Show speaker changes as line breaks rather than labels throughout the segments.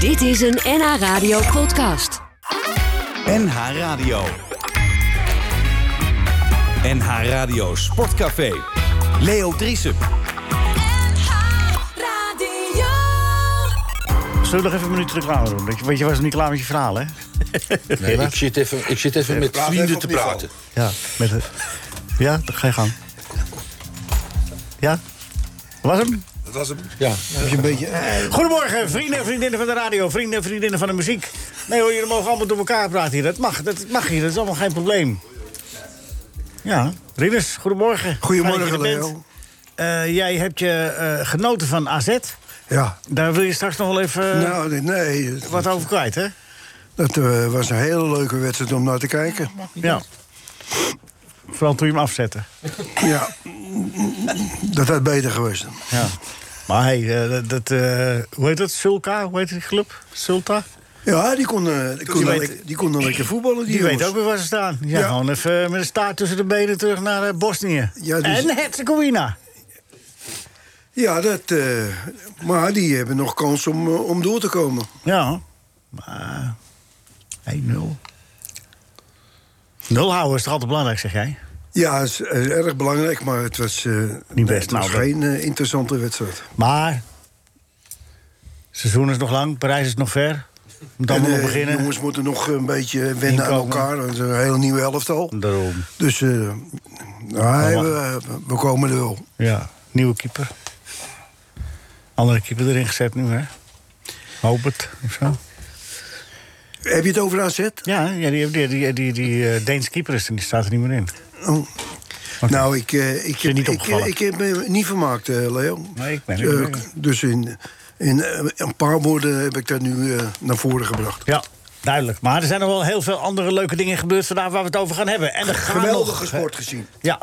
Dit is een NH Radio podcast.
NH Radio. NH Radio Sportcafé. Leo Driessen.
Zullen we nog even een minuut reclame doen? Dat je- Want je was nog niet klaar met je verhaal, hè?
Nee, ik zit even, ik zit even met
praat
vrienden
even
te
op niveau.
praten.
Ja, met het... Ja, dan ga je gang. Ja? Was hem?
Dat was hem.
Ja,
Heb je een beetje... eh,
Goedemorgen, vrienden en vriendinnen van de radio, vrienden en vriendinnen van de muziek. Nee hoor, jullie mogen allemaal door elkaar praten hier. Dat mag, dat mag hier, dat is allemaal geen probleem. Ja, Rinus, goedemorgen.
Goedemorgen,
Fijn dat je er bent.
Leo.
Eh, jij hebt je eh, genoten van AZ.
Ja.
Daar wil je straks nog wel even eh,
Nou, nee, nee.
wat over kwijt, hè?
Dat eh, was een hele leuke wedstrijd om naar te kijken.
Ja. Vooral toen je hem afzette.
Ja. Dat had beter geweest.
Ja. Maar hey, eh, dat- dat, eh, hoe heet dat? Sulka? Hoe heet die club? Sulta?
Ja, die kon, eh, die kon,
weet-
lekker, die kon lekker voetballen. Die,
Die weet
jongens.
ook weer waar ze staan. Ja,
Ja.
Gewoon even eh, met een staart tussen de benen terug naar eh, Bosnië.
Ja, dus-
En Herzegovina.
Ja, dat, eh, maar die hebben nog kans om, eh, om door te komen.
Ja. Maar... 1-0. Nul houden is toch altijd belangrijk, zeg jij?
Ja, dat is, eh, erg belangrijk, maar het was, eh,
Niet best,
nee, het was
nou, dat-
geen eh, interessante wedstrijd.
Maar... Het seizoen is nog lang, Parijs is nog ver. Moet allemaal
En,
nog
eh,
beginnen.
jongens moeten nog een beetje wennen aan
Inkomen.
elkaar. Dat is een hele nieuwe Nou, elftal.
Daarom.
Dus eh,
Oh,
nee, we, we komen er wel.
Ja, nieuwe keeper. Andere keeper erin gezet nu, hè? Hoop het, of zo.
Heb je het over AZ?
Ja, ja die, die, die, die, die eh, Deense keeper is er, die staat er niet meer in.
Oh. Nou, ik, eh, ik,
je
heb,
niet
ik,
opgevallen?
ik heb me niet vermaakt, eh, Leo.
Nee, ik ben er
Eh,
niet meer.
Dus in, in eh, een paar woorden heb ik dat nu eh, naar voren gebracht.
Ja, duidelijk. Maar er zijn nog wel heel veel andere leuke dingen gebeurd vandaag waar we het over gaan hebben. En er gaan nog,
Geweldige
hè?
sport gezien.
Ja.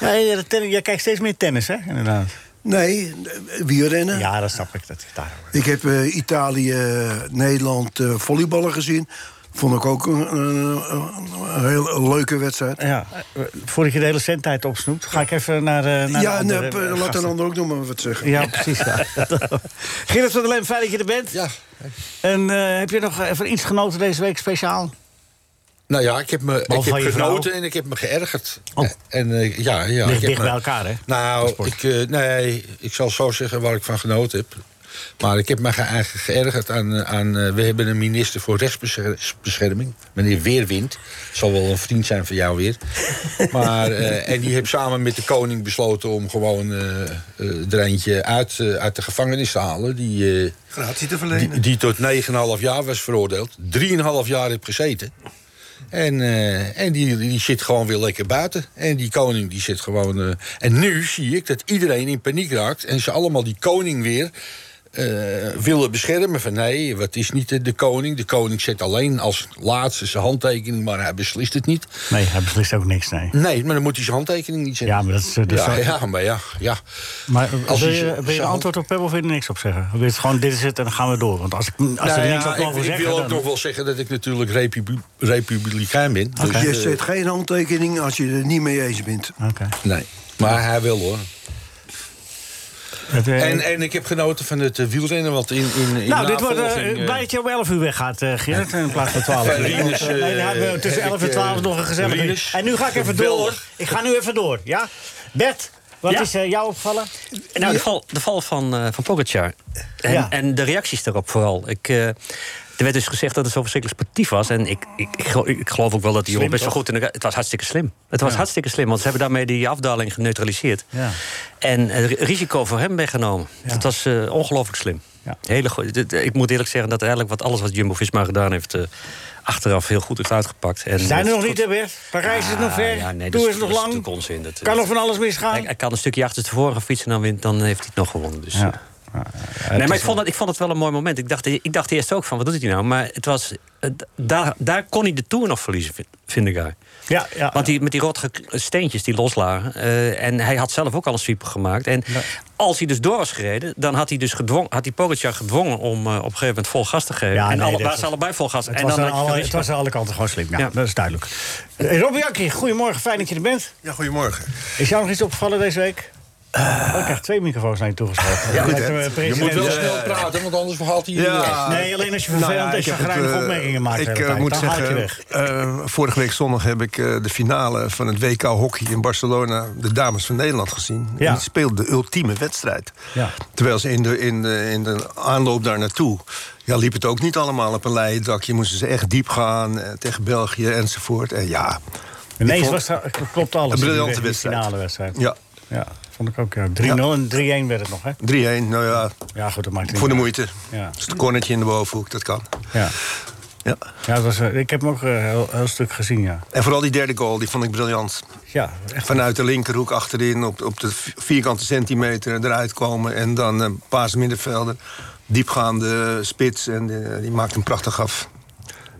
ja jij, tennis, jij kijkt steeds meer tennis, hè? Inderdaad.
Nee, eh, wielrennen.
Ja, dat snap ik. Dat is daarover.
Ik heb eh, Italië, eh, Nederland eh, volleyballen gezien. Vond ik ook een, eh, een heel leuke wedstrijd.
Ja, eh, voordat je de hele zendtijd opsnoept, ga ik even naar, eh naar
ja,
de andere
en, eh,
eh,
laat een
gasten.
ander ook nog maar wat zeggen.
Ja, precies. Ja. Gerrit van der Lem, fijn dat je er bent.
ja.
En eh, heb je nog even iets genoten deze week speciaal?
Nou ja, ik heb me ik
Behalve
heb
van je vrouw.
genoten en ik heb me geërgerd.
Oh.
En, eh, ja, ja,
Ligt
ik heb
dicht
me-
bij elkaar, hè?
Nou, ik, eh, nee, ik zal zo zeggen waar ik van genoten heb. Maar ik heb me ge- eigenlijk geërgerd aan... eh, aan eh, we hebben een minister voor rechtsbescherming. Meneer Weerwind. Zal wel een vriend zijn van jou weer. maar, eh, en die heeft samen met de koning besloten... om gewoon eh eh, er eentje uit, eh, uit de gevangenis te halen. Die, eh,
Gratie te
die, die tot 9,5 jaar was veroordeeld. 3,5 jaar heeft gezeten. En, eh, en die, die zit gewoon weer lekker buiten. En die koning die zit gewoon. eh, en nu zie ik dat iedereen in paniek raakt. En ze allemaal die koning weer. eh, willen beschermen van nee, wat is niet de, de koning? De koning zet alleen als laatste zijn handtekening, maar hij beslist het niet.
Nee, hij beslist ook niks, nee.
Nee, maar dan moet hij zijn handtekening niet zetten.
Ja, maar dat is... eh, dus
ja,
zo-
ja, maar ja, ja.
Maar eh,
Als
wil
je
je,
zo-
wil je
zo-
een antwoord op hebben of wil je er niks op zeggen? Wil je het gewoon dit is het en dan gaan we door? Want als, ik, als
Nou
er
ja,
niks op
ik-
mogen
ik,
zeggen...
wil ook
dan-
nog wel zeggen dat ik natuurlijk republi- republikein ben. Dus,
Oké.
Je
eh,
zet geen handtekening als je er niet mee eens bent.
Oké.
Nee. Maar hij wil hoor.
Het, eh,
En, en ik heb genoten van het eh, wielrennen, want in, in, in
nou, dit wordt eh,
navolging, eh,
blij dat je om 11 uur weggaat, eh Gerrit, in plaats van 12 uur.
Van Rinus,
Want, eh, nee, dan hebben we
eh,
tussen
heb
11 en
ik,
12
eh,
nog een gezellig
Rinus,
En nu ga ik even door.
geweldig.
Ik ga nu even door, ja? Bert, wat is eh, jou opgevallen?
Nou, de val, de val van, eh van Pogacar. En,
Ja.
en de reacties daarop vooral. Ik, eh, er werd dus gezegd dat het zo verschrikkelijk sportief was. En ik, ik, ik, gel- ik geloof ook wel dat die jongen best wel
toch?
goed... In de, ga- het was hartstikke slim. Het was hartstikke slim, want ze hebben daarmee die afdaling geneutraliseerd.
Ja.
En het ri- risico voor hem weggenomen. Het was eh, ongelooflijk slim.
Ja.
Hele goed. Dit- Ik moet eerlijk zeggen dat eigenlijk wat alles wat Jumbo-Visma gedaan heeft... eh, achteraf heel goed heeft uitgepakt. En
Zijn er
het
nog
goed-
niet, hè, Bert? Parijs is nog
Ah,
ver,
ja, nee, dat
Tour is
dat
nog lang.
natuurlijk onzin. Dat-
Kan nog van alles misgaan.
hij, hij kan een stukje achter tevoren gaan fietsen en dan, wint, dan heeft hij het nog gewonnen. Dus. eh. nee, maar ik vond, het, ik vond het wel een mooi moment. Ik dacht, ik dacht eerst ook van, wat doet hij nou? Maar het was, eh, d- daar, daar kon hij de Tour nog verliezen, vind- vind ik daar.
Ja, ja.
Want die, met die rotge steentjes die loslagen. eh, en hij had zelf ook al een sweeper gemaakt. En als hij dus door was gereden, dan had hij dus gedwongen, had hij Pogacar gedwongen om eh, op een gegeven moment vol gas te geven.
Ja,
en
nee,
alle,
dat
waren
was-
ze allebei vol gas.
Het,
en
was aan
dan had je
alle,
verlies.
het was aan alle kanten gewoon slim. Ja,
Ja.
dat is duidelijk. Eh, Rob Jackie, goedemorgen. Fijn dat je er bent.
Ja, goedemorgen.
Is jou nog iets opgevallen deze week?
Eh.
Oh, ik krijg twee microfoons naar je toegeschoven.
goed,
Lijkt
hè?
me
Je
Je moet
president,
wel
eh,
snel praten, want anders verhaalt hij
Ja.
Nee, alleen als je vervelend en
ik heb het,
chagrijnige
eh,
opmerkingen maakt de
Ik
hele
eh,
tijd.
moet
Dan haal ik je
zeggen, eh, vorige week zondag heb ik eh, de finale van het WK hockey in Barcelona... de dames van Nederland gezien.
Ja.
En die speelden de ultieme wedstrijd.
Ja.
Terwijl ze in de, in, de, in de aanloop daar naartoe... Ja, liep het ook niet allemaal op een leien dakje. Moesten ze echt diep gaan eh, tegen België enzovoort. En ja, ik
Ineens
vond-
was, dat- klopt alles.
Een briljante
in die- in die
wedstrijd.
finale wedstrijd.
ja 3-1,
Ja, vond ik ook. Ja. 3-0 en 3-1 werd het nog, hè?
nou ja,
Ja, goed, dat maakt niet
voor de
uit.
moeite.
Ja.
Dus het kornetje in de bovenhoek, dat kan.
Ja,
Ja.
ja dat was, eh, ik heb hem ook een heel, heel stuk gezien, ja.
En vooral die derde goal, die vond ik briljant.
Ja, echt.
Vanuit de linkerhoek achterin op, op de vi- vierkante centimeter eruit komen. En dan een paas middenvelder. Diepgaande spits. En eh, die maakt hem prachtig af.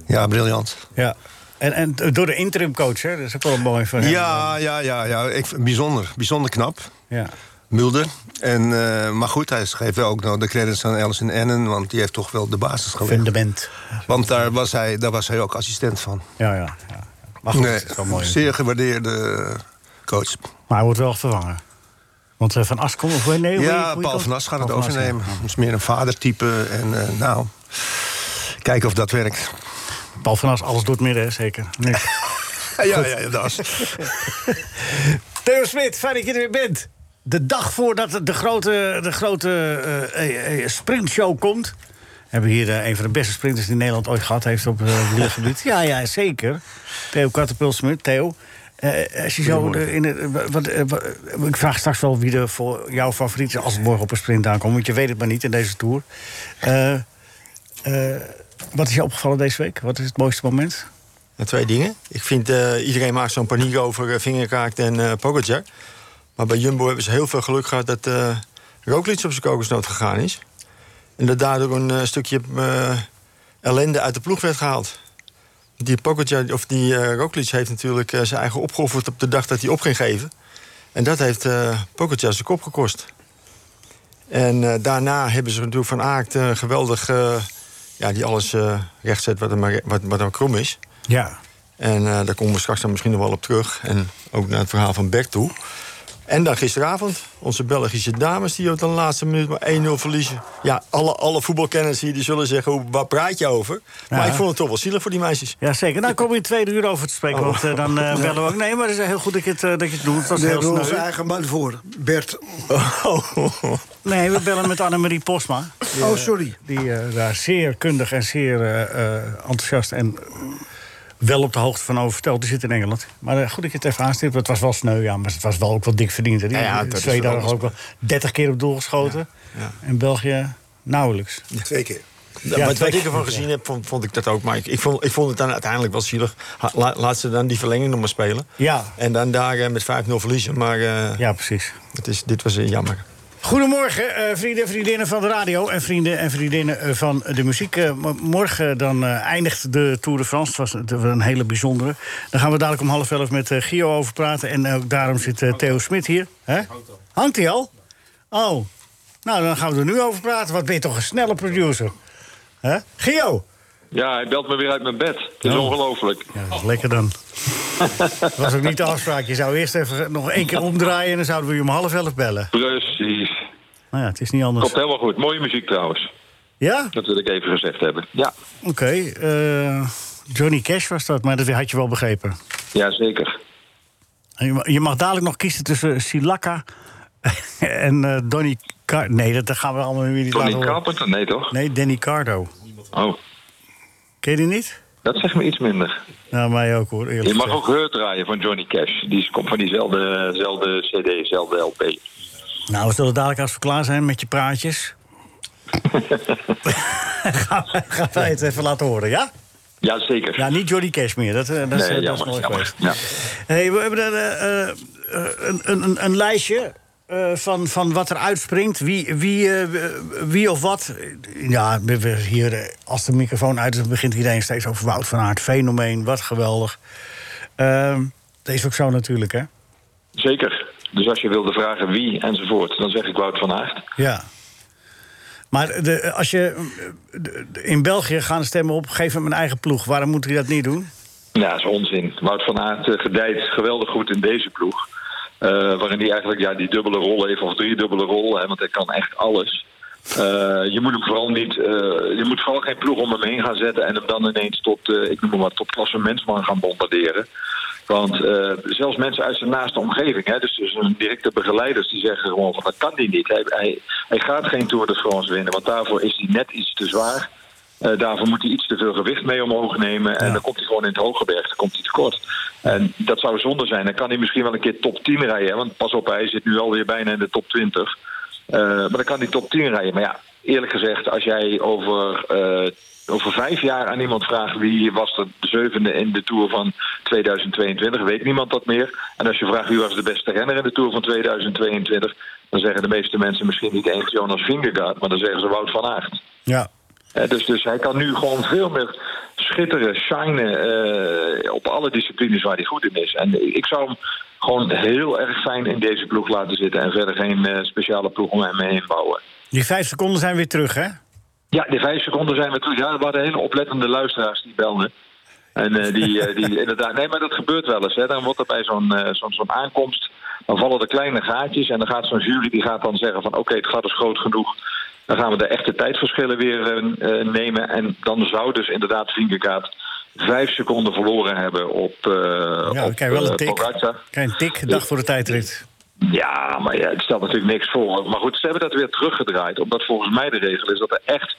Ja, briljant.
Ja. En, en door de interimcoach, hè? Dat is ook wel mooi van hem. eh.
Ja, ja, ja. ja. Ik, vind- bijzonder. Bijzonder knap.
ja.
Mulder. En, eh, maar goed, hij geeft wel ook nog de credits aan Alison Ennen. Want die heeft toch wel de basis gelegd.
Fundament.
Want daar was hij, daar was hij ook assistent van.
Ja, ja. ja. Maar goed, het is wel mooi.
zeer gewaardeerde coach.
Maar hij wordt wel vervangen. Want eh, Van As komt... Of, nee, hoe-
ja,
hoe-
Paul
hoe-
van As gaat het
Paul van As,
overnemen.
ja.
Hij is meer een vadertype. En eh, nou, kijken of dat werkt.
Paul van As, alles doet midden, hè, zeker. Niks.
Ja, ja, ja, dat is.
Theo Smit, fijn dat je er weer bent. De dag voordat de grote, de grote eh, eh, eh, sprintshow komt... hebben we hier eh, een van de beste sprinters die Nederland ooit gehad heeft op eh, het gebied. Ja, ja, zeker. Theo Kattenpulsmut, Theo. eh, als je zo de- in het- eh, wat, eh, wat- eh, ik vraag straks wel wie er voor jouw favoriet is als het morgen op een sprint aankomt. Want je weet het maar niet in deze tour. Eh, eh, wat is je opgevallen deze week? Wat is het mooiste moment?
Ja, twee dingen. Ik vind, eh, iedereen maakt zo'n paniek over eh, Vingerkaart en eh Pogacar. Maar bij Jumbo hebben ze heel veel geluk gehad dat eh Roglic op zijn kokosnoot gegaan is. En dat daardoor een eh, stukje eh, ellende uit de ploeg werd gehaald. Die Pogacar, of die eh Roglic heeft natuurlijk eh, zijn eigen opgeofferd op de dag dat hij op ging geven. En dat heeft eh Pogacar zijn kop gekost. En eh, daarna hebben ze natuurlijk van Aakt eh, geweldig... eh, ja, die alles eh rechtzet wat er maar, wat, wat er maar krom is.
Ja,
En eh, daar komen we straks dan misschien nog wel op terug. En ook naar het verhaal van Beck toe. En dan gisteravond, onze Belgische dames die op de laatste minuut maar 1-0 verliezen. Ja, alle, alle voetbalkenners hier die zullen zeggen, hoe, waar praat je over? Maar
Ja.
ik vond het toch wel zielig voor die meisjes. Oh.
Ja, zeker. Nou, kom je in tweede uur over te spreken,
Oh.
want eh, dan eh, bellen we ook. Nee, maar het is heel goed dat je het, eh, dat je het doet. Het was
Daar
heel
hebben we
snel.
onze eigen man voor. Bert.
Oh. Nee, we bellen met Annemarie Posma.
Oh, sorry.
Die eh, daar zeer kundig en zeer eh, eh, enthousiast en eh, wel op de hoogte van over vertelt. Die zit in Engeland. Maar eh, goed dat je het even aanstipt. Het was wel sneu, ja, maar het was wel ook wel dik verdiend. hè. Die
Ja, ja,
die
dat is
Zweden
wel
hadden ook wel 30 keer op doel geschoten. En België nauwelijks.
Twee keer.
Ja,
Ja,
wat, wat
twee-
ik ervan gezien heb, vond, vond ik dat ook. Maar ik, ik, vond, ik vond het dan uiteindelijk wel zielig. Ha- la- laat ze dan die verlenging nog maar spelen.
Ja.
En dan daar eh, met 5-0 verliezen. Maar eh,
Ja, precies.
het is, dit was eh, jammer.
Goedemorgen, eh, vrienden en vriendinnen van de radio en vrienden en vriendinnen eh, van de muziek. Eh, m- morgen dan eh, eindigt de Tour de France. Het was het was een hele bijzondere. Daar gaan we dadelijk om half elf met eh, Gio over praten. En ook daarom zit eh, Theo Smit hier. Hè? Hangt hij al? Oh, nou dan gaan we er nu over praten. Wat ben je toch een snelle producer? Hè? Gio!
Ja, hij belt me weer uit mijn bed. Het is
Oh.
ongelooflijk.
Ja, dat is lekker dan. dat was ook niet de afspraak. Je zou eerst even nog één keer omdraaien en dan zouden we je om half elf bellen.
Precies.
Nou ja, het is niet anders.
Komt helemaal goed. Mooie muziek trouwens.
Ja?
Dat wil ik even gezegd hebben. Ja,
Oké, eh, Johnny Cash was dat, maar dat had je wel begrepen.
ja zeker.
En je ma- Je mag dadelijk nog kiezen tussen Silaka en eh Donny Car... Nee, dat dat gaan we allemaal weer niet
Tony
laten horen.
Carpenter? Nee toch?
Nee, Danny Cardo.
Oh,
Ken je die niet?
dat zegt me iets minder.
Nou, mij ook hoor. eerlijk
Je mag
gezegd.
ook Heur draaien van Johnny Cash. Die komt van diezelfde zelfde CD, zelfde LP.
Nou, we zullen dadelijk als we klaar zijn met je praatjes. gaan, wij, gaan wij het even laten horen, ja?
Ja, zeker.
Ja, niet Johnny Cash meer. Dat, eh, dat, is, eh,
nee,
dat is
jammer.
mooi
jammer.
geweest.
Ja.
Hey, we hebben er, eh, eh, een, een, een, een lijstje eh, van, van wat er uitspringt. Wie, wie, eh, wie of wat. Ja, we- we hier, eh, als de microfoon uit is, dan begint iedereen steeds over Wout van Aert. Fenomeen, wat geweldig. Ehm, dat is ook zo natuurlijk, hè?
Zeker. Dus als je wilde vragen wie enzovoort, dan zeg ik Wout van Aert.
Ja. Maar de, als je, eh, de- de- in België gaan de stemmen op, geef hem een eigen ploeg. Waarom moet hij dat niet doen?
Nou, Ja, dat is onzin. Wout van Aert eh, gedijt geweldig goed in deze ploeg. Eh, Eh, waarin hij eigenlijk ja, die dubbele rol heeft, of driedubbele rol, hè, want hij kan echt alles. Eh, je moet hem vooral niet, eh, je moet vooral geen ploeg om hem heen gaan zetten en hem dan ineens tot, eh, ik noem maar wat, tot klassementsman gaan bombarderen. Want eh, zelfs mensen uit zijn naaste omgeving, hè, dus, dus hun directe begeleiders, die zeggen gewoon van dat kan die niet. Hij, hij, hij gaat geen Tour de France winnen, want daarvoor is hij net iets te zwaar. Eh, daarvoor moet hij iets te veel gewicht mee omhoog nemen. En dan komt hij gewoon in het hoge berg, dan komt hij tekort. En dat zou zonde zijn. Dan kan hij misschien wel een keer top 10 rijden. hè, Want pas op, hij zit nu alweer bijna in de top 20. Eh, maar dan kan hij top 10 rijden. Maar ja, eerlijk gezegd, als jij over, eh, over vijf jaar aan iemand vraagt... wie was de zevende in de Tour van 2022, weet niemand dat meer. En als je vraagt wie was de beste renner in de Tour van 2022... dan zeggen de meeste mensen misschien niet eens Jonas Vingegaard... maar dan zeggen ze Wout van Aert.
Ja.
Hè, dus, dus hij kan nu gewoon veel meer schitteren, shinen eh, op alle disciplines waar hij goed in is. En ik zou hem gewoon heel erg fijn in deze ploeg laten zitten en verder geen eh, speciale ploeg om hem heen bouwen.
Die vijf seconden zijn weer terug, hè?
Ja, de vijf seconden zijn we terug. Ja, er waren hele oplettende luisteraars die belden. En eh, die, eh, die inderdaad, nee, maar dat gebeurt wel eens. Hè. Dan wordt er bij zo'n eh, zo'n zo'n aankomst, dan vallen er kleine gaatjes. En dan gaat zo'n jury die gaat dan zeggen van oké, het gat is groot genoeg. Dan gaan we de echte tijdverschillen weer eh, eh, nemen. En dan zou dus inderdaad Vingegaard vijf seconden verloren hebben op, eh
Ja,
op
dan krijg je wel een
eh,
tik.
Pogacar.
Krijg je een tik, dag voor de tijdrit.
Ja, maar ja, het stelt natuurlijk niks voor. Maar goed, ze hebben dat weer teruggedraaid. Omdat volgens mij de regel is dat er echt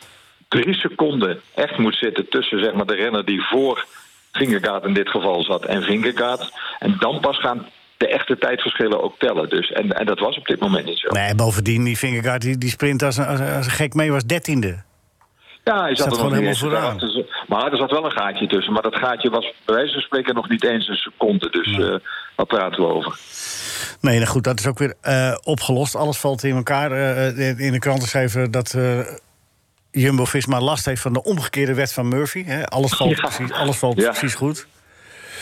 drie seconden echt moet zitten... tussen zeg maar, de renner die voor Vingergaard in dit geval zat en Vingergaard. En dan pas gaan de echte tijdverschillen ook tellen. Dus, en, en dat was op dit moment niet zo.
Nee, bovendien, die Vingegaard die, die sprint als een, als, een- als een gek mee was dertiende.
Ja, hij
Zat
zat, er nog
gewoon
niet
helemaal
eens. Maar er zat wel een gaatje tussen. Maar dat gaatje was bij wijze van spreken nog niet eens een seconde. Dus eh, wat praten we over?
Nee, nou goed, dat is ook weer eh, opgelost. Alles valt in elkaar. Eh, eh, in de krant is even dat eh, Jumbo-Visma last heeft van de omgekeerde wet van Murphy. Hè? Alles valt,
Ja.
precies, alles valt
Ja.
precies goed.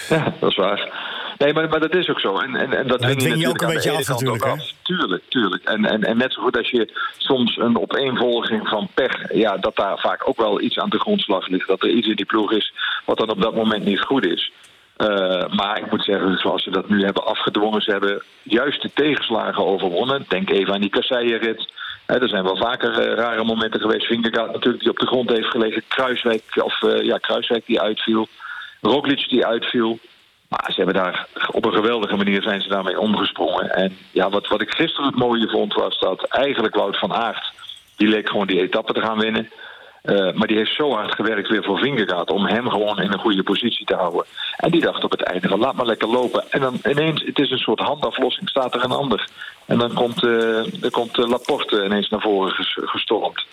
Ja, dat is waar. Nee, maar, maar dat is ook zo. En, en, en dat
Ja, dat dwing je ook een
natuurlijk aan de
beetje
ene
af
kant
natuurlijk,
ook
hè?
af. Tuurlijk, tuurlijk. En, en, en net zo goed als je soms een opeenvolging van pech... ja, dat daar vaak ook wel iets aan de grondslag ligt. Dat er iets in die ploeg is wat dan op dat moment niet goed is. Eh, maar ik moet zeggen, zoals ze dat nu hebben afgedwongen... ze hebben juist de tegenslagen overwonnen. Denk even aan die kasseierrit. Hè, er zijn wel vaker eh, rare momenten geweest. Vingegaard natuurlijk die op de grond heeft gelegen. Kruiswijk, of, eh, ja, Kruiswijk die uitviel. Roglic die uitviel. Maar ze hebben daar op een geweldige manier zijn ze daarmee omgesprongen. En ja, wat, wat ik gisteren het mooie vond was dat eigenlijk Wout van Aert... die leek gewoon die etappe te gaan winnen. Eh, maar die heeft zo hard gewerkt weer voor Vingegaard... om hem gewoon in een goede positie te houden. En die dacht op het einde van laat maar lekker lopen. En dan ineens, het is een soort handaflossing, staat er een ander. En dan komt, eh, dan komt eh, Laporte ineens naar voren ges- gestormd.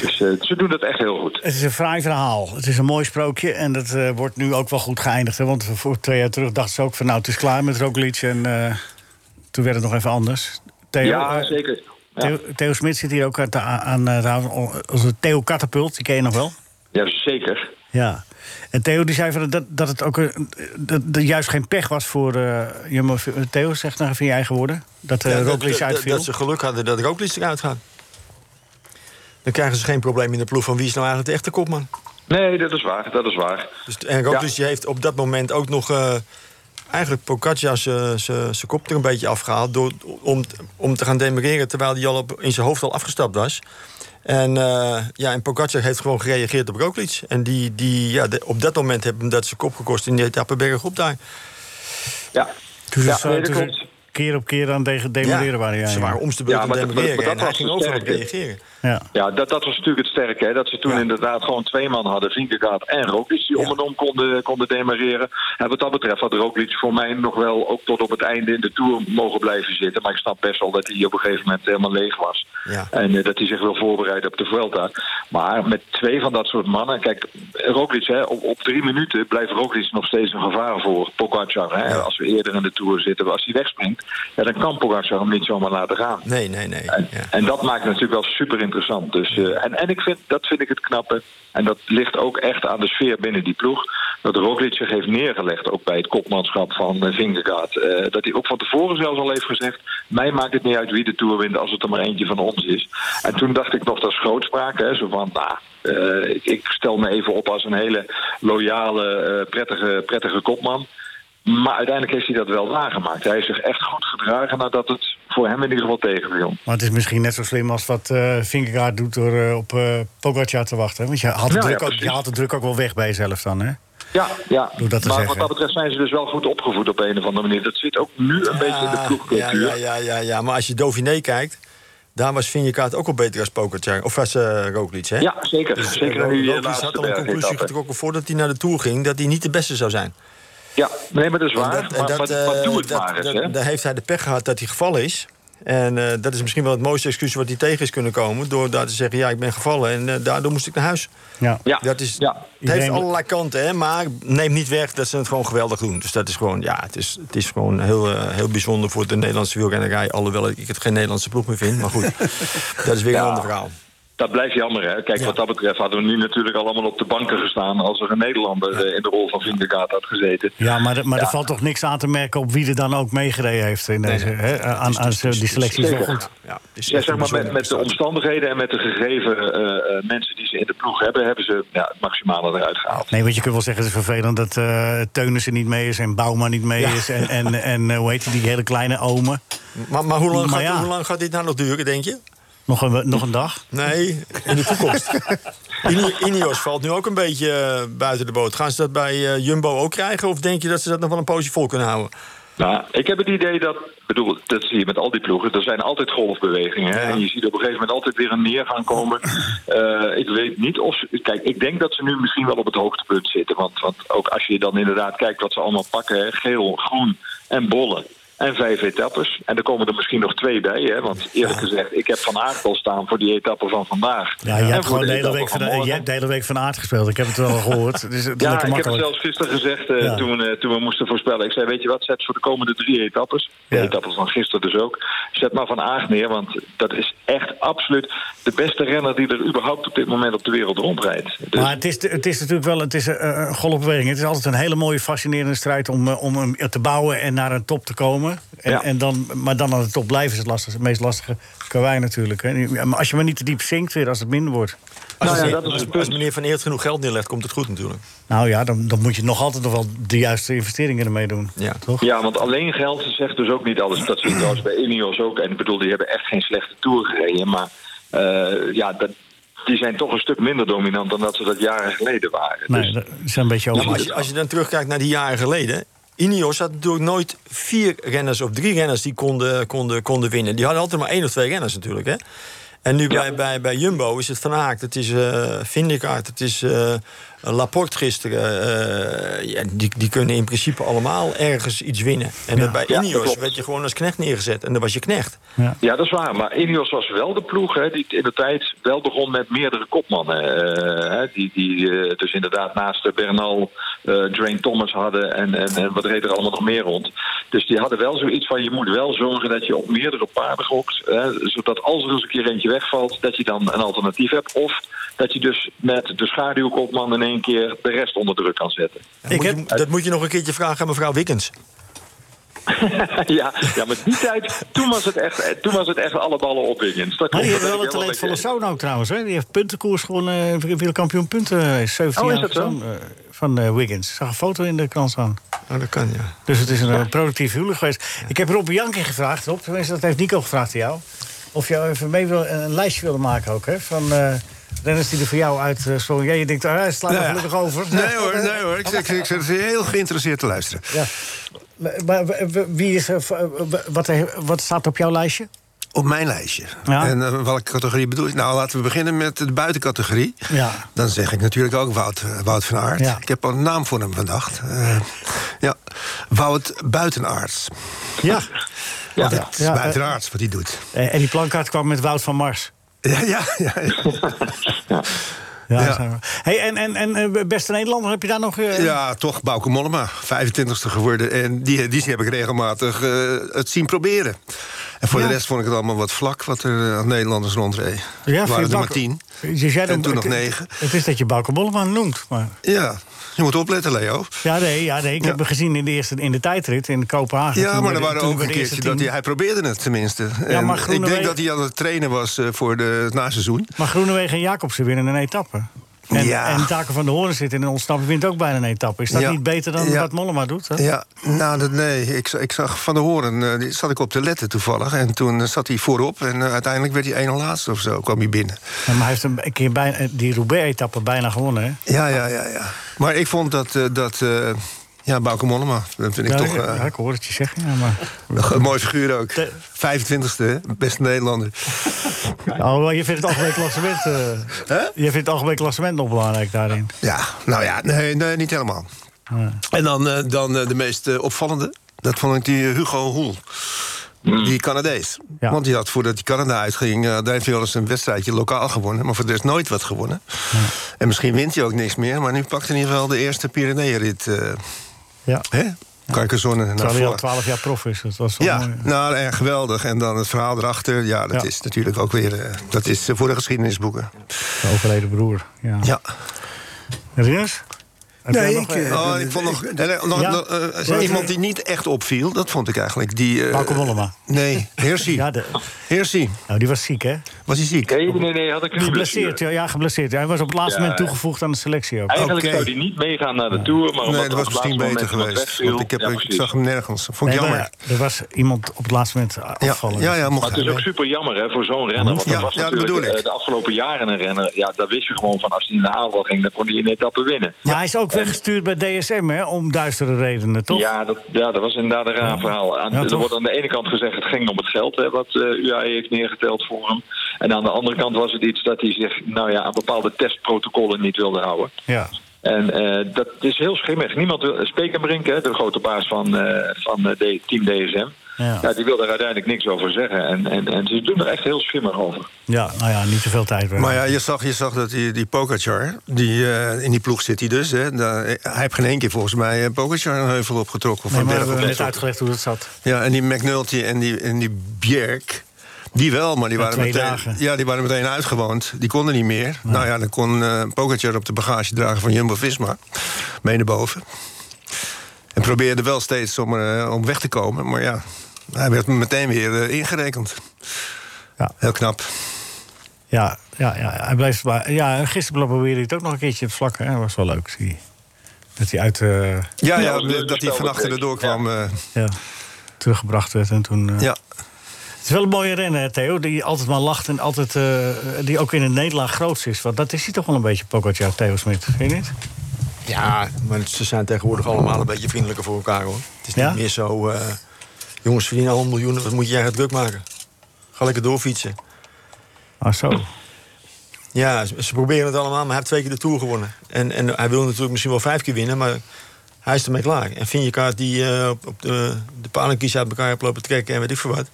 Dus eh, ze doen dat echt heel goed.
Het is een fraai verhaal. Het is een mooi sprookje. En dat eh, wordt nu ook wel goed geëindigd. Hè? Want voor twee jaar terug dachten ze ook van... nou, het is klaar met Roglic. En eh, toen werd het nog even anders. Theo,
Ja,
eh,
zeker. Ja.
Theo, Theo Smit zit hier ook aan, te- aan eh, tafel. Onze Theo Katapult, die ken je nog wel.
Ja, zeker.
Ja. En Theo die zei van dat, dat het ook een, dat, dat juist geen pech was voor eh, Jumbo. Theo zegt nog even in je eigen woorden. Dat eh
Ja, dat-
Roglic
dat-
uitviel.
Dat ze geluk hadden dat Roglic eruit gaat. Dan krijgen ze geen probleem in de ploeg van wie is nou eigenlijk de echte kopman.
Nee, dat is waar, dat is waar.
Dus, en Roglic die heeft op dat moment ook nog... eh, eigenlijk Pogacar zijn kop er een beetje afgehaald... Door, om, om te gaan demereren terwijl hij al op, in zijn hoofd al afgestapt was. En, eh ja, en Pogacar heeft gewoon gereageerd op Roglic. En die, die, ja, de- op dat moment heeft hem dat zijn kop gekost in die etappe bergop daar.
Ja,
Toen ze,
ja, nee,
toen
dat
ze
klopt.
keer op keer aan tegen demoneren waren. Ja,
ze
ja.
waren om de beurt
Ja,
aan
maar
het
dat- maar
demereren.
dat
en hij
was
ging
de
overal op
sterke.
reageren.
Ja.
Ja, dat, dat was natuurlijk het sterke. Hè? Dat ze toen inderdaad gewoon twee man hadden. Vinkegaard en Roglic die om en om konden, konden demareren. En wat dat betreft had Roglic voor mij nog wel ook tot op het einde in de Tour mogen blijven zitten. Maar ik snap best wel dat hij op een gegeven moment helemaal leeg was.
Ja.
En eh, dat hij zich wil voorbereiden op de Vuelta. Maar met twee van dat soort mannen... Kijk, Roglic, hè, op, op drie minuten blijft Roglic nog steeds een gevaar voor Pogacar. Hè? Als we eerder in de Tour zitten, als hij wegspringt... Ja, dan kan Pogacar hem niet zomaar laten gaan.
Nee, nee, nee.
En,
Ja.
en dat maakt het natuurlijk wel super interessant. Dus, eh, en en ik vind, dat vind ik het knappe. En dat ligt ook echt aan de sfeer binnen die ploeg. Dat Roglic zich heeft neergelegd, ook bij het kopmanschap van eh, Vingegaard. Eh, dat hij ook van tevoren zelfs al heeft gezegd... mij maakt het niet uit wie de Tour wint als het er maar eentje van ons is. En toen dacht ik nog, dat is grootspraak. Hè, zo van, nou, eh, ik, ik stel me even op als een hele loyale, eh, prettige, prettige kopman. Maar uiteindelijk heeft hij dat wel waargemaakt. Hij heeft zich echt goed gedragen nadat het voor hem in ieder geval tegenviel.
Maar het is misschien net zo slim als wat eh Vingegaard doet door eh, op eh Pogacar te wachten. Want je had, het
Nou Ja,
druk
ja,
ook,
precies.
je had het druk ook wel weg bij jezelf dan, hè?
Ja, ja.
Doe dat te
maar
zeggen.
wat dat betreft zijn ze dus wel goed opgevoed op een of andere manier. Dat zit ook nu een beetje in de
ja,
ploegcultuur.
ja, ja, ja, ja. Maar als je Dauphiné kijkt, daar was Vinjekaart ook al beter als Pokertjaar. Of als eh Roglic, hè? Dus, eh,
Ja, zeker. zeker nu
Roglic
je
had al
laatste
een conclusie
bergetappe.
getrokken voordat hij naar de Tour ging... dat hij niet de beste zou zijn.
Ja, nee, maar dat is waar.
en
maar,
dat,
maar, maar
eh,
doe het
dat-
maar eens,
dat-
hè.
Daar heeft hij de pech gehad dat hij gevallen is. En eh, dat is misschien wel het mooiste excuus wat hij tegen is kunnen komen... door daar te zeggen, ja, ik ben gevallen en eh, daardoor moest ik naar huis.
Ja.
Ja,
Dat is,
ja.
Het heeft
Iedereen-
allerlei kanten, hè, maar neemt niet weg dat ze het gewoon geweldig doen. Dus dat is gewoon, ja, het is, het is gewoon heel, eh, heel bijzonder voor de Nederlandse wielrennerij. Alhoewel ik het geen Nederlandse ploeg meer vind, maar goed. dat is weer een
Ja.
ander verhaal.
Dat blijft jammer, hè. Kijk,
Ja.
wat dat betreft hadden we nu natuurlijk al allemaal op de banken gestaan... als er een Nederlander eh, in de rol van Vindegaard had gezeten.
Ja, maar, er- maar
Ja.
er valt toch niks aan te merken op wie er dan ook meegereden heeft in deze. Hè? Aan, aan zo- die selectie is wel
Zeker.
goed.
Ja, het is
Ja,
echt
zeg
een
maar met, met
bijzonder
de
prestatie.
omstandigheden en met de gegeven eh, eh, mensen die ze in de ploeg hebben... hebben ze ja, het maximale eruit gehaald.
Nee, want je kunt wel zeggen, het is vervelend dat eh Teunissen niet mee is en Bouma niet mee is. En, en, en eh, hoe heet die, die hele kleine ome.
Maar, maar, hoe, lang
Maar
gaat,
ja.
hoe lang gaat dit nou nog duren, denk je?
Nog een, nog een dag.
Nee, in de toekomst. Ini- Ineos valt nu ook een beetje eh, buiten de boot. Gaan ze dat bij eh, Jumbo ook krijgen? Of denk je dat ze dat nog wel een poosje vol kunnen houden?
Nou, ik heb het idee dat, ik bedoel, dat zie je met al die ploegen, er zijn altijd golfbewegingen. Hè? En je ziet op een gegeven moment altijd weer een neergang komen. Eh, ik weet niet of ze, kijk, ik denk dat ze nu misschien wel op het hoogtepunt zitten. Want, want ook als je dan inderdaad kijkt wat ze allemaal pakken, hè? geel, groen en bollen. En vijf etappes. En er komen er misschien nog twee bij. Hè? Want eerlijk gezegd, ik heb Van Aert al staan voor die etappe van vandaag.
Ja,
En
jij hebt
voor
gewoon de hele,
etappe
week van,
van
jij
morgen.
hebt de hele week van aard gespeeld. Ik heb het wel gehoord. Dus het is
Ja,
lekker
ik heb het
makkelijk.
zelfs gisteren gezegd eh,
Ja.
toen, eh, toen we moesten voorspellen. Ik zei, weet je wat, zet voor de komende drie etappes... de
Ja.
etappes van gisteren dus ook... zet maar Van Aert neer, want dat is echt absoluut... de beste renner die er überhaupt op dit moment op de wereld rondrijdt. Dus,
Maar het is, het is natuurlijk wel het is een, eh, een golfbeweging. Het is altijd een hele mooie, fascinerende strijd om, eh, om hem te bouwen en naar een top te komen. En,
Ja.
en dan, maar dan aan de top blijven is het, lastig, het meest lastige karwei natuurlijk. Hè. Ja, Maar als je maar niet te diep zinkt weer, als het minder wordt.
Als,
Nou ja,
meneer-
dat is het
als-
punt.
als meneer Van Eert genoeg geld neerlegt, komt het goed natuurlijk.
Nou ja, dan, dan moet je nog altijd nog wel de juiste investeringen ermee doen.
Ja.
Toch?
Ja, want alleen geld zegt dus ook niet alles. Dat zie je trouwens bij Ineos ook. En ik bedoel, die hebben echt geen slechte tour gereden. Maar eh, ja, dat, die zijn toch een stuk minder dominant... dan dat ze dat jaren geleden waren.
Nee,
Dus-
dat is een beetje
Ja, maar als,
over.
je, als je dan terugkijkt naar die jaren geleden. Ineos had natuurlijk nooit vier renners of drie renners die konden, konden, konden winnen. Die hadden altijd maar één of twee renners natuurlijk. Hè? En nu bij, bij, bij Jumbo is het Van Haak, het is eh Vindekaart, het is eh, Laporte gisteren. eh, ja, die, die kunnen in principe allemaal ergens iets winnen. En dat bij
Ja, dat
Ineos
klopt.
werd je gewoon als knecht neergezet. En dan was je knecht.
Ja, dat is waar. Maar Ineos was wel de ploeg hè, die in de tijd wel begon met meerdere kopmannen. eh, hè, die die eh, dus inderdaad naast eh, Bernal, eh Drain Thomas hadden en, en, en wat reed er allemaal nog meer rond. Dus die hadden wel zoiets van je moet wel zorgen dat je op meerdere paarden gokt. Hè, zodat als er eens een keer eentje wegvalt, dat je dan een alternatief hebt. Of dat je dus met de schaduwkopman in één keer de rest onder druk kan zetten.
Dat, moet, je, dat moet je nog een keertje vragen aan mevrouw Wikkens.
ja, ja, maar die tijd, toen was het echt, eh, toen was het echt alle ballen op Wiggins. Dat
Maar
klopt,
die heeft
dat
wel een
ben ik helemaal
talentvolle
met je eens.
zoon ook trouwens. Hè? Die heeft puntenkoers gewonnen, eh, wereldkampioen punten. Is 17
Oh, is
jaar
dat zo?
zoon, eh, van eh, Wiggins. Ik zag een foto in de krant staan.
Oh, dat kan, ja.
Dus het is een eh, productief huwelijk geweest. Ik heb Rob Bianchi gevraagd, Rob, tenminste dat heeft Nico gevraagd aan jou... of jou even mee wil, een lijstje wilde maken ook, hè? Van eh renners die er voor jou uit eh, sprongen. Jij je denkt, ah, hij slaat er
Nou ja.
gelukkig over.
Nee hoor, nee hoor. Ik zit ik, ik, zit heel geïnteresseerd te luisteren.
Ja. Maar, maar, w- w- wie is er, v- w- wat, eh, wat staat op jouw lijstje?
Op mijn lijstje.
Ja.
En eh, welke categorie bedoel je? Nou, laten we beginnen met de buitencategorie.
Ja.
Dan zeg ik natuurlijk ook Wout, eh, Wout van Aert.
Ja.
Ik heb al een naam voor hem bedacht. Eh, ja, Wout Buitenaarts.
Ja.
Ja, het is
Ja, eh,
buitenaards wat hij doet.
En die plankaart kwam met Wout van Mars.
Ja, ja, ja.
Ja,
Ja.
zijn we. Hey, en, en, en eh, beste Nederlander, heb je daar nog... eh,
Ja, toch, Bouke Mollema, 25ste geworden. En die, die heb ik regelmatig eh, het zien proberen. En voor de rest vond ik het allemaal wat vlak wat er eh, aan Nederlanders rondreed.
Ja,
er
vind je
waren er maar
Bouke-
tien.
Je zei
En
dan-
toen nog
het-
negen.
Het is dat je Bauke Bollema noemt, maar...
Ja, je moet opletten, Leo.
Ja, nee, ja, nee ik
Ja.
heb hem gezien in de, eerste, in de tijdrit in Kopenhagen.
Ja, maar
Toen we
er
de-
waren
toen
ook
we
een
de eerste
keertje dat hij,
tien-
hij probeerde het tenminste. En
maar
ik
Groenewegen-
denk dat hij aan het trainen was eh, voor de, het naseizoen.
Maar Groenewegen en Jacobsen winnen een etappe. En,
Ja.
en Taken van de Horen zit in een ontsnappen wint ook bijna een etappe. Is dat
Ja.
niet beter dan
Ja.
wat Mollema doet? Hè?
Ja, nou, dat, nee. Ik, za- ik zag Van de Horen, eh, die zat ik op te letten toevallig. En toen eh, zat hij voorop en eh, uiteindelijk werd hij één laatste of zo, kwam hij binnen.
Ja, maar hij heeft een keer bijna, eh, die Roubaix-etappe bijna gewonnen. Hè?
Ja, ja, ja, ja. Maar ik vond dat, eh, dat eh, ja, Bauke Mollema, dat vind ik
Ja,
toch
ja,
eh,
ik hoor het je zeggen. Ja, maar...
een mooi figuur ook.
De-
25ste, hè? beste Nederlander.
oh, maar je vindt het algemeen klassement, eh, je vindt het algemeen klassement nog belangrijk daarin.
Ja, nou ja, nee, nee niet helemaal. En dan, eh, dan eh, de meest eh, opvallende, dat vond ik die eh, Hugo Hoel. Die Canadees.
Ja.
Want die had voordat die Canada uitging... eh, daar heeft hij wel eens een wedstrijdje lokaal gewonnen. Maar voor de rest nooit wat gewonnen. En misschien wint hij ook niks meer. Maar nu pakt hij in ieder geval de eerste Pyreneeënrit. eh
Ja.
hè? Carcassonne naar
Terwijl hij al
voren.
12 jaar prof is. dus Dat was wel
Ja,
mooi.
nou en geweldig. En dan het verhaal erachter. Ja, dat
Ja.
is natuurlijk ook weer... eh, dat is eh, voor de geschiedenisboeken.
De overleden broer. Ja.
Ja.
Rinus? Heb jij
Nee,
nog,
ik,
eh,
Oh, ik vond nog... eh, eh, nog-
Ja.
nog, eh, iemand die niet echt opviel, dat vond ik eigenlijk. Die, eh,
Bauke Mollema.
Nee, Hersie.
Ja, de,
Hersie.
nou, die was ziek, hè?
Was hij ziek?
Nee, nee, nee, had ik niet
Geblesseerd, ja, ja, geblesseerd. Hij was op het laatste
Ja,
moment
ja.
toegevoegd aan de selectie ook.
Eigenlijk
Oké.
zou die niet meegaan naar de Tour. Maar
Nee,
omdat
dat
op
was
het
misschien
laatste
beter
moment iemand
geweest.
wegviel.
Want ik, heb,
Ja,
ik
precies.
zag hem nergens. Vond ik
Nee, maar
jammer.
er was iemand op het laatste moment
ja,
afgevallen.
ja, ja, mocht
Maar het is
hij.
ook super jammer hè, voor zo'n renner. Want dat
Ja,
was
ja, dat
natuurlijk
bedoel ik.
eh, de afgelopen jaren een renner. Ja, daar wist je gewoon van als hij in de aanval ging, dan kon hij een etappe winnen.
Maar hij is ook weggestuurd bij DSM, hè? Om duistere redenen, toch?
Ja dat, ja, dat was inderdaad een raar verhaal. Aan,
Ja,
er
toch?
wordt aan de ene kant gezegd, het ging om het geld hè, wat eh UAE heeft neergeteld voor hem. En aan de andere kant was het iets dat hij zich nou ja, aan bepaalde testprotocollen niet wilde houden.
Ja.
En eh, dat is heel schimmig. Niemand wil, Spekenbrink, hè, de grote baas van, eh, van eh, de Team DSM,
Ja.
ja. die wil daar uiteindelijk niks over zeggen. En, en, en ze doen er echt heel schimmig over.
Ja, nou ja, niet te veel tijd.
Maar ja, je zag, je zag dat die, die Pogacar, die, eh, in die ploeg zit hij dus. Hè, daar- hij heeft geen één keer volgens mij eh, Pogacar een heuvel opgetrokken. Of
nee,
een
maar we
berg
hebben net
opgetrokken.
uitgelegd hoe dat zat.
Ja, en die McNulty en die, en die Bjerk, die wel, maar die
Ja,
waren,
twee
meteen,
dagen.
Ja, die waren meteen uitgewoond. Die konden niet meer. Nou ja, dan kon eh Pogacar op de bagage dragen van Jumbo-Visma. Mee naar boven. En probeerde wel steeds om, eh, om weg te komen. Maar ja, hij werd meteen weer eh, ingerekend.
Ja.
Heel knap.
Ja, ja, ja, hij blijft maar. Ja, gisteren probeerde hij het ook nog een keertje op het vlak. Hè? Dat was wel leuk, zie je. Dat hij uit. eh,
Ja,
Ja,
ja,
dat was een leuke
dat hij van
spelbetrekking.
achteren doorkwam. eh,
ja, teruggebracht werd en toen. eh,
ja.
Het is wel een mooie renner, hè, Theo. Die altijd maar lacht en altijd. eh, die ook in het Nederland groot is. Want dat is hij toch wel een beetje, Pogacar, Theo Smit. Vind je niet?
Ja, maar ze zijn tegenwoordig allemaal een beetje vriendelijker voor elkaar hoor. Het is niet
Ja?
meer zo. eh, jongens verdienen al miljoenen, wat moet jij gaat druk maken? Ga lekker doorfietsen.
Ah, zo.
Ja, ze, ze proberen het allemaal, maar hij heeft twee keer de Tour gewonnen. En, en hij wil natuurlijk misschien wel vijf keer winnen, maar hij is ermee klaar. En Vinjekaart, die eh, op, op de, de palenkies uit elkaar heeft lopen trekken en weet ik veel wat...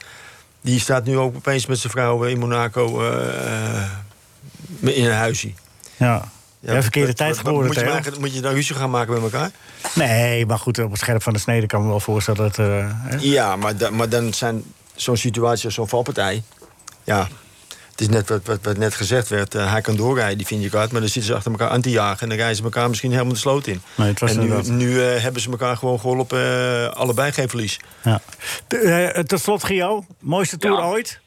die staat nu ook opeens met zijn vrouw eh, in Monaco eh, eh, in een huisje.
Ja. Ja, verkeerde
wat-
tijd
wat- wat
geworden,
moet je,
Theo.
maken? moet je daar ruzie gaan maken met elkaar?
Nee, maar goed, op het scherp van de snede kan ik me wel voorstellen dat. eh, hè?
Ja, maar, da- maar dan zijn zo'n situatie als zo'n valpartij... Ja, het is net wat, wat, wat net gezegd werd. eh, hij kan doorrijden, die vind je maar dan zitten ze achter elkaar aan te jagen... en dan rijden ze elkaar misschien helemaal de sloot in.
Nee, het was
en nu,
inderdaad-
nu eh, hebben ze elkaar gewoon geholpen, eh, allebei geen verlies.
Ja. T- eh, tot slot, Gio. Mooiste tour
Ja.
ooit?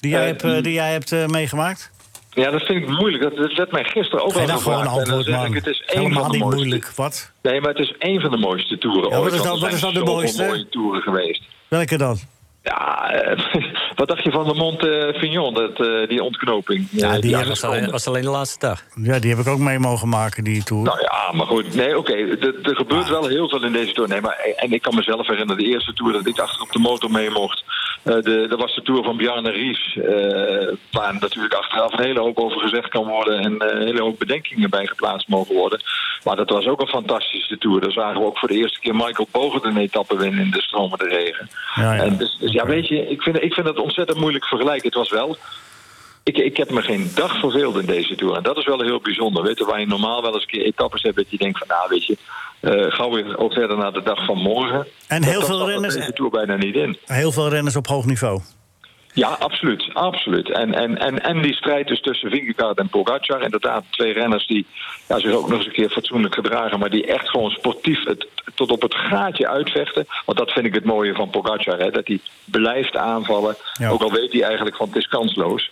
Die jij,
Eh,
hebt, eh, die jij hebt eh, meegemaakt?
Ja, dat vind ik moeilijk. Dat, dat werd mij gisteren ook
Geef
al
dan
gevraagd.
gewoon een
En dan
antwoord,
zeg
man.
ik, het is één
Helemaal
van de
niet
mooiste-
moeilijk. Wat?
Nee, maar het is één van de mooiste toeren
Ja,
ooit.
wat is
want
dan- wat
er zijn
is dan de
zoveel
mooiste?
mooie toeren geweest.
Welke dan?
Ja, eh, wat dacht je van de Mont eh, Fignon, dat, eh, die ontknoping? eh,
die
aan
hebben
de
was, alleen,
seconde.
was alleen de laatste dag.
Ja, die heb ik ook mee mogen maken, die tour.
Nou ja, maar goed. Nee, oké. Er er gebeurt wel heel veel in deze tour. Nee, maar, en ik kan mezelf herinneren, de eerste tour dat ik achter op de motor mee mocht. eh, de, dat was de tour van Bjarne Ries. eh, waar natuurlijk achteraf een hele hoop over gezegd kan worden. En eh, een hele hoop bedenkingen bij geplaatst mogen worden. Maar dat was ook een fantastische tour. Daar zagen we ook voor de eerste keer Michael Bogert een etappe winnen in de stromende regen.
Ja, ja.
En dus, dus ja, weet je, ik vind, ik vind het ontzettend moeilijk vergelijken. Het was wel ik, ik heb me geen dag verveeld in deze Tour. En dat is wel heel bijzonder. Weet je, waar je normaal wel eens een keer etappes hebt... dat je denkt van, nou weet je... eh gauw weer ook verder naar de dag van morgen.
En
Dat-
heel
dat
veel
zat er
renners-
deze Tour bijna niet in.
Heel veel renners op hoog niveau.
Ja, absoluut. absoluut. En, en, en, en die strijd dus tussen Vingegaard en Pogacar. Inderdaad, twee renners die ja, zich ook nog eens een keer fatsoenlijk gedragen... maar die echt gewoon sportief het, tot op het gaatje uitvechten. Want dat vind ik het mooie van Pogacar. Hè, dat hij blijft aanvallen.
Ja.
Ook al weet hij eigenlijk van het is kansloos.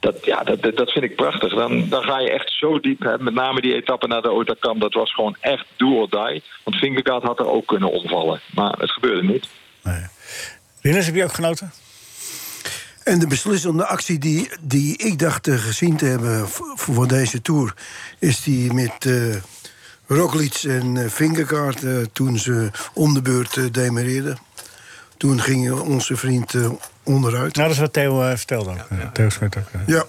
Dat, ja, dat, dat, dat vind ik prachtig. Dan, dan ga je echt zo diep. Hè. Met name die etappe naar de Otakam, dat was gewoon echt do or die. Want Vingegaard had er ook kunnen omvallen. Maar het gebeurde niet.
Nee. Rinus, heb je ook genoten?
En de beslissende actie die, die ik dacht eh, gezien te hebben v- voor deze tour... is die met eh Roglic en eh, Vingegaard eh, toen ze om de beurt eh, demareerden. Toen ging onze vriend eh, onderuit.
Nou, dat is wat Theo eh, vertelde ook. eh, Theo Smit ook. eh.
Ja,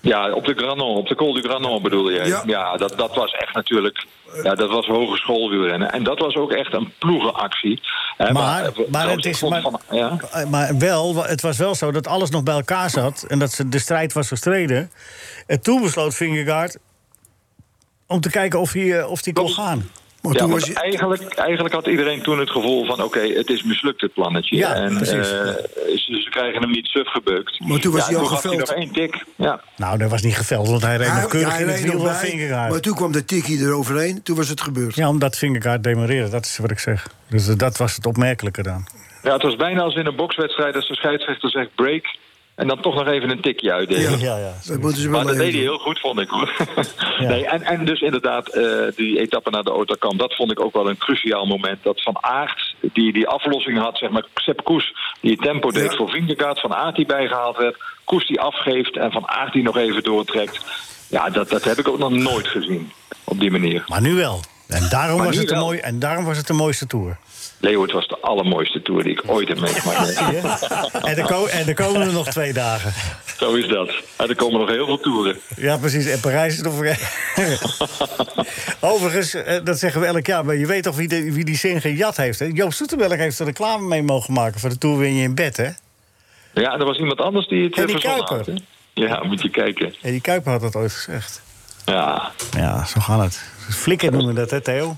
Ja, op de Granon, op de Col du Granon bedoel je.
Ja.
Ja, dat, dat was echt natuurlijk. Ja, dat was hogeschoolwielrennen. En dat was ook echt een ploegenactie. Hè,
Maar,
eh,
maar,
zoals
het
ik
is,
vond
maar,
van- ja.
Eh, maar wel, het was wel zo dat alles nog bij elkaar zat... en dat ze, de strijd was gestreden. En toen besloot Vingegaard om te kijken of hij, eh, of hij kon
Klopt.
gaan.
maar
Ja,
toen
want
was je...
eigenlijk, eigenlijk had iedereen toen het gevoel van... oké, het is mislukt het plannetje.
Ja,
en,
precies.
eh, ze, ze krijgen hem niet suf gebeukt.
Maar toen was
ja,
hij al
had hij
geveld.
nog één tik. Ja.
Nou, dat was niet geveld, want hij reed nog keurig
hij
in het
reed nog
wiel van
bij,
Vingegaard.
Maar toen kwam de tikkie eroverheen, toen was het gebeurd.
Ja, omdat Vingegaard demareren, dat is wat ik zeg. Dus eh, dat was het opmerkelijke dan.
ja, het was bijna als in een bokswedstrijd... als de scheidsrechter zegt break... en dan toch nog even een tikje uitdelen.
ja. ja.
Dat moeten ze wel
Maar dat
even
deed hij
doen.
heel goed, vond ik. hoor.
Ja.
nee, en, en dus inderdaad, eh, die etappe naar de Otakam, dat vond ik ook wel een cruciaal moment. Dat Van Aert, die die aflossing had, zeg maar, Sepp Koes, die het tempo deed voor Vingegaard, Van Aert die bijgehaald werd, Koes die afgeeft en Van Aert die nog even doortrekt. Ja, dat, dat heb ik ook nog nooit gezien, op die manier.
Maar nu wel. En daarom,
Maar
was
nu
het, de
wel.
mooi, en daarom was het de mooiste tour.
Leo, het was de allermooiste tour die ik ooit heb meegemaakt.
Zie je? en, er ko- en er komen er nog twee dagen.
Zo is dat. En er komen nog heel veel toeren.
Ja, precies. En Parijs is nog... Overigens, eh, dat zeggen we elk jaar, maar je weet toch wie, de- wie die zin gejat heeft, hè? Joop Soetemelk heeft er reclame mee mogen maken voor de Tour Win Je in Bed, hè?
Ja, en er was iemand anders die het
En
eh,
die
verzonnen had.
Kuiper.
hè? Ja, moet je kijken.
En die Kuiper had dat ooit gezegd.
Ja,
Ja, zo gaat het. Flikker noemen dat, hè, Theo?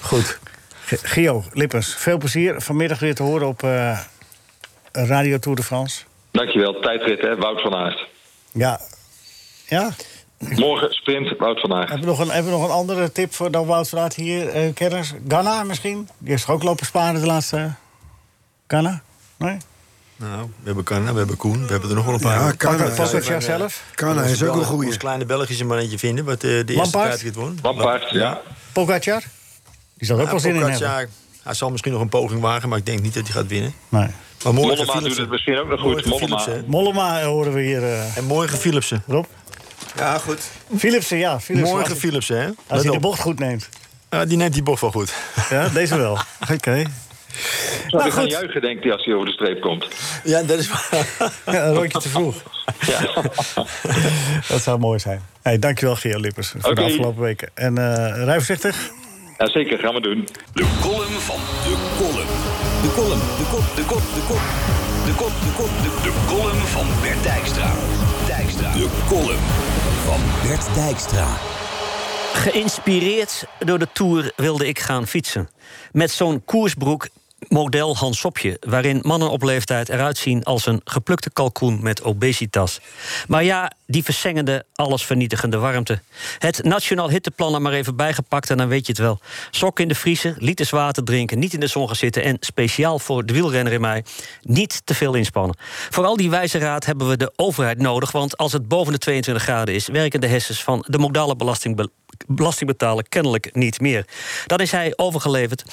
Goed. G- Gio, Lippers, veel plezier. Vanmiddag weer te horen op eh, Radio Tour de France.
Dankjewel, tijdrit hè, Wout van Aert.
Ja. Ja?
Morgen sprint, Wout van Aert.
Hebben we nog een, hebben we nog een andere tip voor dan Wout van Aert hier, eh, kenners? Ghana misschien? Die is ook lopen sparen de laatste... Ghana? Nee?
Nou, we hebben Canna, we hebben Koen, we hebben er nog wel een paar.
Ja, Canna.
Pak-
Pas
pak-
Pas
op
op
jouzelf.
Kana is ook een
Ons
goeie.
kleine Belgische mannetje vinden, wat eh, de eerste
Lampaard?
tijdrit won.
Lampaard, ja.
Pogacar? Die zal er ook wel
Ja,
zin in hebben.
Pogacar, hij zal misschien nog een poging wagen, maar ik denk niet dat hij gaat winnen.
Nee.
Maar morgen
Mollema doet het misschien ook nog goed,
Morgen
Mollema.
Philipsen.
Mollema eh, horen we hier, eh,
En morgen Philipsen.
Rob.
Ja, goed.
Philipsen, ja. Philipsen, als-
Morgen Philipsen, hè?
Als
Let
hij de
op.
bocht goed neemt.
Ja, die neemt die bocht wel goed.
Ja, deze wel. Oké.
Zou
Nou,
hij gaan
goed.
juichen, denkt hij, als hij over de streep komt.
Ja, dat is waar.
Ja, een rondje te vroeg. Dat zou mooi zijn. Hey, dankjewel, Geo Lippers, voor
Oké.
de afgelopen weken. En eh rij voorzichtig.
Ja, zeker, gaan we doen.
De column van de column. De column, de kop, de kop, de kop. De kop, de kop, de De column van Bert Dijkstra. Dijkstra. De column van Bert Dijkstra.
Geïnspireerd door de Tour wilde ik gaan fietsen. Met zo'n koersbroek model Hansopje... waarin mannen op leeftijd eruit zien als een geplukte kalkoen met obesitas. Maar ja, die versengende, allesvernietigende warmte. Het Nationaal Hitteplan er maar even bijgepakt en dan weet je het wel. Sok in de vriezer, liters water drinken, niet in de zon gaan zitten... en speciaal voor de wielrenner in mij, niet te veel inspannen. Voor al die wijze raad hebben we de overheid nodig... want als het boven de 22 graden is... werken de hersens van de modale belasting belastingbetaler kennelijk niet meer. Dan is hij overgeleverd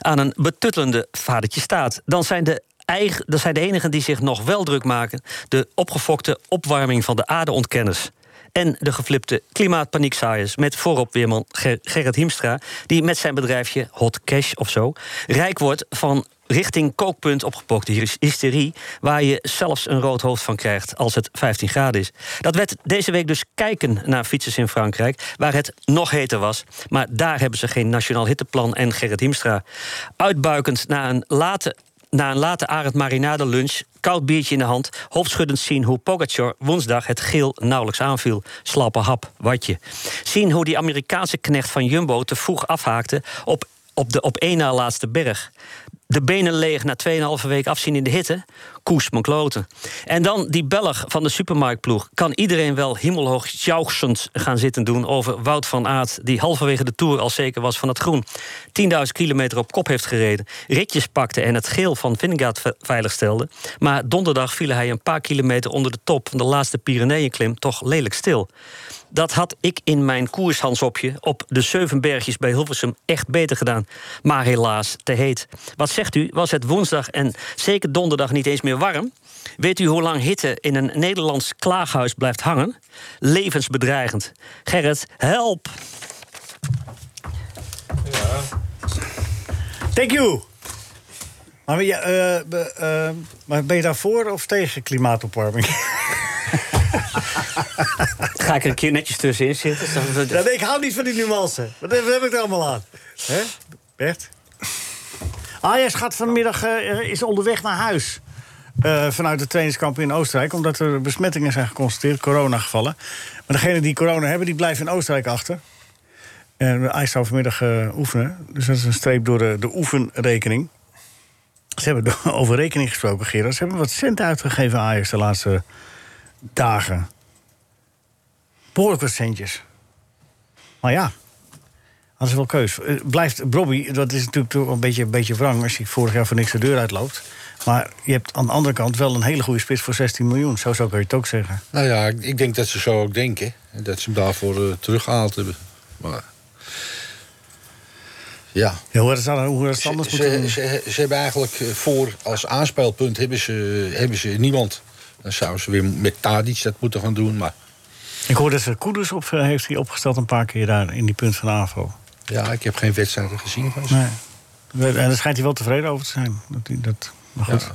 aan een betuttelende vadertje staat. Dan zijn de eigen, dat zijn de enigen die zich nog wel druk maken... de opgefokte opwarming van de aardeontkenners. En de geflipte klimaatpaniekzaaiers met voorop weerman Ger- Gerrit Hiemstra... die met zijn bedrijfje Hot Cash of zo rijk wordt van richting kookpunt opgepokte hy- hysterie... waar je zelfs een rood hoofd van krijgt als het 15 graden is. Dat werd deze week dus kijken naar fietsers in Frankrijk... waar het nog heter was. Maar daar hebben ze geen nationaal hitteplan en Gerrit Hiemstra. Uitbuikend na een late... Na een late Arend Marinade lunch, koud biertje in de hand, hoofdschuddend zien hoe Pogacar woensdag het geel nauwelijks aanviel. Slappe hap, watje. Zien hoe die Amerikaanse knecht van Jumbo te vroeg afhaakte op op de op één na laatste berg. de benen leeg na 2,5 week afzien in de hitte. Koes, mijn kloten. En dan die Belg van de supermarktploeg. Kan iedereen wel hemelhoog jouchsend gaan zitten doen over Wout van Aert... die halverwege de Tour al zeker was van het groen. 10.000 kilometer op kop heeft gereden. Ritjes pakte en het geel van Vingegaard veilig stelde. Maar donderdag viel hij een paar kilometer onder de top... van de laatste Pyreneeënklim toch lelijk stil. Dat had ik in mijn koershandsopje op de Zevenbergjes bij Hilversum echt beter gedaan. Maar helaas te heet. Wat zegt u, was het woensdag en zeker donderdag niet eens meer warm? Weet u hoe lang hitte in een Nederlands klaaghuis blijft hangen? Levensbedreigend. Gerrit, help!
Ja. Thank you! Maar ben, je, uh, uh, maar ben je daarvoor of tegen klimaatopwarming?
Ga ik er een keer netjes tussenin zitten?
Ja, nee, ik hou niet van die nuance. Wat heb ik er allemaal aan? Hè? Bert? Ajax gaat vanmiddag uh, is onderweg naar huis. Uh, vanuit de trainingskamp in Oostenrijk. Omdat er besmettingen zijn geconstateerd, coronagevallen. Maar degenen die corona hebben, die blijven in Oostenrijk achter. En Ajax zou vanmiddag uh, oefenen. Dus dat is een streep door de, de oefenrekening. Ze hebben over rekening gesproken, Gerard. Ze hebben wat cent uitgegeven Ajax de laatste dagen. Behoorlijk wat centjes. Maar ja, hadden ze wel keus. Eh, Blijft Bobby, dat is natuurlijk toch een beetje, een beetje wrang als je vorig jaar voor niks de deur uitloopt. Maar je hebt aan de andere kant wel een hele goede spits voor 16 miljoen. Zo zou ik het ook zeggen.
Nou ja, ik denk dat ze zo ook denken. Dat ze hem daarvoor uh, teruggehaald hebben. Maar. Ja.
ja hoe dat, hoe dat anders
ze, ze, ze, ze, hebben eigenlijk eh, voor als aanspeelpunt hebben ze, hebben ze niemand. Dan zouden ze weer met Tadic dat moeten gaan doen. Maar...
Ik hoor dat ze Koeders op, eh, heeft hij opgesteld een paar keer daar in die punt van AVO.
Ja, ik heb geen wedstrijden gezien van ze.
Nee. En daar schijnt hij wel tevreden over te zijn. Dat, hij, dat, maar goed, ja.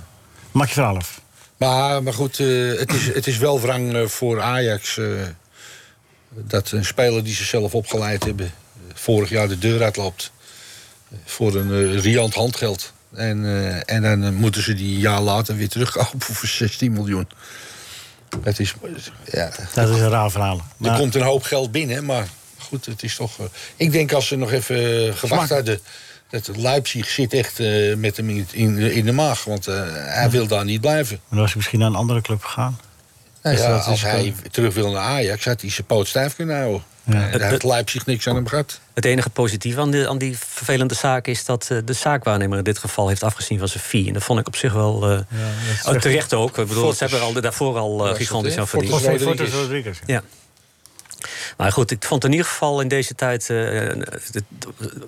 maak je verhaal af.
Maar, maar goed, uh, het, is, het is wel wrang uh, voor Ajax... Uh, dat een speler die zichzelf opgeleid hebben... eh, vorig jaar de deur uitloopt eh, voor een riant handgeld... En, uh, en dan uh, moeten ze die een jaar later weer terugkopen voor 16 miljoen. Dat is, ja,
dat is een raar verhaal.
Maar... Er komt een hoop geld binnen, maar goed, het is toch... Uh, ik denk als ze nog even eh, gewacht hadden... Dat Leipzig zit echt eh, met hem in, in, in, de maag, want eh, hij ja. wil daar niet blijven.
Maar dan was hij misschien naar een andere club gegaan?
Nou, ja, als hij terug wil naar Ajax, had hij zijn poot stijf kunnen houden. Ja. Daar het, heeft Leipzig niks aan hem gehad.
Het enige positieve aan, de, aan die vervelende zaak is dat uh, de zaakwaarnemer in dit geval heeft afgezien van zijn fee. En dat vond ik op zich wel uh, ja, oh, terecht ook. Ik bedoel, ze hebben al, daarvoor al uh, gigantisch aan verdiend.
Fortis Rodriguez.
Ja. Maar goed, ik vond in ieder geval in deze tijd. Dit,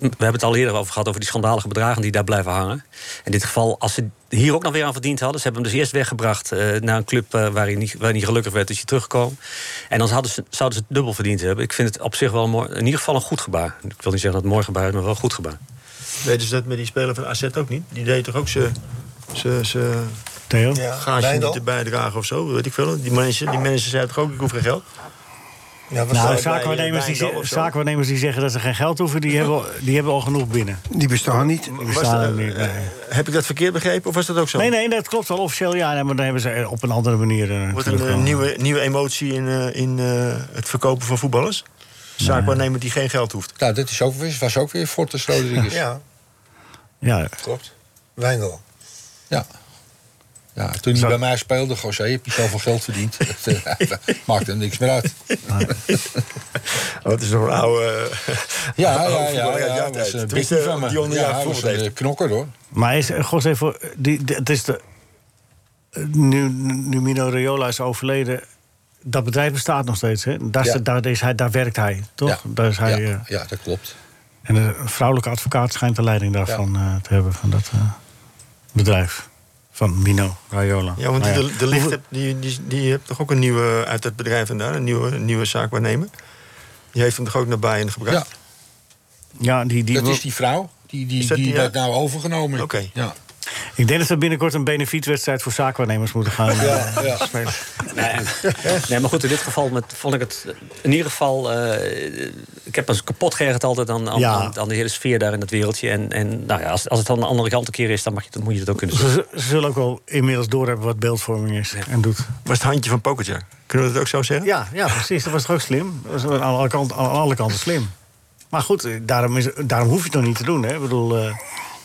we hebben het al eerder over gehad, over die schandalige bedragen die daar blijven hangen. In dit geval, als ze hier ook nog weer aan verdiend hadden. Ze hebben hem dus eerst weggebracht uh, naar een club uh, waar, hij niet, waar hij niet gelukkig werd. Dus hij terugkwam. En dan hadden ze, zouden ze het dubbel verdiend hebben. Ik vind het op zich wel mooi, in ieder geval een goed gebaar. Ik wil niet zeggen dat het mooi gebaar is, maar wel een goed gebaar.
Weten ze dat met die speler van AZ ook niet? Die deed toch ook ze... ze, ze...
Theo?
Ja, gaasje niet te bijdragen of zo, weet ik veel. Die mensen, die mensen zeiden toch ook, ik hoef geen geld.
Ja, nou, zaakwaarnemers die, zaakwaarnemers die zeggen dat ze geen geld hoeven, die hebben, die hebben al genoeg binnen.
Die bestaan niet. Die
bestaan dat, niet
eh,
nee.
Heb ik dat verkeerd begrepen of was dat ook zo?
Nee, nee, dat klopt wel officieel. Ja, nee, maar dan hebben ze op een andere manier. eh,
Wordt er een eh, nieuwe, nieuwe emotie in, in uh, het verkopen van voetballers? Zaakwaarnemer die geen geld hoeft.
Nou, dit is ook, was ook weer Fortes Rodriguez.
ja.
ja.
Klopt.
Wijndal.
Ja. Ja, toen hij Zo. bij mij speelde, José, heb je zoveel geld verdiend. eh, maakt hem niks meer uit.
Nee. Oh, het is nog een oude...
ja, ja, ja. ja, ja, was een beetje van me. Die ja, was een eh, knokker, hoor.
Maar is, eh, José, voor, die, die, het is de... Nu, nu Mino Raiola is overleden... Dat bedrijf bestaat nog steeds, hè? Daar, ja. daar, is hij, daar werkt hij, toch?
Ja,
daar is hij, eh,
ja, ja dat klopt.
En de vrouwelijke advocaat schijnt de leiding daarvan uh, te hebben, van dat uh, bedrijf van Mino Raiola.
Ja, want nou ja. de, de licht heb, die, die, die hebt toch ook een nieuwe uit het bedrijf vandaan, een nieuwe, een nieuwe zaakwaarnemer. Die heeft hem toch ook naar Bayern gebruikt?
Ja, ja die, die, dat is die vrouw die, die, dat, die, die ja? werd nou overgenomen.
Oké. Okay.
Ja.
Ik denk dat we binnenkort een benefietwedstrijd voor zaakwaarnemers moeten gaan eh,
ja, ja.
spelen. Nee, nee, maar goed, in dit geval met, vond ik het in ieder geval. Uh, ik heb me kapot geërgerd altijd aan, aan, ja. aan, de hele sfeer daar in dat wereldje. En, en nou ja, als, als het aan de andere kant een keer is, dan, mag je, dan moet je het ook kunnen
doen. Ze, ze, zullen ook wel inmiddels doorhebben wat beeldvorming is en doet.
Was het handje van Pokerjack? Kunnen we dat ook zo zeggen?
Ja, ja precies. Dat was toch ook slim? Dat was aan eh, alle, kanten, aan alle kanten slim. Maar goed, daarom, is, daarom hoef je het nog niet te doen. Hè? Ik bedoel. Uh,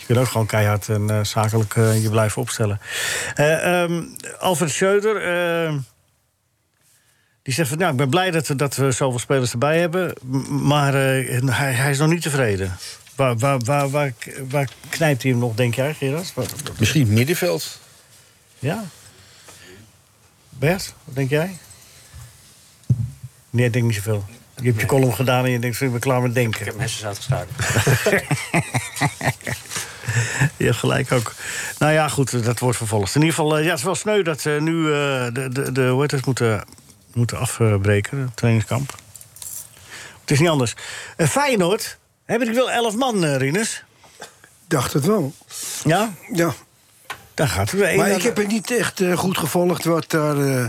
Je kunt ook gewoon keihard en eh, zakelijk eh, je blijven opstellen. Eh, ehm, Alfred Scheuder... eh, die zegt van, nou, ik ben blij dat we, dat we zoveel spelers erbij hebben... m- maar eh, hij, hij is nog niet tevreden. Waar, waar, waar, waar, waar knijpt hij hem nog, denk jij, Gerard? Wat- wat-
Misschien middenveld.
Ja? Bert, wat denk jij? Nee, ik denk niet zoveel. Je hebt je column gedaan en je denkt, ik ben klaar met denken.
Ik heb mensen uitgeschakeld.
Je hebt gelijk ook. Nou ja, goed, dat wordt vervolgd. In ieder geval, eh, ja, het is wel sneu dat ze nu eh, de, de, de hoe heet het, moeten, moeten afbreken, het trainingskamp. Het is niet anders. Eh, Feyenoord, heb ik wel elf man, eh, Rinus?
Dacht het wel.
Ja?
Ja.
Daar gaat het.
Maar ik heb het niet echt eh, goed gevolgd wat daar eh,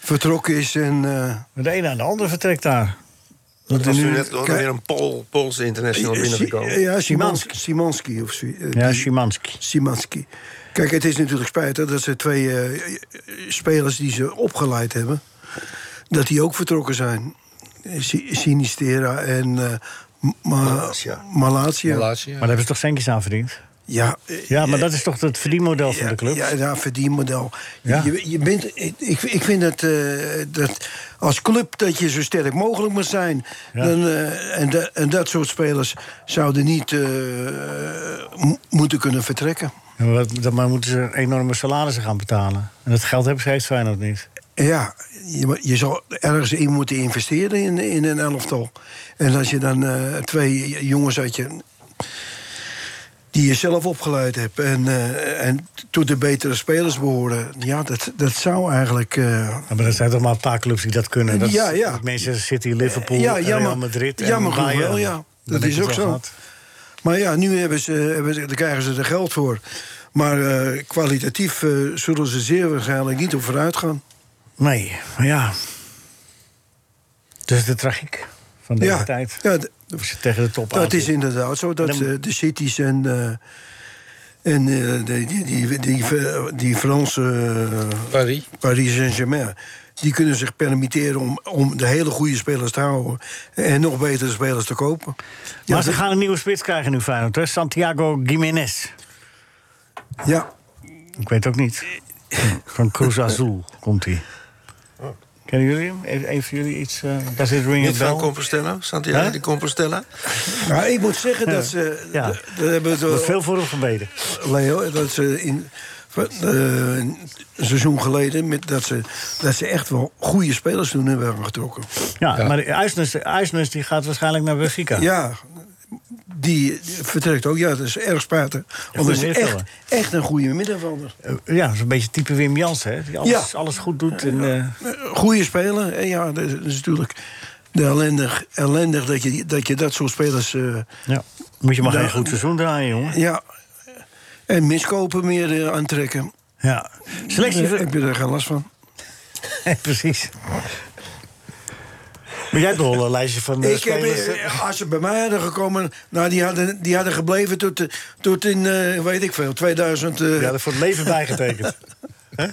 vertrokken is. En, eh,
De een aan de ander vertrekt daar.
Dat
was
is
nu
nu-
net ook
Kijk-
weer een Pool, Poolse international
eh,
binnengekomen.
Si- Ja,
Szymanski.
Simanski. Simanski of zo- eh,
Ja,
die-
Szymanski.
Szymanski. Kijk, het is natuurlijk spijtig dat ze twee eh, spelers die ze opgeleid hebben, dat die ook vertrokken zijn. Eh, Si- Sinistera en eh Ma-
Malatia.
Malatia.
Relatie.
Maar daar hebben ze toch centjes aan verdiend?
Ja, eh,
Ja, maar dat is toch het verdienmodel van
ja,
de club?
Ja, ja verdienmodel.
Ja.
Je, je bent, ik, ik vind dat, eh, dat als club dat je zo sterk mogelijk moet zijn.
Ja.
Dan, eh, en, da- en dat soort spelers zouden niet eh, mo- moeten kunnen vertrekken.
Ja, Maar, wat- dan maar moeten ze enorme salarissen gaan betalen. En dat geld hebben ze, heeft Feyenoord niet.
Ja, je, je zal ergens in moeten investeren in, in een elftal. En als je dan eh, twee jongens uit je. die je zelf opgeleid hebt. en, eh, en tot de betere spelers behoren. ja, dat, dat zou eigenlijk. eh,
Ja, maar er zijn toch maar een paar clubs die dat kunnen. Dat is-
Ja, ja.
Manchester City, Liverpool,
Ja,
Real
jammer.
Madrid en
Jammer genoeg
Bayern.
wel, ja.
Dan
Dat
heb
is
je het
ook
wel
zo.
gehad.
Maar ja, nu hebben ze, hebben ze- daar krijgen ze er geld voor. Maar eh, kwalitatief eh, zullen ze zeer waarschijnlijk niet op vooruit gaan.
Nee, maar ja. Dus de tragiek van deze
ja,
tijd.
ja d-
Of ze tegen de top
dat
aan
is
zitten.
inderdaad zo. Dat
En dan-
eh, de cities en, eh, en eh, de- die, die, die, die, die Franse eh,
Paris.
Paris Saint-Germain... die kunnen zich permitteren om, om de hele goede spelers te houden... en nog betere spelers te kopen. Ja,
Maar ze
dat-
gaan een nieuwe spits krijgen nu, Feyenoord. Hè? Santiago Gimenez.
ja.
Ik weet ook niet. Van Cruz Azul komt hij.
Oh.
Kennen jullie hem? Een een van jullie iets? eh does it ring a
Niet van
bell?
Compostela, Santiago
Hè?
de Compostela.
Ja, ik moet zeggen dat ze...
Ja.
dat- dat hebben we
Er
het
wordt veel voor hem gebeden.
Leo, dat ze in, eh, een seizoen geleden... Met, dat, ze, dat ze echt wel goede spelers toen hebben aangetrokken.
Ja, maar IJsnes, IJsnes die gaat waarschijnlijk naar Benfica.
Ja, die vertrekt ook. Ja, dat is erg spijtig. Want dat is echt,
middenvelder.
echt een goede middenvelder.
Eh, Ja, zo'n beetje type Wim Jansen, hè? Die alles,
Ja.
alles goed doet. En, eh,
Eh, Goede speler. En ja, dat is, dat is natuurlijk de ellendig, ellendig dat, je, dat je dat soort spelers... eh,
ja. Moet je maar
Nou,
geen goed seizoen draaien, jongen.
ja, en miskopen meer eh, aantrekken.
Ja. Selectie...
Daar heb je er geen last van.
precies. Maar jij hebt nog wel een lijstje van eh,
Ik heb,
spelers.
eh, als ze bij mij hadden gekomen, nou, die hadden, die hadden gebleven tot, eh, tot in, eh, weet ik veel, 2000. eh,
Ja, dat voor het leven bijgetekend. Hè?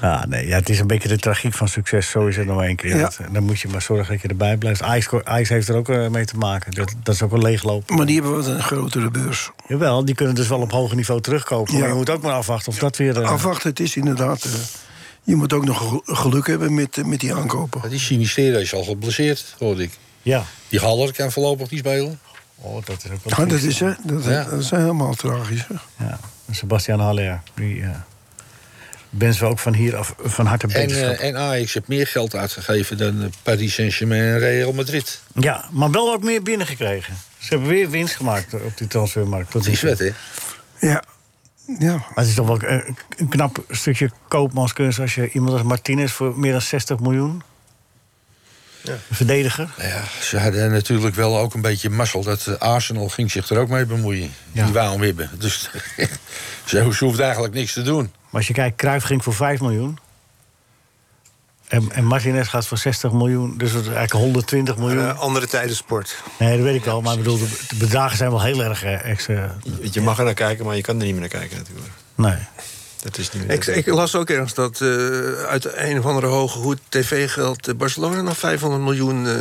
Ah, nee, ja, het is een beetje de tragiek van succes. Zo is het nog één keer.
Ja.
Dat- Dan moet je maar zorgen dat je erbij blijft. IJs, IJs heeft er ook eh, mee te maken. Dat, dat is ook een leegloop.
Maar die hebben wat een grotere beurs.
Jawel, die kunnen dus wel op hoger niveau terugkopen. Maar
Ja.
je moet ook maar afwachten of dat weer... eh,
Afwachten, het is inderdaad. eh, je moet ook nog gel- geluk hebben met, eh, met die aankopen.
Ja, Die Sinistera is al geblesseerd, hoorde ik.
Ja.
Die Haller kan voorlopig niet spelen.
Oh, dat is ook wel...
Ja, dat
triest.
is, hè, dat,
Ja.
dat is helemaal tragisch. hè.
Ja, Sebastian Haller. Die eh wensen we ook van hier af, van harte
En,
beterschap.
eh en Ajax heeft meer geld uitgegeven dan eh, Paris Saint-Germain en Real Madrid.
ja, maar wel ook meer binnengekregen. Ze hebben weer winst gemaakt op die transfermarkt. tot
Dat is
nu toe.
wet, hè?
Ja. ja.
Maar het is toch wel eh, een knap stukje koopmanskunst... als je iemand als Martinez voor meer dan 60 miljoen... Een verdediger.
Nou Ja, ze hadden natuurlijk wel ook een beetje mazzel dat eh, Arsenal ging zich er ook mee bemoeien.
Ja.
Die wou hem hebben. Dus ze, ze hoeft eigenlijk niks te doen.
Maar als je kijkt, Cruijff ging voor 5 miljoen. En, en Martinez gaat voor 60 miljoen. Dus dat is eigenlijk 120 miljoen.
Eh, andere tijden sport.
nee, dat weet ik al. Maar ik bedoel, de de bedragen zijn wel heel erg... eh, ex, eh,
Je, je mag er naar kijken, maar je kan er niet meer naar kijken natuurlijk.
nee.
Dat is niet meer.
Ik, ik las ook ergens dat eh, uit een of andere hoge hoed tv-geld... eh, Barcelona nog 500 miljoen eh,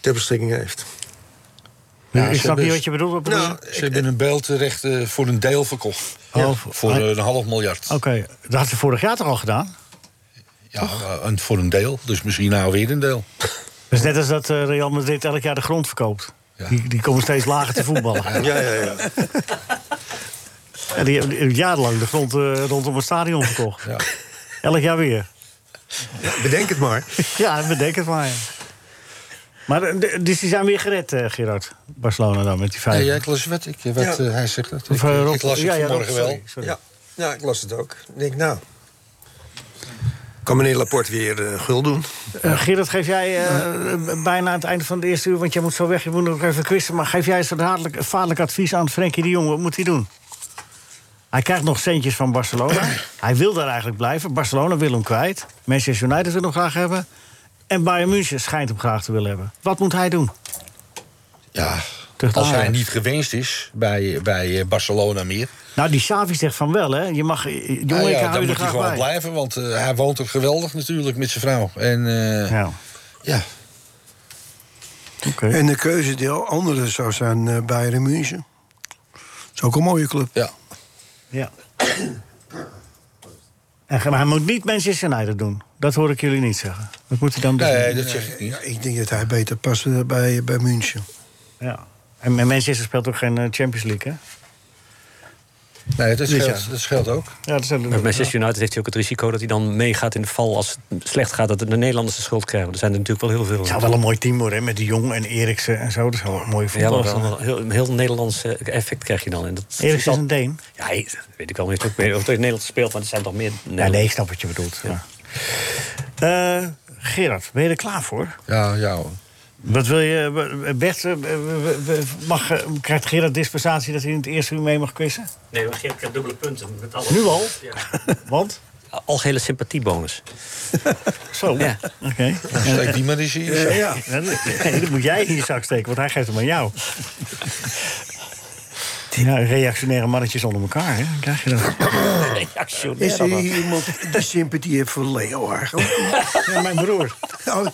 ter beschikking heeft.
Ja, ik
dus-
snap niet wat je bedoelt. Wat bedoel je?
Nou, ze hebben hun belterechten eh, voor een deel verkocht.
Ja.
Voor
Ah.
een half miljard.
Oké, dat had ze vorig jaar toch al gedaan?
Ja, eh, een- voor een deel. Dus misschien nou weer een deel.
Dat is net als dat eh, Real Madrid elk jaar de grond verkoopt. Die, die komen steeds lager te voetballen.
Ja, ja, ja.
En die hebben die- jarenlang de grond eh, rondom het stadion verkocht. Elk jaar weer.
Bedenk het maar.
Ja, bedenk het maar. ja. Maar eh, de- dus die zijn weer gered, eh, Gerard. Barcelona dan met die vijf.
Nee, ja, ik las wat, ik, wat
Ja.
eh, hij zegt. Dat.
Of,
Ik,
eh, Rob-
ik las het
ja, ja,
vanmorgen
Rob,
wel.
sorry, sorry.
Ja. ja, ik las het ook. Ik denk, nou,
Kan meneer Laporte weer eh, gul doen?
Eh, Gerard, geef jij eh, eh, bijna aan het einde van het eerste uur... want jij moet zo weg, je moet nog even quizzen... maar geef jij zo dadelijk vaderlijk advies aan Frenkie de Jong. Wat moet hij doen? Hij krijgt nog centjes van Barcelona. hij wil daar eigenlijk blijven. Barcelona wil hem kwijt. Manchester United wil hem graag hebben. En Bayern München schijnt hem graag te willen hebben. Wat moet hij doen?
Ja,
Terug naar
als hij
Ajax.
niet gewenst is bij, bij eh, Barcelona meer...
Nou, die Xavi zegt van wel, hè. Je mag... eh, Jongen,
Nou
ik
ja,
hou
dan
je er
moet hij
graag
gewoon
bij.
blijven, want eh, hij woont ook geweldig natuurlijk met zijn vrouw. En eh, ja.
Ja, oké.
En de keuze die al andere zou zijn eh, Bayern München. is ook een mooie club.
ja.
Ja. En, maar hij moet niet Manchester United doen. Dat hoor ik jullie niet zeggen. Wat moet hij dan doen?
Nee, dat zeg ik niet.
Ja, ik denk dat hij beter past eh, bij, bij München.
Ja. En Manchester speelt ook geen eh, Champions League, hè?
Nee, dat
Niet,
scheelt,
ja.
dat scheelt ook.
Ja, dat zijn
Met Manchester United heeft hij ook het risico dat hij dan meegaat in de val als het slecht gaat, dat de Nederlanders de schuld krijgen. Er zijn er natuurlijk wel heel veel.
Het zou wel een mooi team worden, hè? Met de Jong en Eriksen en zo. Dat is wel een mooie
ja,
voetbal.
maar dat is dan wel heel, een heel Nederlands eh, effect krijg je dan. En dat
Eriksen is een Deen.
Ja, hij- dat weet ik wel. Hij heeft ook meer of hij in Nederland speelt, want er zijn toch meer.
Ja, nee, ik
Nederlanders.
snap wat je bedoelt. Ja. Eh, Gerard, ben je er klaar voor?
Ja, ja. hoor.
Wat wil je, eh, Bert? eh, we- we- mag, eh, krijgt Gerard dispensatie dat hij in het eerste uur mee mag quizzen?
Nee, maar Geert krijgt dubbele punten. Met alles.
Nu al? Want?
Algehele sympathiebonus.
Zo.
Ja.
Oké. Eh,
Steek die maar eens hier.
Ja, nee, dat moet jij in je zak steken, want hij geeft hem aan jou. Ja, reactionaire mannetjes onder elkaar, hè? Krijg je dat?
Is
Reactionair.
er
man.
hier iemand die sympathie heeft voor Leo eigenlijk?
Ja, mijn broer.
Oh,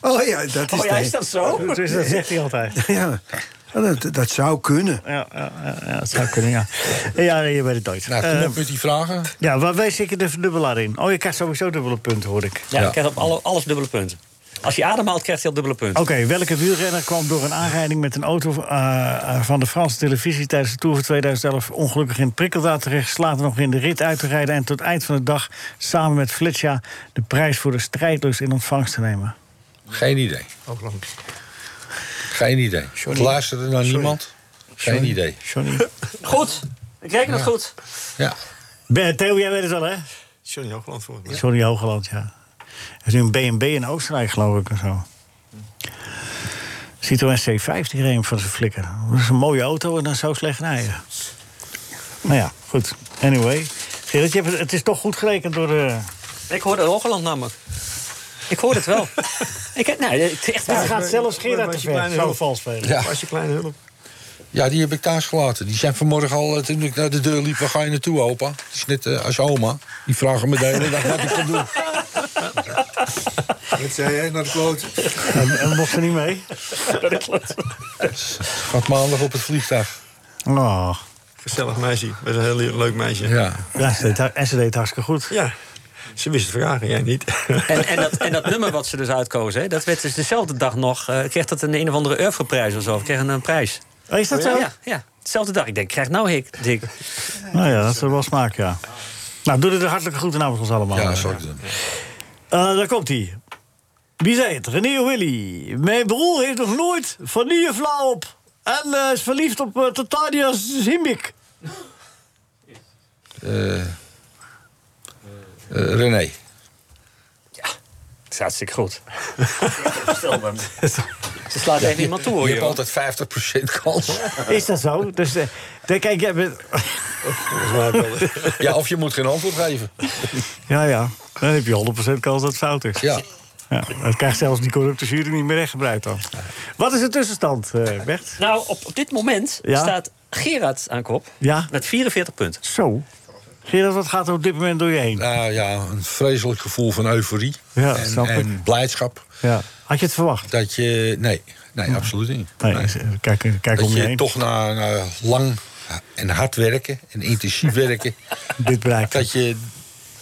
oh ja, dat is
Oh ja,
de-
is dat zo?
Dus dat zegt hij altijd.
Ja, dat, dat zou kunnen.
Ja, ja, ja, ja, dat zou kunnen, ja. Ja, je weet het nooit.
Nou, kom
Eh,
op met die vragen.
ja, waar wij zeker de verdubbelaar in? Oh, je krijgt sowieso dubbele punten, hoor ik.
Ja, hij krijgt op alle, alles dubbele punten. Als je ademhaalt, krijgt hij al dubbele punten.
Oké, welke wielrenner kwam door een aanrijding met een auto eh, van de Franse televisie tijdens de Tour van 2011 ongelukkig in het prikkeldraad terecht, slaat er nog in de rit uit te rijden en tot eind van de dag samen met Fletcher de prijs voor de strijdlust in ontvangst te nemen?
Geen idee.
Ook lang.
Geen idee. Het luisterde naar niemand. Geen idee.
Johnny.
Goed, ik reken het goed.
Ja.
Ben, Theo, jij weet het wel, hè?
Johnny Hoogland voor mij.
Johnny Hogeland, ja. Er is nu een B&B in Oostenrijk, geloof ik, en zo. Citroën C50 reed hem van zijn flikker. Dat is een mooie auto en dan zo slecht rijden. Nou ja, goed. Anyway. Gerrit, je hebt het- het is toch goed gerekend door... eh, de.
Ik hoorde Hoogland namelijk. Ik hoorde het wel. ik, heb- nee, het is echt
Hij
waar.
gaat zelfs Gerard te
Gerard te
ver.
ver.
Zo vals spelen.
Ja.
Was je kleine hulp?
ja, die heb ik thuis gelaten. Die zijn vanmorgen al, eh, toen ik naar de deur liep, waar ga je naartoe, opa? Het is net eh, als je oma. Die vragen me de hele dag wat ik kan doen.
wat zei jij naar de kloot?
En, en mocht er niet mee.
Gaat maandag op het vliegtuig.
Oh.
Gezellig meisje. Was een heel leuk meisje. Ja.
Ja.
Ja, ze deed, haar- en ze deed hartstikke goed.
Ze wist het vragen, jij niet.
En, en, dat, en dat nummer wat ze dus uitkozen, hè, dat werd dus dezelfde dag nog. eh, kreeg dat een een of andere Urfgeprijs of zo. Of kreeg een, een prijs.
Oh, is dat zo?
Ja, ja. Dezelfde dag. Ik denk, krijg nou hik. Dik.
Nou ja, dat is wel smaak, ja. Nou, doe het er hartelijke groeten namens ons allemaal.
Ja, zal ik doen.
Eh, daar komt hij. Wie zei het? René of Willy. Mijn broer heeft nog nooit vanille flauw op. En eh, is verliefd op eh, Tatania Zimik.
Eh, eh, René.
Het is hartstikke goed. Ze slaat even iemand toe, hoor.
Je hebt
joh.
altijd 50% kans.
Is dat zo? Dus, eh, dan kijk, jij bent...
Ja, of je moet geen antwoord geven.
Ja, ja. Dan heb je 100% kans dat het fout is.
Ja.
Ja, dat krijgt zelfs die corrupte jury niet meer rechtgebreid dan. Wat is de tussenstand, eh, Bert?
Nou, op, op dit moment
Ja?
staat Gerard aan kop.
Ja?
Met 44 punten.
Zo. Gerard, wat gaat er op dit moment door je heen?
Nou ja, een vreselijk gevoel van euforie.
Ja,
en,
snap ik.
en blijdschap.
Ja. Had je het verwacht?
Dat je. Nee, nee absoluut niet.
Nee,
Nee.
Kijk, kijk
Dat
om je
je
heen.
toch na, na lang en hard werken en intensief werken.
Dit bereikt.
dat je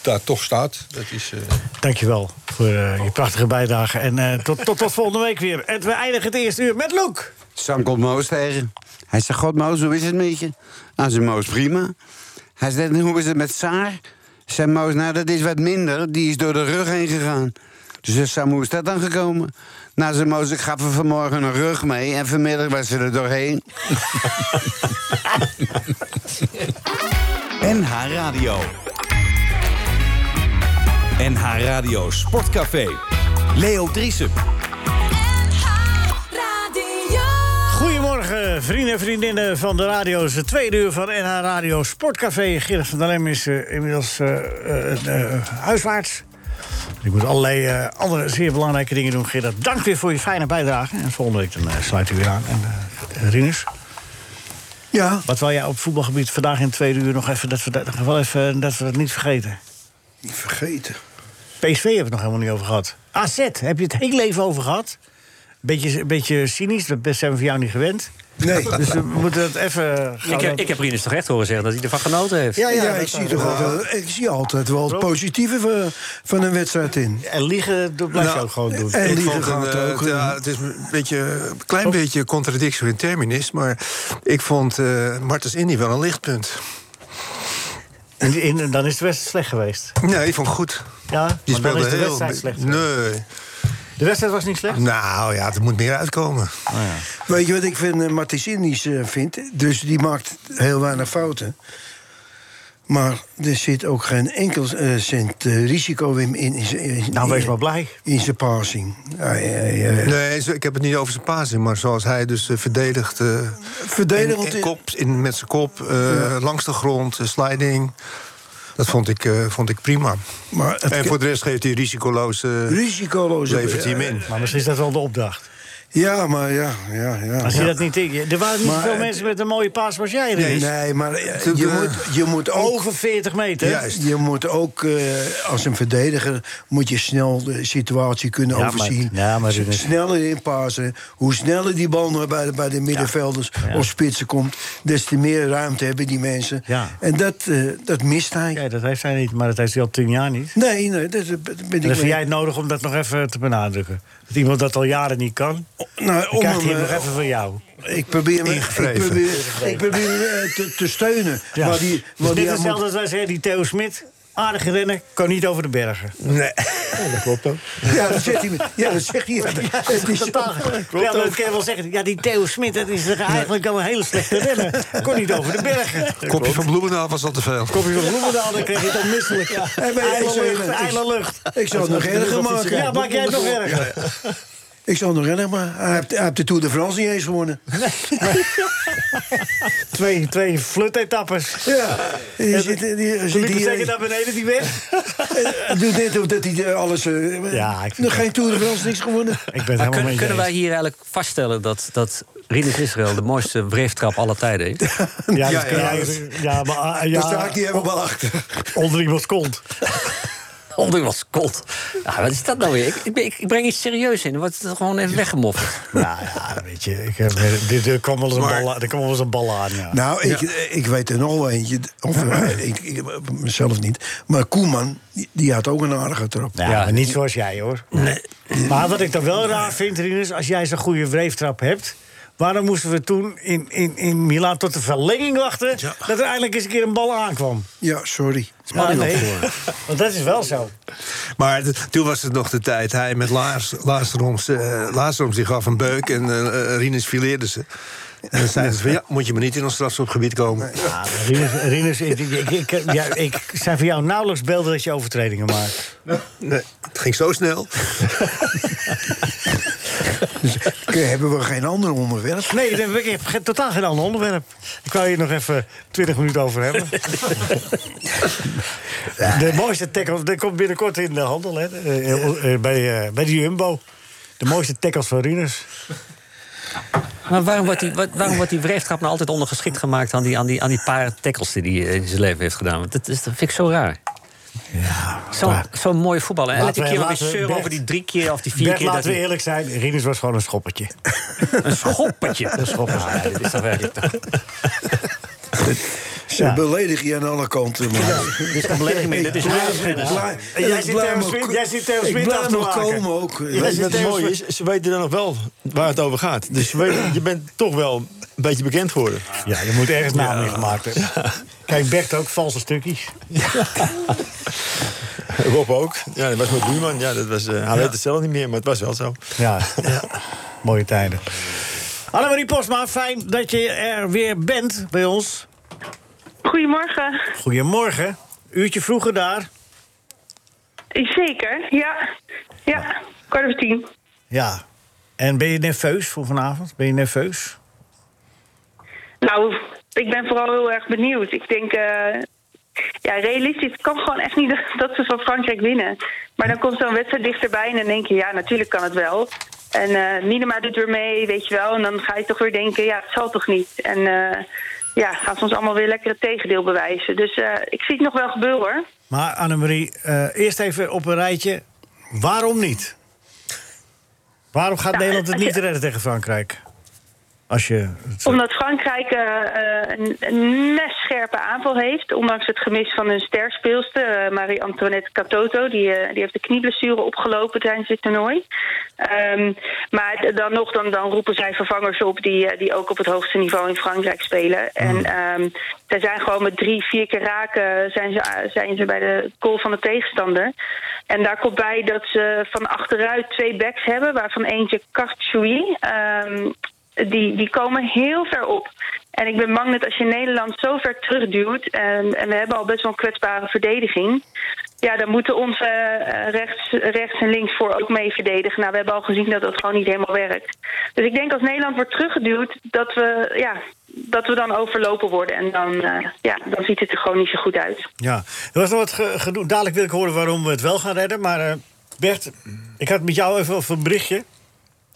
daar toch staat. Dat is. eh,
Dankjewel voor eh, je prachtige bijdrage. En eh, tot, tot, tot volgende week weer. En we eindigen het eerste uur met Loek.
Sam komt Moos tegen. Hij zegt, god Moos, hoe is het met je? Nou, zijn Moos prima. Hij zegt, hoe is het met Saar? Zijn Moos, nou, dat is wat minder. Die is door de rug heen gegaan. Dus zegt Sam, hoe is dat dan gekomen? Nou, zijn Moos, ik gaf er vanmorgen een rug mee... en vanmiddag was ze er doorheen.
NH Radio. NH Radio Sportcafé. Leo Driesen.
Goedemorgen, vrienden en vriendinnen van de radio's. Het tweede uur van NH Radio Sportcafé. Gerrit van der Lem is eh, inmiddels eh, eh, eh, huiswaarts. Ik moet allerlei eh, andere zeer belangrijke dingen doen, Gerrit. Dank weer voor je fijne bijdrage. En volgende week dan, eh, sluit u weer aan. En, eh, Rinus,
Ja,
wat wil jij op voetbalgebied vandaag in het tweede uur nog even... dat we dat, nog wel even, eh, dat, we dat niet vergeten?
niet vergeten.
PSV hebben we het nog helemaal niet over gehad. AZ, heb je het hele leven over gehad? Beetje, beetje cynisch, dat zijn we van jou niet gewend.
Nee.
Dus we moeten het even...
Ik heb, ik heb Rinus toch echt horen zeggen dat hij ervan genoten heeft.
Ja,
ja,
ik,
dat zou-
zie toch altijd, ik zie altijd wel het positieve van, van een wedstrijd in.
En liegen dat blijf je
Nou,
ook gewoon doen.
En
Ik
liegen
vond
gaat
een, eh,
ook.
het- ja,
eh,
het is een beetje, een klein beetje contradictie in terminis. Maar ik vond eh Martens Indy wel een lichtpunt.
En in- dan is de wedstrijd slecht geweest.
Nee, ik vond het goed.
Ja,
Die
maar dan is
speelde
de
heel.
wedstrijd slecht.
Nee.
De wedstrijd was niet slecht?
Nou ja, het moet meer uitkomen.
Weet je wat ik van eh, Martins eh vind? Dus die maakt heel weinig fouten. Maar er zit ook geen enkel eh, cent eh, risico in, in, in, in,
Nou, wees maar blij.
in zijn passing. Hij- hij, eh,
Nee, zo- ik heb het niet over zijn passing, maar zoals hij dus eh, verdedigt. eh,
Verdedigend
in- in
in-
kop, in, met zijn kop, eh, langs de grond, eh, sliding. Dat vond ik, eh, vond ik prima.
Maar het
en
ke-
voor de rest geeft hij risicoloos. eh,
risicoloos.
levert hij hem in.
Maar misschien is dat wel de opdracht.
Ja, maar ja, ja, ja.
Als je
ja.
dat niet in- Er waren niet
Maar- eh,
veel mensen met een mooie paas als jij.
Nee,
Rinus.
nee, maar eh,
Doet,
je
eh,
moet, je moet ook...
Over 40 meter.
Juist.
Je moet ook eh, als een verdediger moet je snel de situatie kunnen
Ja, maar-
overzien.
ja, maar dit is-
sneller inpassen. Hoe sneller die bal naar bij de, bij de middenvelders
Ja.
of spitsen komt, des te meer ruimte hebben die mensen.
Ja.
En dat, eh, dat mist hij.
Ja, dat heeft hij niet, maar dat heeft hij al 10 jaar niet.
Nee, nee, dat dat ben ik
En dan
mee.
vind jij het nodig om dat nog even te benadrukken. Dat iemand dat al jaren niet kan,
nou,
dan
om
krijgt hij
hem,
hem nog
eh,
even van jou.
Ik probeer me, ik
Ingevreven.
probeer, ik probeer hem, eh, te, te steunen.
Ja.
Maar die,
Dus
maar
dit
die
is
aan
hetzelfde als
moet-
wij zeggen, die Theo Smit, aardige renner, kan niet over de bergen.
ja, dat zegt hij. me- Ja, dat zegt hij. Het is
Totaal. Ja, maar dat kan je wel zeggen. Ja, die Theo Smit, dat is toch eigenlijk al een hele slechte renner. Kon niet over de bergen.
kopje van Bloemendaal was al te veel.
Kopje van Bloemendaal, dan kreeg je het onmisselijk.
En bij- ik zou-
Eilenlucht,
ik-
eilenlucht.
Ik zou het nog erger maken.
Ja, maak jij het nog erger.
Ik zal nog rennen, maar hij heeft, hij heeft de Tour de France niet eens gewonnen.
Twee, twee flut-etappes.
Ja, die zit, die,
Toen
zit
liep het zeker
hier.
naar beneden, die weg.
Het doet net of dat hij eh, alles. eh,
Ja, ik vind
nog geen Tour de France, niks gewonnen.
Ik ben het
Maar
helemaal
kun-
mee
kunnen wij hier eigenlijk vaststellen dat, dat Rinus Israël de mooiste wreeftrap aller tijden heeft?
Ja, dat
Ja,
kun
ja,
jij- ja, maar ah,
Daar sta
ja,
ik die helemaal wel achter.
onder iemands kont.
Onder was kot. Ja, wat is dat nou weer? Ik, ik, ben- ik breng iets serieus in. Dan wordt het gewoon even weggemoffeld.
Nou ja, weet je, ik heb, dit, er kwam wel eens een
Maar-
bal aan- er kwam wel eens een bal aan. Ja.
Nou, ik, ik weet er nog wel eentje. Of eh, ik, ik- mezelf niet. Maar Koeman, die, die had ook een aardige trap.
Ja, maar niet zoals jij hoor. Maar wat ik dan wel raar vind, Rinus, als jij zo'n goede wreeftrap hebt. Waarom moesten we toen in, in, in Milaan tot de verlenging wachten? Dat er eindelijk eens een keer een bal aankwam.
Ja, sorry.
Maar nee, want dat is wel zo.
Maar de- toen was het nog de tijd. Hij met Laars, Laasroms, eh, Laasroms die gaf een beuk en eh eh, Rinus fileerde ze. En dan zeiden ze van ja, moet je maar niet in ons strafschopgebied komen.
Ja, maar Rinus, Rinus, ik, ik, ik, ik- ja, ik zijn voor jou nauwelijks beelden dat je overtredingen maakt.
Nee, het ging zo snel.
Oké, Eh, hebben we geen ander onderwerp?
Dus- Nee, ik heb- ik heb ge- totaal geen ander onderwerp. Ik wou hier nog even 20 minuten over hebben. De mooiste tackle, dat komt binnenkort in de handel, hè? Eh, eh, Bij, eh, bij de Jumbo. De mooiste tackles van Rinus.
Maar waarom wordt die, wa- waarom wordt die wreeftrap nou altijd ondergeschikt gemaakt aan die, aan die, aan die paar tackles die, die hij in zijn leven heeft gedaan? Want dat, is, dat vind ik zo raar. Zo'n zo'n mooie voetballer. En
Laten
elke
we-
keer weer
laten we
zeuren
Bert-
over die drie keer of die vier
Bert,
keer.
laten
dat
we
hij-
eerlijk zijn, Rinus was gewoon een schoppertje.
Een schoppertje.
Een schoppertje.
Ja, dit is toch werkelijk.
Ze beledigen je aan alle kanten. man.
Dit is geen belediging meer, dit is
Ik blijf-
laagschernis.
ik blijf-
En jij
ik
zit
blijf
Theo
me
Smit-
ko-
jij zit Theo Smit
Ik
af
blijf
te
nog
maken.
komen ook.
Jij
Weet
Weet
je
je
wat
wat het
Theo
mooie is? Ze weten dan nog wel waar het over gaat. Dus je, weet- je bent toch wel een beetje bekend geworden.
Ja, je moet ergens naam in gemaakt hebben. Kijk, Bert ook valse stukjes.
Rob ook. Ja, dat was met Buurman. Ja, dat was, eh, hij weet het zelf niet meer, maar het was wel zo.
Ja, mooie tijden. Annemarie Postma, fijn dat je er weer bent bij ons.
Goedemorgen.
Goedemorgen. Uurtje vroeger daar.
Zeker, ja. Ja, kwart over tien.
Ja. En ben je nerveus voor vanavond? Ben je nerveus?
Nou, ik ben vooral heel erg benieuwd. Ik denk, eh, ja, realistisch, het kan gewoon echt niet dat- dat ze van Frankrijk winnen. Maar dan komt zo'n wedstrijd dichterbij en dan denk je, ja, natuurlijk kan het wel. En eh Minema doet weer mee, weet je wel. En dan ga je toch weer denken, ja, het zal toch niet. En eh, ja, gaan ze ons allemaal weer lekker het tegendeel bewijzen. Dus eh, ik zie het nog wel gebeuren hoor.
Maar Annemarie, eh eerst even op een rijtje. Waarom niet? Waarom gaat
Ja,
Nederland het
Nou, als je-
niet redden tegen Frankrijk? Als je...
Omdat Frankrijk eh, eh, een- een messcherpe aanval heeft. Ondanks het gemis van hun sterspeelster, eh, Marie-Antoinette Catoto. Die, eh, die heeft de knieblessure opgelopen tijdens dit toernooi. Ehm, maar d- dan nog, dan, dan roepen zij vervangers op die, eh, die ook op het hoogste niveau in Frankrijk spelen. En ehm zij zijn gewoon met drie, vier keer raken eh, zijn ze, zijn ze bij de goal van de tegenstander. En daar komt bij dat ze van achteruit twee backs hebben, waarvan eentje Karchoui. ehm die, die komen heel ver op. En ik ben bang dat als je Nederland zo ver terugduwt... en, en we hebben al best wel een kwetsbare verdediging... ja, dan moeten onze eh, rechts, rechts en links voor ook mee verdedigen. Nou, we hebben al gezien dat dat gewoon niet helemaal werkt. Dus ik denk als Nederland wordt teruggeduwd... dat we, ja, dat we dan overlopen worden. En dan, eh, ja, dan ziet het er gewoon niet zo goed uit.
Ja, er was nog wat ge- gedoe. Dadelijk wil ik horen waarom we het wel gaan redden. Maar eh, Bert, ik had met jou even over een berichtje.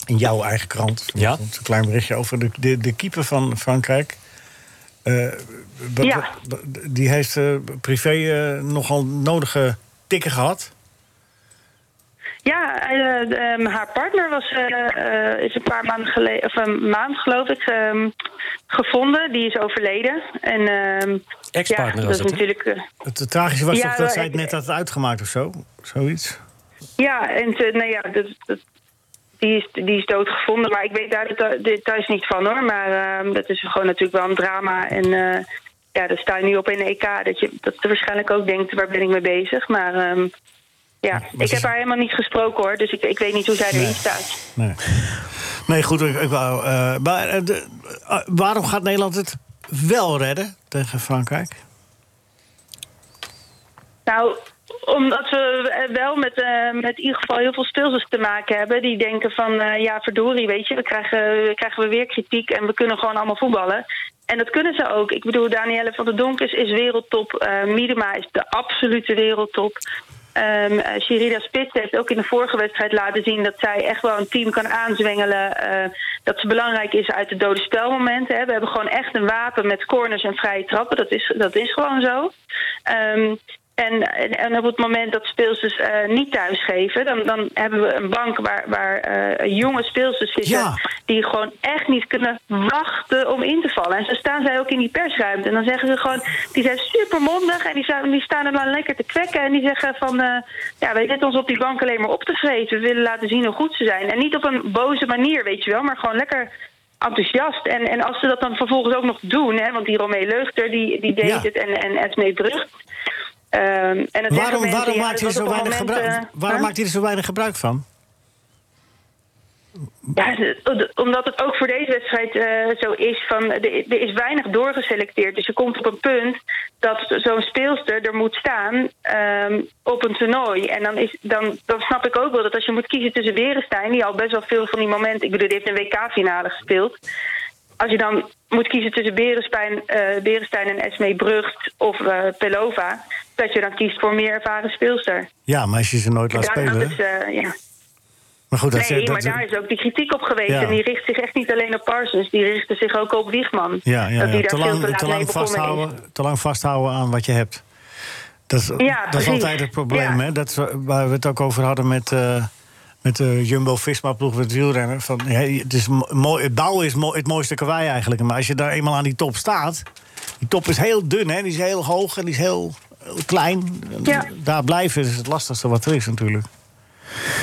In jouw eigen krant.
Ja.
Een klein berichtje over de, de, de keeper van Frankrijk. Eh, wat-
Ja.
wat- Die heeft eh, privé eh, nogal nodige tikken gehad.
Ja, eh, ehm, haar partner was, eh, eh, is een paar maanden geleden, of een maand geloof ik, ehm, gevonden. Die is overleden. En, ehm,
Ex-partner
ja,
was
dat
het, hè?
is natuurlijk. eh,
Het, het tragische was
Ja,
toch dat
wel,
zij het
ik-
net had uitgemaakt of zo? Zoiets.
ja, en ze- nou ja, dat, dat- die, is, die is doodgevonden. Maar ik weet daar de deta- details niet van hoor. Maar ehm, dat is gewoon natuurlijk wel een drama. En eh, ja, dan sta je nu op in de EK. Dat je dat je waarschijnlijk ook denkt, waar ben ik mee bezig? Maar ehm, ja, ik
ze-
heb haar helemaal niet gesproken hoor. Dus ik, ik weet niet hoe zij erin staat.
Nee, nee goed. Ik, ik wou, eh, maar eh, de- eh, waarom gaat Nederland het wel redden tegen Frankrijk?
Nou, omdat we eh, wel met, eh, met in ieder geval heel veel speelsers te maken hebben. Die denken van, eh, ja verdorie, weet je, we krijgen, krijgen we weer kritiek en we kunnen gewoon allemaal voetballen. En dat kunnen ze ook. Ik bedoel, Danielle van der Donk is, is wereldtop. eh Miedema is de absolute wereldtop. Ehm eh, Sherida Spits heeft ook in de vorige wedstrijd laten zien dat zij echt wel een team kan aanzwengelen. eh, dat ze belangrijk is uit de dode spelmomenten. Hè. We hebben gewoon echt een wapen met corners en vrije trappen. Dat is, dat is gewoon zo. Ehm, en, en, en op het moment dat speelsters eh, niet thuisgeven, dan, dan hebben we een bank waar, waar eh, jonge speelsters zitten.
Ja.
Die gewoon echt niet kunnen wachten om in te vallen. En zo staan zij ook in die persruimte. En dan zeggen ze gewoon, die zijn supermondig en die, zijn, die staan er dan lekker te kwekken. En die zeggen van, eh, ja, wij zetten ons op die bank alleen maar op te vreten. We willen laten zien hoe goed ze zijn. En niet op een boze manier, weet je wel, maar gewoon lekker enthousiast. En, en als ze dat dan vervolgens ook nog doen, hè, want die Romee Leugter die, die deed
Ja.
het en, en Esmee Brug. Ehm, en het zeggen
Waarom,
mensen,
waarom,
ja,
maakt,
dat
hij
was
zo
op een
weinig
moment,
gebruik,
eh,
waarom
huh?
maakt hij er zo weinig gebruik van?
Ja, oh, de- omdat het ook voor deze wedstrijd eh, zo is van er er is weinig doorgeselecteerd. Dus je komt op een punt dat zo'n speelster er moet staan ehm, op een toernooi. En dan, is, dan, dan snap ik ook wel dat als je moet kiezen tussen Werenstein, die al best wel veel van die momenten. Ik bedoel, die heeft een WK-finale gespeeld. Als je dan moet kiezen tussen Berestein, eh, Berestein en Esmee Brugt of eh, Pelova, dat je dan kiest voor meer ervaren speelster.
Ja, maar als je ze nooit laat
Ja, nou, dat
spelen.
is, eh, ja.
Maar goed, Oh, dat
nee,
dat-
maar daar is ook die kritiek op geweest.
Ja.
En die richt zich echt niet alleen op Parsons. Die richtte zich ook op Wiegman.
Ja, ja,
Dat die
ja.
daar
Te,
veel
lang,
laat
te,
mee
lang
begonnen is.
vasthouden, te lang vasthouden aan wat je hebt. Dat is,
Ja,
dat is
precies.
altijd het probleem,
Ja.
hè? Dat, is waar we het ook over hadden met, eh, met de Jumbo-Visma-ploeg met het wielrennen. Van, hè, het, is mo- mooi, het bouwen is mo- het mooiste kawaii eigenlijk. Maar als je daar eenmaal aan die top staat... Die top is heel dun, hè? Die is heel hoog en die is heel, heel klein. Daar blijven is het lastigste wat er is natuurlijk.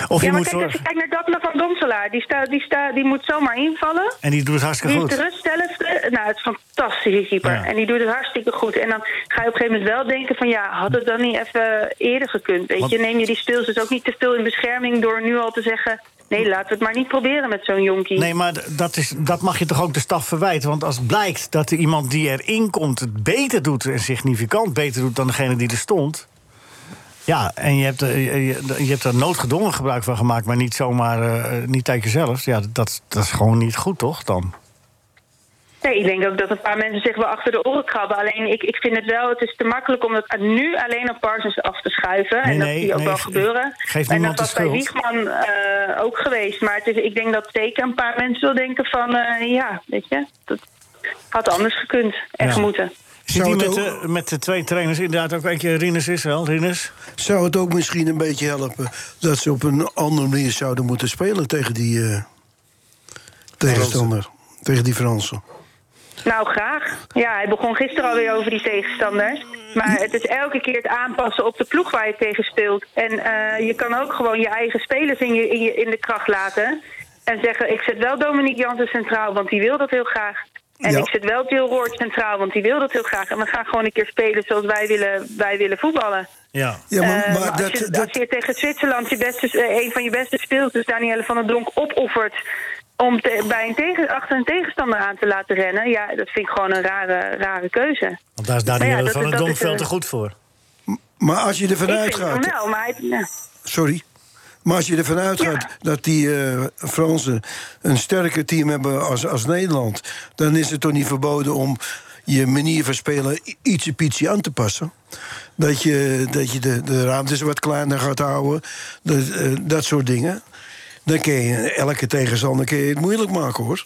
Of
ja,
je
maar
moet
kijk, als je
zorgen...
kijkt naar Daphne van Domselaar. Die, staat, die, staat, die moet zomaar invallen.
En die doet het hartstikke
die
goed.
is ruststellend. eh, Nou, het is een fantastische keeper.
Ja.
En die doet het hartstikke goed. En dan ga je op een gegeven moment wel denken van... ja, had het dan niet even eerder gekund? Weet
Want-
je, neem je die speels dus ook niet te veel in bescherming... door nu al te zeggen... nee, laten we het maar niet proberen met zo'n jonkie.
Nee, maar d- dat, is, dat mag je toch ook de staf verwijten. Want als blijkt dat er iemand die erin komt het beter doet... en significant beter doet dan degene die er stond... Ja, en je hebt, er- je, je- je hebt er noodgedwongen gebruik van gemaakt... maar niet zomaar, eh, niet tegen jezelf. Ja, dat, dat is gewoon niet goed, toch, dan?
Nee, ik denk ook dat een paar mensen zich wel achter de oren krabben. Alleen ik, ik vind het wel, het is te makkelijk om dat nu alleen op Parsons af te schuiven.
Nee,
en dat
nee,
zie je ook
nee,
wel
ge-
gebeuren.
geef
en
niemand
dat
de
was bij
schuld.
Wiegman eh, ook geweest. Maar het is, ik denk dat zeker een paar mensen wel denken van eh, ja, weet je, dat had anders gekund en
Ja.
gemoeten.
Zit eh, hij
het
met, de, met de twee trainers inderdaad ook eentje? Rinus is wel, Rinus.
Zou het ook misschien een beetje helpen dat ze op een andere manier zouden moeten spelen tegen die eh, tegenstander? Tegen die Fransen.
Nou, graag. Ja, hij begon gisteren alweer over die tegenstander. Maar het is elke keer het aanpassen op de ploeg waar je tegen speelt. En eh, je kan ook gewoon je eigen spelers in, je, in, je, in de kracht laten. En zeggen, ik zet wel Dominique Jansen centraal, want die wil dat heel graag. En
Ja.
ik zet wel Jill Roord centraal, want die wil dat heel graag. En we gaan gewoon een keer spelen zoals wij willen, wij willen voetballen.
Ja.
Ja, maar-
Eh,
maar
als,
dat-
je, als je tegen Zwitserland je beste, eh, een van je beste speelsters, Danielle van der Donk, opoffert om te- bij een tegen, achter een tegenstander aan te laten rennen, ja, dat vind ik gewoon een rare, rare keuze.
Want daar is
Maar ja,
Daniel
dat
van
is-
het
dat
Dom
is,
veel
eh,
te goed voor.
Maar als je ervan
ik vind
uitgaat.
het wel, maar hij- ja.
Sorry. Maar als je ervan uitgaat dat die eh, Fransen een sterker team hebben als, als Nederland, dan is het toch niet verboden om je manier van spelen i- ietsje pietje aan te passen. Dat je, dat je de, de ruimtes wat kleiner gaat houden, dat, eh, dat soort dingen. Dan kun je elke tegenstander kun je het moeilijk maken hoor.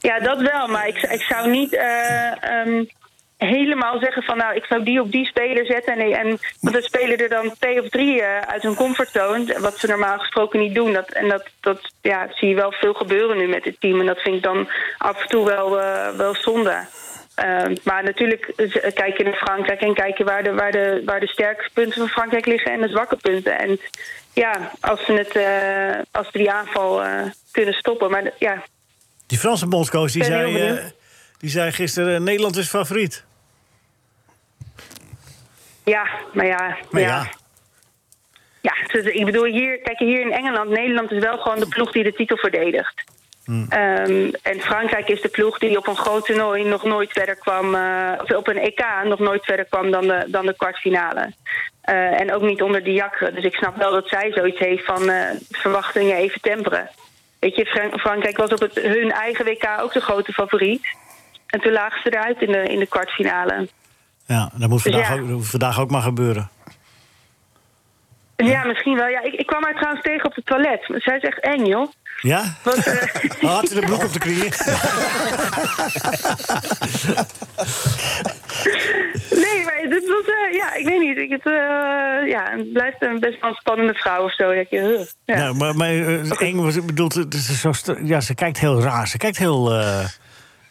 ja, dat wel, maar ik, ik zou niet eh, ehm, helemaal zeggen van nou, ik zou die op die speler zetten. En, en, want dan spelen er dan twee of drie eh, uit hun comfortzone, wat ze normaal gesproken niet doen. Dat, en dat, dat ja, zie je wel veel gebeuren nu met het team en dat vind ik dan af en toe wel, eh, wel zonde. Ehm, maar natuurlijk z- kijk je naar Frankrijk en kijk je waar de, waar, de, waar de sterke punten van Frankrijk liggen en de zwakke punten. En ja, als ze, het, eh, als ze die aanval eh, kunnen stoppen. Maar d- ja,
Die Franse bondscoach die
Ik ben
zei,
heel benieuwd.
eh, die zei gisteren... eh, Nederland is favoriet.
ja, maar ja.
Maar
ja. Ja, dus ik bedoel, hier, kijk, hier in Engeland, Nederland is wel gewoon de ploeg die de titel verdedigt. Ehm, en Frankrijk is de ploeg die op een groot toernooi nog nooit verder kwam, eh, of op een EK nog nooit verder kwam dan de, dan de kwartfinale. Eh, en ook niet onder de jakkeren. Dus ik snap wel dat zij zoiets heeft van eh, verwachtingen even temperen. Weet je, Fran- Frankrijk was op het, hun eigen WK ook de grote favoriet. En toen lagen ze eruit in de, in de kwartfinale.
Ja, Nou, dat moet
Dus
vandaag,
ja.
ook, dat moet vandaag ook maar gebeuren.
Ja, misschien wel. Ja, ik, ik kwam haar trouwens tegen op het toilet. Zij is echt eng, joh.
Ja?
Want, eh,
Oh, had ze de broek op de knieën?
nee, maar dit was, eh, ja, ik weet niet. Ik, het, eh, ja, het blijft een best wel een spannende vrouw of zo. Dat je, huh, ja.
Nou, maar maar eh, eng was, ik bedoel, het is zo st- ja, ze kijkt heel raar. Ze kijkt heel. eh,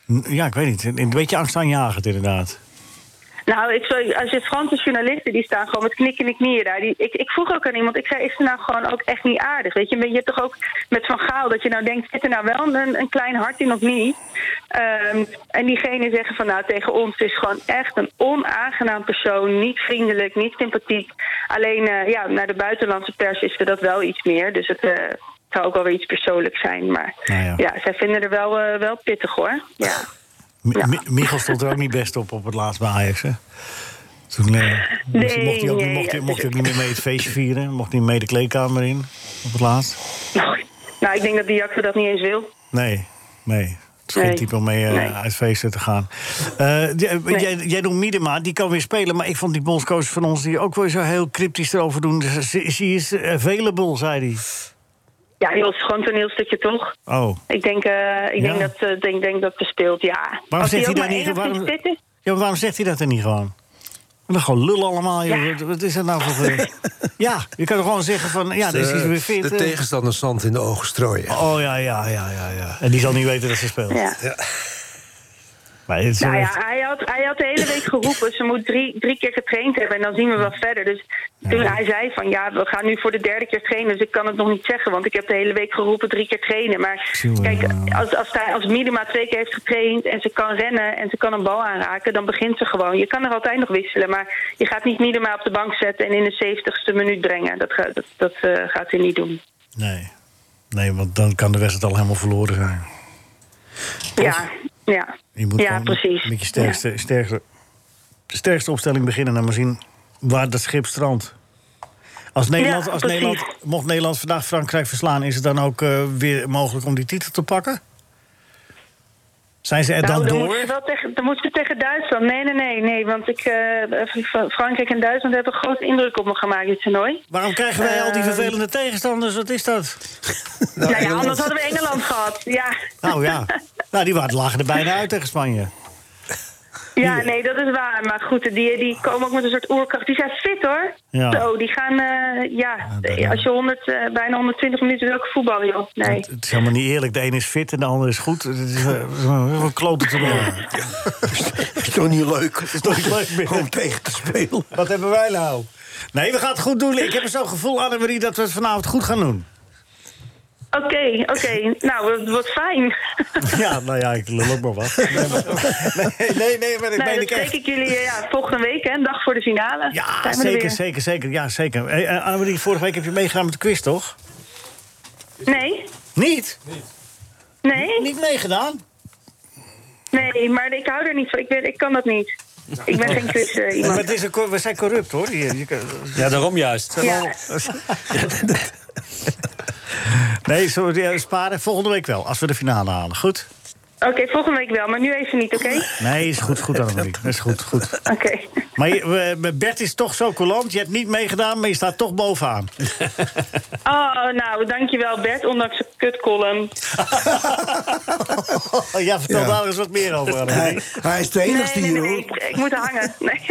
n- ja, ik weet niet. Een, een beetje angstaanjagend, inderdaad.
Nou, ik zou, als je Franse journalisten, die staan gewoon met knikkende knieën daar. Die, ik, ik vroeg ook aan iemand, ik zei, is ze nou gewoon ook echt niet aardig? Weet je, Maar je hebt toch ook met Van Gaal dat je nou denkt, zit er nou wel een, een klein hart in of niet? Ehm, en diegenen zeggen van, nou, tegen ons is gewoon echt een onaangenaam persoon. Niet vriendelijk, niet sympathiek. Alleen, eh, ja, naar de buitenlandse pers is er dat wel iets meer. Dus het... eh, zou ook wel weer iets persoonlijks zijn, maar ja, zij vinden er wel, eh, wel pittig hoor. Ja.
Mi- Mi- Michel stond er ook niet best op op het laatst bij Ajax. Hè? Toen eh, moest,
Nee,
mocht hij ook,
nee,
mocht, hij-
ja,
mocht hij ook niet meer mee het feestje vieren. Mocht niet mee de kleedkamer in op het laatst.
Nou, ik denk dat die jakker dat niet eens wil.
Nee, nee. Het is geen
Nee.
type om mee eh,
Nee.
uit feesten te gaan. Eh, d- eh, jij, jij noemt Miedema, die kan weer spelen. Maar ik vond die Dus, eh, bondscoach van ons die ook weer zo heel cryptisch erover doen. Ze- She is available, zei hij.
Ja, joh, het is gewoon een toneelstukje toch?
Oh.
Ik denk, eh, ik denk,
Ja.
dat, eh, denk, denk dat bespeelt, ja.
Waarom
Als
zegt,
die
hij
ook
dat
maar
niet, waarom,
enigszins fit is.
ja, maar waarom zegt hij dat dan niet gewoon? En dan gewoon lullen allemaal. joh.
Ja.
Wat, wat is dat nou voor... eh, ja, je kan toch gewoon zeggen van... Ja, dan is hij weer fit.
Dus, De
eh.
tegenstander zand in de ogen strooien.
Oh ja, ja, ja, ja, ja. En die zal niet weten dat ze speelt.
Ja.
Maar het is
Nou
wel
ja,
echt-
hij had, hij had de hele week geroepen, ze moet drie, drie keer getraind hebben en dan zien we wel verder. Dus toen hij zei van ja, we gaan nu voor de derde keer trainen, dus ik kan het nog niet zeggen, want ik heb de hele week geroepen drie keer trainen. Maar
Tjonge,
kijk, als, als, hij, als Minima twee keer heeft getraind en ze kan rennen en ze kan een bal aanraken, dan begint ze gewoon. Je kan er altijd nog wisselen, maar je gaat niet Minima op de bank zetten en in de 70ste minuut brengen. Dat, ga- dat, dat eh, gaat hij niet doen.
Nee. Nee, want dan kan de wedstrijd al helemaal verloren zijn.
Ja, ja.
Je moet
ja,
gewoon
precies.
met je sterkste, sterkste, sterkste opstelling beginnen... en dan maar zien waar dat schip strandt. Als Nederland,
Ja,
als
precies.
Nederland, mocht Nederland vandaag Frankrijk verslaan... is het dan ook eh, weer mogelijk om die titel te pakken? Zijn ze er
Nou,
dan
dan
door?
moeten ze wel tegen, dan moeten ze tegen Duitsland. Nee, nee, nee, nee. Want ik, eh, Fra- Frankrijk en Duitsland hebben een grote indruk op me gemaakt dit toernooi.
Waarom krijgen wij al die
Ehm.
vervelende tegenstanders? Wat is dat?
Nou, ja, anders hadden we Engeland gehad. Ja.
Nou ja, nou, die waren- lagen er bijna uit tegen Spanje.
ja, nee, dat is waar. Maar goed, die, die komen ook met een soort oerkracht. Die zijn fit hoor.
Ja.
Zo, die gaan, eh, ja, als je 100, eh, bijna 120 minuten welke voetbal, joh. Nee.
Het is helemaal niet eerlijk. De een is fit en de ander is goed. Het is eh, een klote te
is toch niet leuk? Het
is toch niet leuk meer?
Om tegen te spelen.
Wat hebben wij nou? Nee, we gaan het goed doen. Ik heb zo'n gevoel, Annemarie, dat we het vanavond goed gaan doen.
Oké, oké. Nou, wat, wat fijn.
Ja, nou ja, ik lul ook maar wat. Nee, maar- nee, nee, nee, maar ik
nou,
meen
dan
ik
spreek
echt.
ik jullie eh, ja, volgende week, hè, een dag voor de finale.
Ja,
Zijn we er
zeker,
weer.
zeker, zeker. Ja, zeker. Hey, eh, Annemarie, vorige week heb je meegedaan met de quiz, toch?
Nee?
Niet?
Nee?
Niet meegedaan?
Nee, maar ik hou er niet van. Ik, ben, ik kan dat niet. Ik ben geen quiz eh,
Maar
iemand.
het is een cor- we zijn corrupt, hoor. Je- je kan-
Ja, daarom juist.
Ja.
Nee, zullen we die, eh, sparen? Volgende week wel, als we de finale halen. Goed?
Oké, volgende week wel, maar nu even niet, oké?
Nee, is goed, goed, Annemarie. Is goed, goed.
Oké.
Maar je- we- Bert is toch zo coulant. Je hebt niet meegedaan, maar je staat toch bovenaan.
Oh, nou, dankjewel Bert, ondanks de kutcolumn.
ja, vertel
Ja.
daar eens wat meer over.
Hij,
Annemarie.
hij is de enigste
nee, nee,
hier,
nee,
hoor.
ik, ik moet hangen. Nee.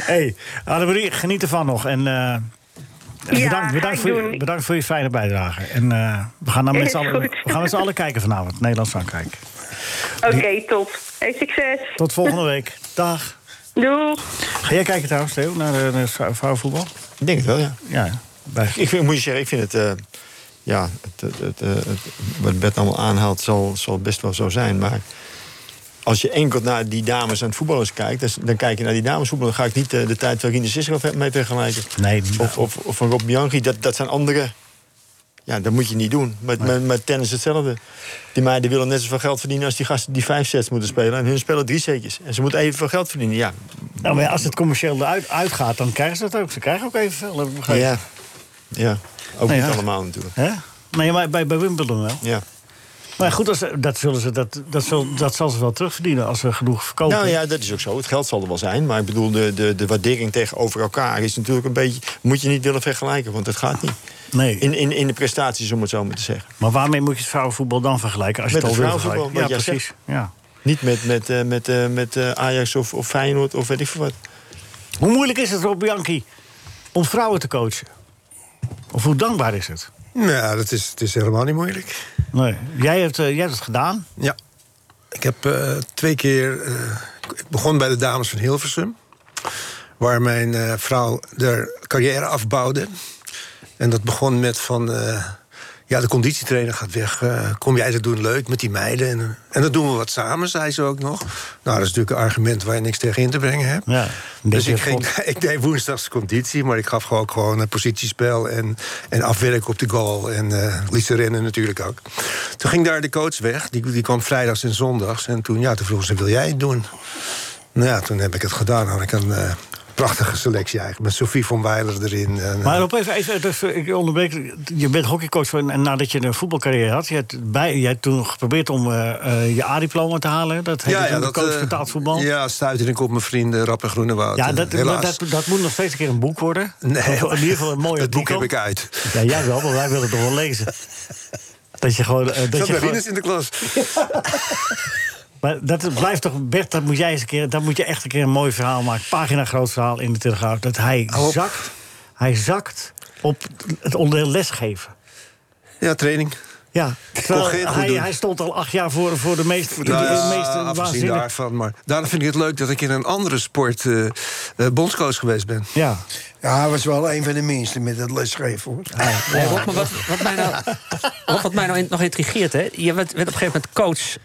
hey, Annemarie, geniet ervan nog. En eh, bedankt,
ga ik
bedankt, voor je,
doen.
bedankt voor je fijne bijdrage. En eh, we gaan dan met
Is
z'n allen,
goed.
we gaan met z'n allen kijken vanavond. Nederland-Frankrijk.
Oké, top. Hey, succes.
Tot volgende week. Dag.
Doeg.
Ga jij kijken trouwens, Theo, naar eh, naar vrou- vrouwenvoetbal?
Ik denk het wel, ja.
Ja, bij...
Ik vind, moet je zeggen, ik vind het... eh, ja, het, het, het, eh, het- wat Bert allemaal aanhaalt zal, zal best wel zo zijn. Maar als je enkel naar die dames en voetballers kijkt... dus dan kijk je naar die damesvoetballers... dan ga ik niet eh, de tijd van Rina Sissel mee vergelijken.
Nee,
Of, of, of van Rob Bianchi, dat, dat zijn andere... Ja, dat moet je niet doen. Met, met, met tennis hetzelfde. Die meiden willen net zoveel geld verdienen... als die gasten die vijf sets moeten spelen. En hun spelen drie setjes. En ze moeten evenveel geld verdienen, ja.
nou, maar ja, als het commercieel eruit uitgaat, dan krijgen ze dat ook. Ze krijgen ook evenveel, heb ik begrepen.
Ja, ja. ook
Nou
niet
ja.
allemaal natuurlijk.
Hè? Nee, maar bij, bij Wimbledon wel.
Ja.
Maar goed, als, dat, zullen ze, dat, dat, zal, dat zal ze wel terugverdienen als ze genoeg verkopen.
Nou ja, dat is ook zo. Het geld zal er wel zijn. Maar ik bedoel, de, de, de waardering tegenover elkaar is natuurlijk een beetje. Moet je niet willen vergelijken, want dat gaat niet.
Nee.
In, in, in de prestaties, om het zo maar te zeggen.
Maar waarmee moet je het vrouwenvoetbal dan vergelijken? Als je
Met
het,
het
al wil
vrouwenvoetbal,
vergelijken? Ja,
wat
precies.
jij
Ja.
Niet met, met, eh, met, eh, met eh, Ajax of, of Feyenoord of weet ik veel wat.
Hoe moeilijk is het, Rob Bianchi, om vrouwen te coachen? Of hoe dankbaar is het?
Nou, dat is, het is helemaal niet moeilijk.
Nee. Jij hebt, eh, jij hebt het gedaan.
Ja. Ik heb eh, twee keer. eh, ik begon bij de dames van Hilversum. Waar mijn eh, vrouw de carrière afbouwde. En dat begon met van. eh, ja, de conditietrainer gaat weg. eh, kom jij dat doen leuk met die meiden? En, eh, en dat doen we wat samen, zei ze ook nog. Nou, dat is natuurlijk een argument waar je niks tegen in te brengen hebt.
Ja. Denk
Dus ik,
je,
ging, ik deed woensdags conditie, maar ik gaf gewoon, gewoon een positiespel en, en afwerken op de goal. En eh liet ze rennen natuurlijk ook. Toen ging daar de coach weg, die, die kwam vrijdags en zondags. En toen, ja, toen vroeg ze, wil jij het doen? Nou ja, toen heb ik het gedaan. Had ik een eh, prachtige selectie eigenlijk. Met Sophie van Weiler erin. En, eh,
maar op even, even, even, ik onderbreek. Je bent hockeycoach van, en nadat je een voetbalcarrière had, je hebt, bij, je hebt toen geprobeerd om uh, uh, je A-diploma te halen. Dat heette ja, ja, dat, coach betaald voetbal.
eh, Ja, stuitte ik op mijn vrienden Rappe Groenewoud.
Ja, dat, dat, dat, dat, moet nog steeds een keer een boek worden.
Nee,
of, in ieder geval een mooie
Dat boek heb ik uit.
Ja, jij wel, maar wij willen het nog wel lezen. Dat je gewoon. Uh, dat
je gewoon... in de klas.
Maar dat blijft toch, Bert, dat moet jij eens een keer. Dat moet je echt een keer een mooi verhaal maken. Pagina groot verhaal in de Telegraaf. Dat hij Hou zakt. Op. Hij zakt op het onderdeel lesgeven.
Ja, training.
Ja, hij, hij, stond al acht jaar voor, voor de meest, voor de, nou, ja, de meeste
afgezien daarvan. Maar daarom vind ik het leuk dat ik in een andere sport uh, uh, bondscoach geweest ben.
Ja.
ja, hij was wel een van de minste met dat lesgeven. Hoor. Ja,
Ah,
ja. Rob, maar wat, wat, mij nou, Rob, wat mij nou nog intrigeert, hè? je werd, werd op een gegeven moment coach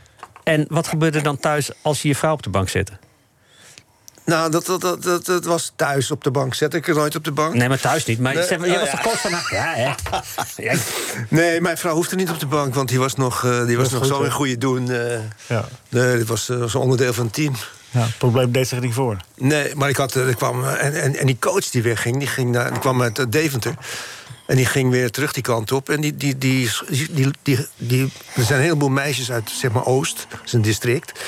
en wat gebeurde er dan thuis als je je vrouw op de bank zette?
Nou, dat, dat, dat, dat, was thuis op de bank. Zet ik er nooit op de bank? Nou
Nee, maar thuis niet. Maar jij was toch kort van Ja, hè?
Nee, mijn vrouw hoefde niet op de bank, want die was nog, eh, die was nog zo in goede doen. ja. Nee, dit was, een onderdeel van het team.
Ja, het probleem deed zich niet voor.
Nee, maar ik had, eh, er kwam, en, en, en die coach die wegging, die, ging naar, die kwam uit Deventer. En die ging weer terug die kant op. En die, die, die, die, die, die er zijn een heleboel meisjes uit zeg maar, Oost, zijn district,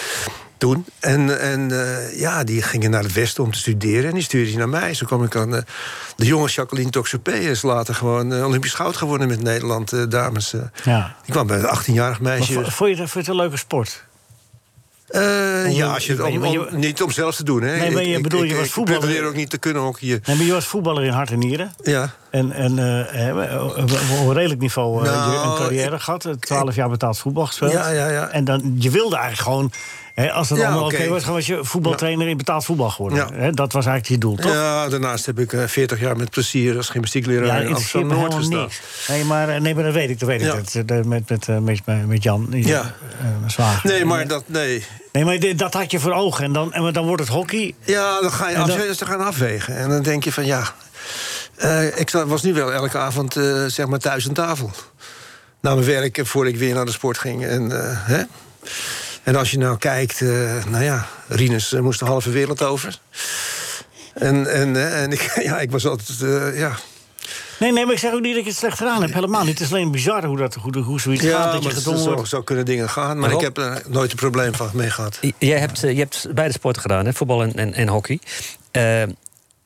toen. En, en uh, ja, die gingen naar het Westen om te studeren. En die stuurde die naar mij. Zo kwam ik aan uh, de jonge Jacqueline Toxopé. is later gewoon uh, Olympisch goud geworden met Nederland, eh, dames. Ja. Ik kwam bij een 18-jarig meisje.
Maar vond je, vond je het een leuke sport?
Uh, om, ja, als je, om, om, om, niet om zelf te doen. Hè.
Nee, maar je,
ik,
bedoel, je
ik,
was voetballer.
Ik ook niet te kunnen hockeyen.
Nee, maar je was voetballer in hart en nieren.
Ja.
En, en eh, uh, op een redelijk niveau uh, nou, een carrière ik, gehad. Twaalf jaar betaald voetbal gespeeld.
Ja, ja, ja.
En dan, je wilde eigenlijk gewoon... Hè, als het allemaal oké okay. was, was je voetbaltrainer in betaald voetbal geworden. Hè, dat was eigenlijk je doel, toch?
Ja, daarnaast heb ik 40 jaar met plezier als gymnastiekleraar ja, in Amsterdam Noord gestaan.
Nee maar, eh, nee, maar dat weet ik, dat weet ik. Dat, met, met, eh, met, met Jan, ja. eh,
Nee, maar dat... Nee,
Nee, maar dat had je voor ogen. En dan, en dan wordt het hockey.
Ja, dan ga je afwegen, dan... gaan afwegen. En dan denk je van ja. Uh, ik was nu wel elke avond uh, zeg maar thuis aan tafel. Na mijn werk voordat ik weer naar de sport ging. En, uh, hè? en als je nou kijkt, nou ja, Rinus moest de halve wereld over. En, en, eh, en ik, ja, ik was altijd. eh, ja,
Nee, nee, maar ik zeg ook niet dat ik het slecht gedaan heb. Helemaal niet. Het is alleen bizar hoe, dat, hoe, hoe zoiets
ja,
gaat. Dat je gedwongen
zo,
wordt.
zo kunnen dingen gaan. Maar Rob, ik heb er nooit een probleem van mee gehad.
Jij hebt, eh, je hebt beide sporten gedaan, hè? voetbal en, en, en hockey. Uh,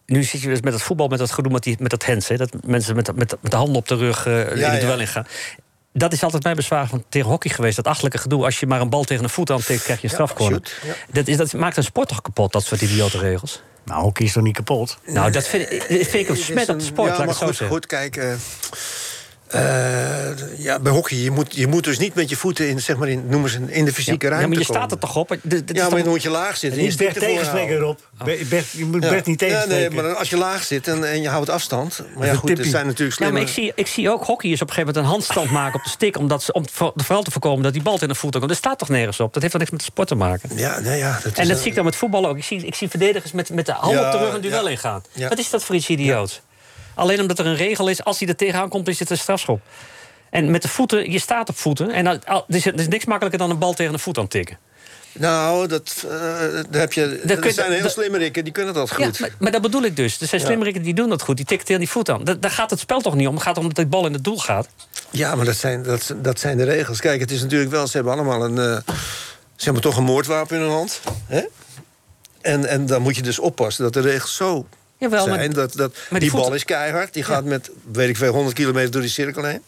nu zit je dus met dat voetbal, met dat gedoe met, die, met dat hens. Hè? Dat mensen met, met, met de handen op de rug uh, in ja, het duel ingaan. Ja. Dat is altijd mijn bezwaar van tegen hockey geweest. Dat achterlijke gedoe. Als je maar een bal tegen een voet aantikt, krijg je een strafcorner. dat, is, dat maakt een sport toch kapot, dat soort idiote regels?
Nou, hockey is toch niet kapot?
Nou, dat vind, ik, vind ik een smet op de sport, ja, laat ik het zo
goed,
zeggen.
Goed, kijk... Uh, uh, ja, bij hockey, je moet, je moet dus niet met je voeten in, zeg maar in, noemen ze, in de fysieke
ja,
ruimte
Ja, maar je
komen.
staat er toch op?
ja, maar dan toch... moet je laag zitten.
Niet Bert tegenspreken, Rob. Bert, je moet Bert niet tegenspreken.
Ja, nee, maar als je laag zit en, en je houdt afstand... Maar ja, goed, er zijn natuurlijk slimme...
Ja, maar ik zie, ik zie ook hockeyers op een gegeven moment een handstand maken op de stick... Omdat ze, om vooral te voorkomen dat die bal in de voeten komt. Dat staat toch nergens op? Dat heeft toch niks met de sport te maken?
Ja, nee, ja.
Dat is en dat een... zie ik dan met voetballen ook. Ik zie, ik zie verdedigers met, met de hand op de rug een duel ingaan. Wat is dat voor iets idioots? Alleen omdat er een regel is, als hij er tegenaan komt, is het een strafschop. En met de voeten, je staat op voeten. En dan, al, dus er is niks makkelijker dan een bal tegen de voet aan tikken.
Nou, dat, uh, daar heb je, dat er zijn heel dat, slimmerikken, die kunnen dat goed. Ja,
maar, maar, dat bedoel ik dus. Er zijn ja. slimmerikken die doen dat goed. Die tikken tegen die voet aan. Da, daar gaat het spel toch niet om? Het gaat om dat die bal in het doel gaat.
Ja, maar dat zijn, dat, dat zijn de regels. Kijk, het is natuurlijk wel... Ze hebben allemaal een, uh, ze hebben toch een moordwapen in hun hand. Hè? En, en dan moet je dus oppassen dat de regels zo
Jawel,
zijn. Maar, dat, dat, maar die, die bal is keihard. Die gaat ja. met, weet ik veel, 100 kilometer door die cirkel heen.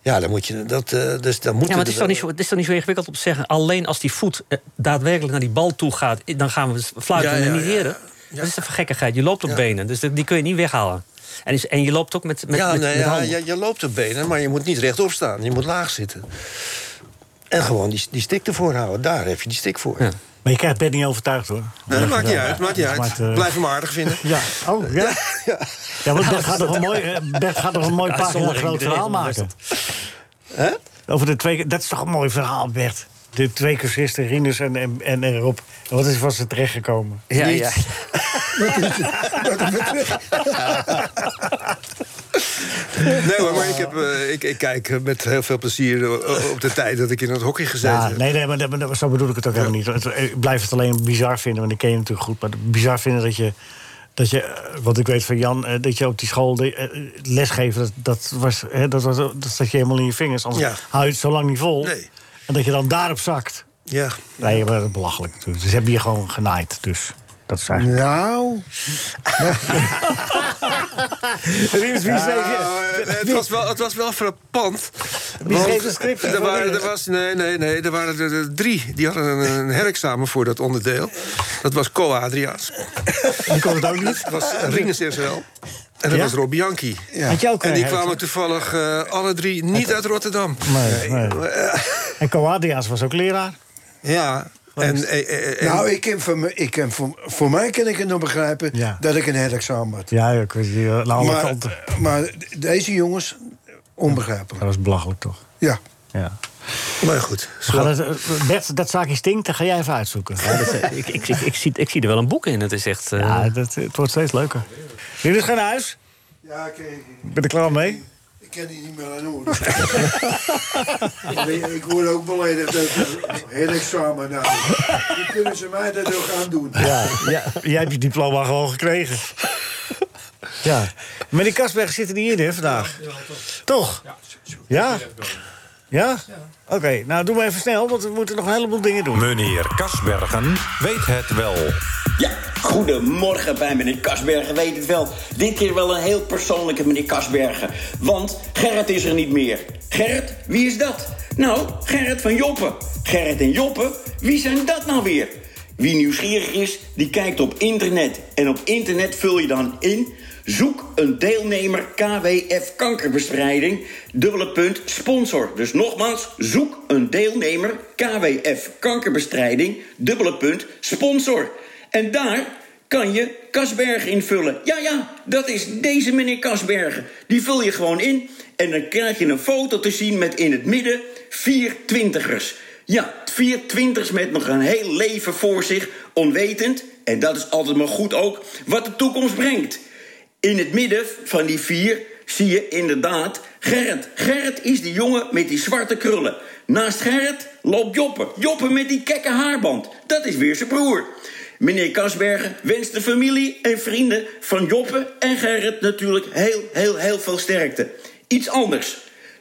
Ja, dan moet je dat. Uh, dus dan moet
ja, maar het is, toch niet zo, het is toch niet zo ingewikkeld om te zeggen. Alleen als die voet uh, daadwerkelijk naar die bal toe gaat. dan gaan we fluiten ja, en negeren. Ja, dat is een gekkigheid. Je loopt op benen, dus die kun je niet weghalen. En, is, en je loopt ook met. met,
ja,
met,
nee,
met
ja, je, je, loopt op benen, maar je moet niet rechtop staan. Je moet laag zitten. En gewoon die, die stik ervoor houden. Daar heb je die stik voor.
Maar je krijgt Ben niet overtuigd hoor.
Nee, dat maakt niet uit, maakt niet uit. Blijf hem aardig vinden.
eh, Ja, oh ja. Ja, ja want Bert gaat toch een mooi, eh, Bert gaat toch een mooi pagina groot verhaal maken. Hè? Over de twee, dat is toch een mooi verhaal, Bert. De twee cursisten, Rinus en, en, en Rob. Wat is, was er terechtgekomen?
Ja, ja.
Niet.
Nee, maar, maar ik, heb, eh, ik, ik kijk met heel veel plezier eh, op de tijd dat ik in het hockey gezeten
Ja,
heb.
nee, nee, maar, dat- maar dat- zo bedoel ik het ook helemaal niet. Het- Ik blijf het alleen bizar vinden, want ik ken je natuurlijk goed. Maar bizar vinden dat je, dat je eh, wat ik weet van Jan, eh, dat je op die school de, eh, lesgeven, dat, dat, was, hè, dat, was, dat zat je helemaal in je vingers. Anders
Ja.
hou je het zo lang niet vol. En dat je dan daarop zakt.
Ja.
Nee, maar dat is belachelijk natuurlijk. Dus hebben je gewoon genaaid, dus. Dat is eigenlijk...
Nou.
Riems, wie zei
Nou, eh, het, was wel, het was wel frappant.
Wie
want
schreef de scripten
Er
voor
waren,
Nederland?
er was, nee, nee, nee, er waren er, er drie. Die hadden een, een herexamen voor dat onderdeel. Dat was Co Adriaans.
Die kon het ook niet.
Dat was Ringens SRL. En dat
Ja?
was Rob Bianchi.
Had jij ook
en
een
die
herexamen?
kwamen toevallig eh, alle drie niet uit Rotterdam. Eh,
Nee, nee. En Coadias was ook leraar.
Ja. En, eh, eh, en-
nou, ik ken voor, me- ik ken voor, voor mij kan ik het nog begrijpen
Ja.
dat ik een herexamen had.
Ja, ik weet niet, eh, naar alle
maar,
kanten.
maar deze jongens, onbegrijpelijk.
Dat was belachelijk, toch?
Ja.
Ja.
Maar goed.
Gaat het, eh, Bert, dat zaakje stinkt, dat ga jij even uitzoeken.
Ja, dat, eh, ik, ik, ik, ik zie, ik zie er wel een boek in. Het is echt. eh,
Ja, dat, het wordt steeds leuker. Jullie gaan naar huis?
Ja, ik, ik,
Ben je er klaar mee?
ik ken die niet meer aan horen. ik, ik word ook beledigd dat herexamen nou. Hoe kunnen ze mij dat ook aan doen?
Ja, ja, jij hebt je diploma gewoon gekregen. Ja. Meneer Kasberg zit er niet in, hè, vandaag? Toch? Ja? Ja? Oké, nou doen we even snel, want we moeten nog een heleboel dingen doen.
Meneer Kasbergen weet het wel.
Ja, goedemorgen bij meneer Kasbergen, weet het wel. Dit keer wel een heel persoonlijke meneer Kasbergen. Want Gerrit is er niet meer. Gerrit, wie is dat? Nou, Gerrit van Joppen. Gerrit en Joppen, wie zijn dat nou weer? Wie nieuwsgierig is, die kijkt op internet. En op internet vul je dan in... Zoek een deelnemer KWF kankerbestrijding, dubbele punt, sponsor. Dus nogmaals, zoek een deelnemer KWF kankerbestrijding, dubbele punt, sponsor. En daar kan je Kasberg invullen. Ja, ja, dat is deze meneer Kasberg. Die vul je gewoon in en dan krijg je een foto te zien met in het midden vier twintigers. Ja, vier twintigers met nog een heel leven voor zich, onwetend, en dat is altijd maar goed ook, wat de toekomst brengt. In het midden van die vier zie je inderdaad Gerrit. Gerrit is die jongen met die zwarte krullen. Naast Gerrit loopt Joppe. Joppe met die kekke haarband. Dat is weer zijn broer. Meneer Kasbergen wenst de familie en vrienden van Joppe en Gerrit natuurlijk heel, heel, heel veel sterkte. Iets anders.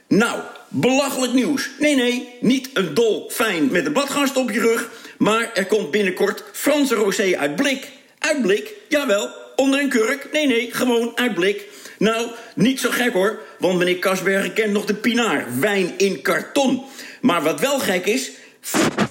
Nou, belachelijk nieuws. Nee, nee, niet een dol fijn met een badgast op je rug. Maar er komt binnenkort Franse rosé uit blik. Uit blik, jawel, onder een kurk. Nee, nee, gewoon uit blik. Nou, niet zo gek hoor, want meneer Kasbergen kent nog de pinaar. Wijn in karton. Maar wat wel gek is,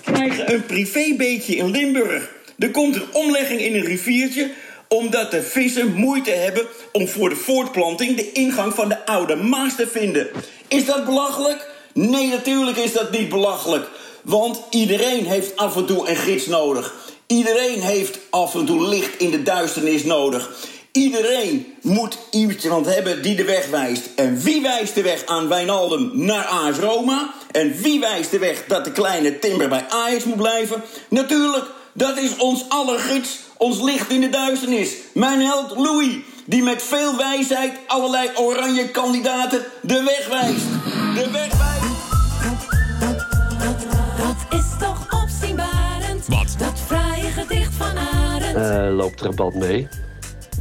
krijgen een privébeetje in Limburg. Er komt een omlegging in een riviertje omdat de vissen moeite hebben om voor de voortplanting de ingang van de oude Maas te vinden. Is dat belachelijk? Nee, natuurlijk is dat niet belachelijk. Want iedereen heeft af en toe een gids nodig. Iedereen heeft af en toe licht in de duisternis nodig. Iedereen moet iemand hebben die de weg wijst. En wie wijst de weg aan Wijnaldum naar AS Roma? En wie wijst de weg dat de kleine Timber bij Ajax moet blijven? Natuurlijk, dat is ons aller gids, ons licht in de duisternis. Mijn held Louis, die met veel wijsheid allerlei oranje kandidaten de weg wijst. De weg wijst.
Dat is toch opzienbarend? Wat? Dat fraaie gedicht van Arend.
Eh, loopt er een band mee.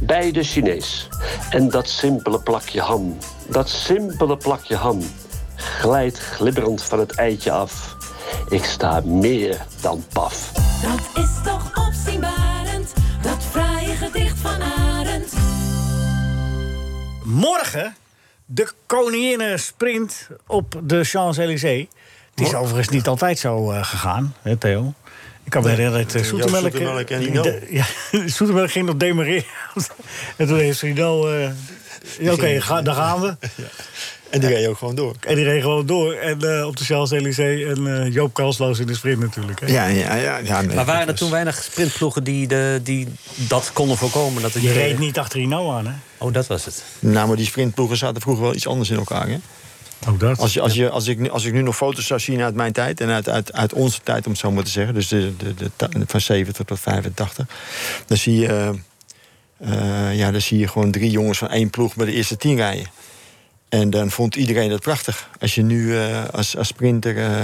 Bij de Chinees. En dat simpele plakje ham. Dat simpele plakje ham. Glijdt glibberend van het eitje af. Ik sta meer dan paf.
Dat is toch opzienbarend? Dat fraaie gedicht van Arend.
Morgen de koninginnen sprint op de Champs-Élysées. Het is overigens niet altijd zo eh, gegaan, hè, Theo. Ik kan me
Nee,
herinneren dat eh,
Joost
Soetemelk...
Soetemelk en
eh,
Nino.
de- Ja, Soetemelk ging nog demareren. en toen heeft Rino... eh ja, Oké,
ging-
ga- daar gaan we.
En die reed ook gewoon door.
En die reed gewoon door. En eh, op de Champs-Élysées. En eh, Joop Kalsloos in de sprint natuurlijk. Hè.
maar waren er toen weinig sprintploegen die, de, die dat konden voorkomen? Dat
Je reed niet achter Rino aan, hè?
Oh, dat was het.
Nou, maar die sprintploegen zaten vroeger wel iets anders in elkaar. Hè?
Ook dat.
Als, je, als, je, als, ik, nu- als ik nu nog foto's zou zien uit mijn tijd en uit, uit, uit onze tijd, om het zo maar te zeggen, dus de, de, de, ta- van 70 tot 85, dan zie je, eh, eh, ja, dan zie je gewoon drie jongens van één ploeg bij de eerste tien rijden. En dan vond iedereen dat prachtig. Als je nu eh, als, als sprinter eh,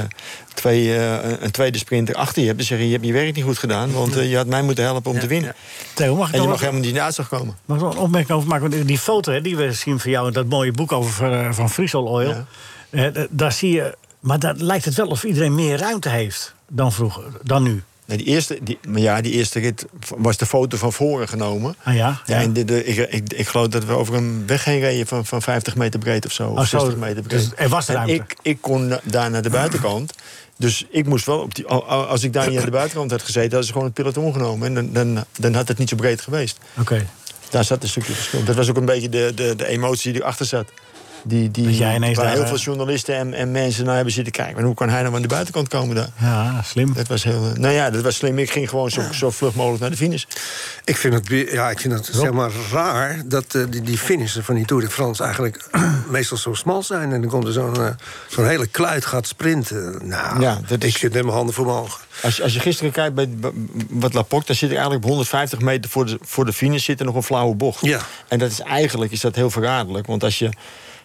twee, eh, een tweede sprinter achter je hebt... dan zeg je, je hebt je werk niet goed gedaan... want eh, je had mij moeten helpen om te winnen.
Theo, mag ik
en
nog
je mag
wat-
helemaal niet in de uitslag komen.
Mag ik nog een opmerking over maken? Want die foto hè, die we zien van jou in dat mooie boek over eh, van Friesel Oil. eh, d- daar zie je. Maar daar lijkt het wel of iedereen meer ruimte heeft dan vroeger, dan nu.
Nee, die eerste, die, maar ja, die eerste rit was de foto van voren genomen.
Ah ja?
Ja, en de, de- ik, ik, ik geloof dat we over een weg heen reden van, van 50 meter breed of zo.
Oh,
of
zo,
60 meter breed.
dus er was
en
ruimte.
ik, ik kon na- daar naar de buitenkant. Dus ik moest wel op die. al- al- Als ik daar niet aan de buitenkant had gezeten, hadden ze gewoon het peloton genomen. En dan, dan, dan had het niet zo breed geweest.
Oké.
Daar zat een stukje verschil. Dat was ook een beetje de, de, de emotie die erachter zat. Die, die,
Dat jij ineens
waar
daar,
heel
eh,
veel journalisten en, en mensen naar hebben zitten kijken. Maar hoe kan hij nou aan de buitenkant komen daar?
Ja, slim.
Dat was heel, eh, nou ja, dat was slim. Ik ging gewoon zo, zo vlug mogelijk naar de finish.
Ik vind het, bi- ja, ik vind het zeg maar raar dat eh, die, die finishen van die Tour de France eigenlijk meestal zo smal zijn. En dan komt er zo'n eh, zo'n hele kluit gaat sprinten. Nou,
Ja, dat is-
ik zit met mijn handen voor mijn ogen.
Als, je- als je gisteren kijkt bij b- wat Laporte, dan zit er eigenlijk op 150 meter voor de, voor de finish zit er nog een flauwe bocht.
Ja.
En dat is eigenlijk is dat heel verraderlijk. Want als je,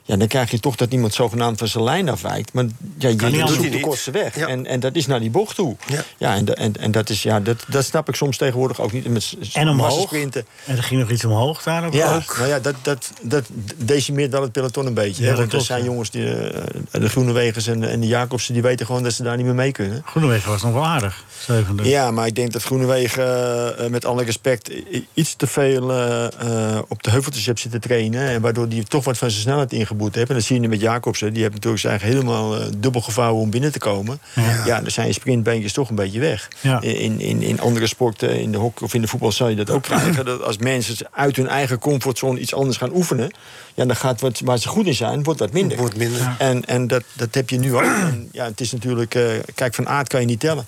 ja, dan krijg je toch dat iemand zogenaamd van zijn lijn afwijkt. Maar ja,
Kan niet
je
anders.
zoekt de
Doet hij
kortste
niet.
weg.
Ja.
En, en dat is naar die bocht toe.
Ja.
en, da- en, en dat, is, ja, dat, dat snap ik soms tegenwoordig ook niet. Met s- s-
En omhoog.
massasprinten.
En er ging nog iets omhoog daar ook.
Ja,
ook.
nou ja, dat, dat, dat decimeert wel het peloton een beetje.
Ja,
hè.
dat
Want er
klopt,
zijn
ja.
jongens, die, eh, de Groenewegens en, en de Jacobsen, die weten gewoon dat ze daar niet meer mee kunnen.
Groenewegen was nog wel aardig. Zevende.
Ja, maar ik denk dat Groenewegen, eh, eh, met alle respect, i- iets te veel eh, eh, op de heuveltjes hebt zitten trainen. En waardoor hij toch wat van zijn snelheid ingeboet heeft. En dat zie je nu met Jacobsen. Die heeft natuurlijk zijn eigen helemaal eh, dubbel gevouwen om binnen te komen. Ja, dan zijn je sprintbeentjes toch een beetje weg.
Ja.
Eh, In, in, in andere sporten, in de hok of in de voetbal, zal je dat ook krijgen. Dat als mensen uit hun eigen comfortzone iets anders gaan oefenen. Ja, dan gaat wat, waar ze goed in zijn, wordt dat minder.
Wordt minder.
En, en dat, dat heb je nu ook. En ja, het is natuurlijk, eh, kijk, van aard kan je niet tellen.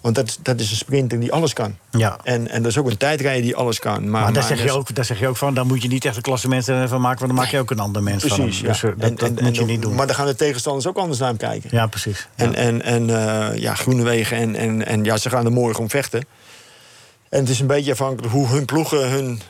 Want dat, is- dat is een sprinter die alles kan.
Ja.
En, en dat is ook een tijdrijder die alles kan. Maar,
Maar daar
maar
zeg, je
dat-
ook, daar zeg je ook van, daar moet je niet echt een klassementen van maken... want dan maak je ook een ander mens van hem.
Precies, ja.
Dus eh, dat,
En-
dat
en-
moet
en
je
ook-
niet doen.
Maar dan gaan de tegenstanders ook anders naar hem kijken.
Ja, precies.
En, en, en eh, ja, Groenewegen en, en, en ja, ze gaan er morgen om vechten. En het is een beetje afhankelijk hoe hun ploegen hun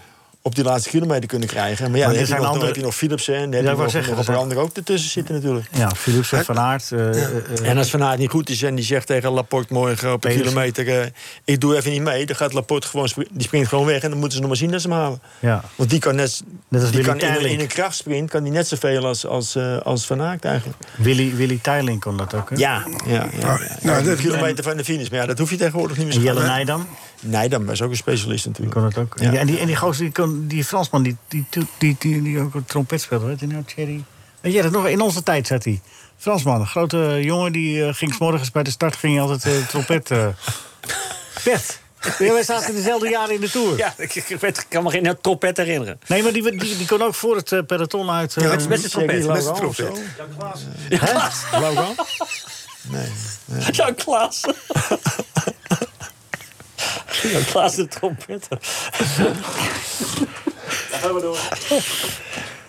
op die laatste kilometer kunnen krijgen. Maar ja,
Maar er
dan heb, je
zijn
nog,
andere-
dan heb je nog Philipsen en dan
Ja,
heb
ik
je
wou
nog,
zeggen,
nog
er
een
zijn-
paar anderen ook ertussen zitten natuurlijk.
Ja, Philipsen, Van Aert... eh, eh, eh,
En als Van Aert niet goed is en die zegt tegen Laporte morgen op een
Pedersen.
kilometer... eh, ik doe even niet mee, dan gaat Laporte gewoon, spri- die springt gewoon weg... en dan moeten ze nog maar zien dat ze hem halen.
ja.
Want die kan net,
Net als
die
Willy
kan in,
Tijlink.
in een krachtsprint kan die net zoveel als, als, eh, als Van Aert eigenlijk.
Willy, Willy Tijling kon dat ook, hè?
Ja, ja, ja.
nou,
een
dat-
kilometer van de finish. Maar ja, dat hoef je tegenwoordig niet meer
En
zo
Jelle
goed.
Nijdam?
Nijdam was ook een specialist natuurlijk.
Kon dat ook.
Ja.
Ja. en, die, en die gozer, die, kon- die Fransman, die, die, die, die, die ook een trompet speelde, weet je nou, Thierry? Weet jij dat nog? In onze tijd zat hij. Fransman, een grote jongen, die eh, ging s'morgens bij de start ging hij altijd eh, trompet... eh Pet. Ja, wij zaten dezelfde jaren in de Tour.
Ja, ik, ik weet- ik kan me geen trompet herinneren.
Nee, maar die, die, die kon ook voor het eh, peloton uit... eh,
Ja, met- met z'n trompet.
Thierry
Met z'n
Laurent of zo.
Klaas.
Laurent?
Jan Klaas. Jan Klaas de trompet.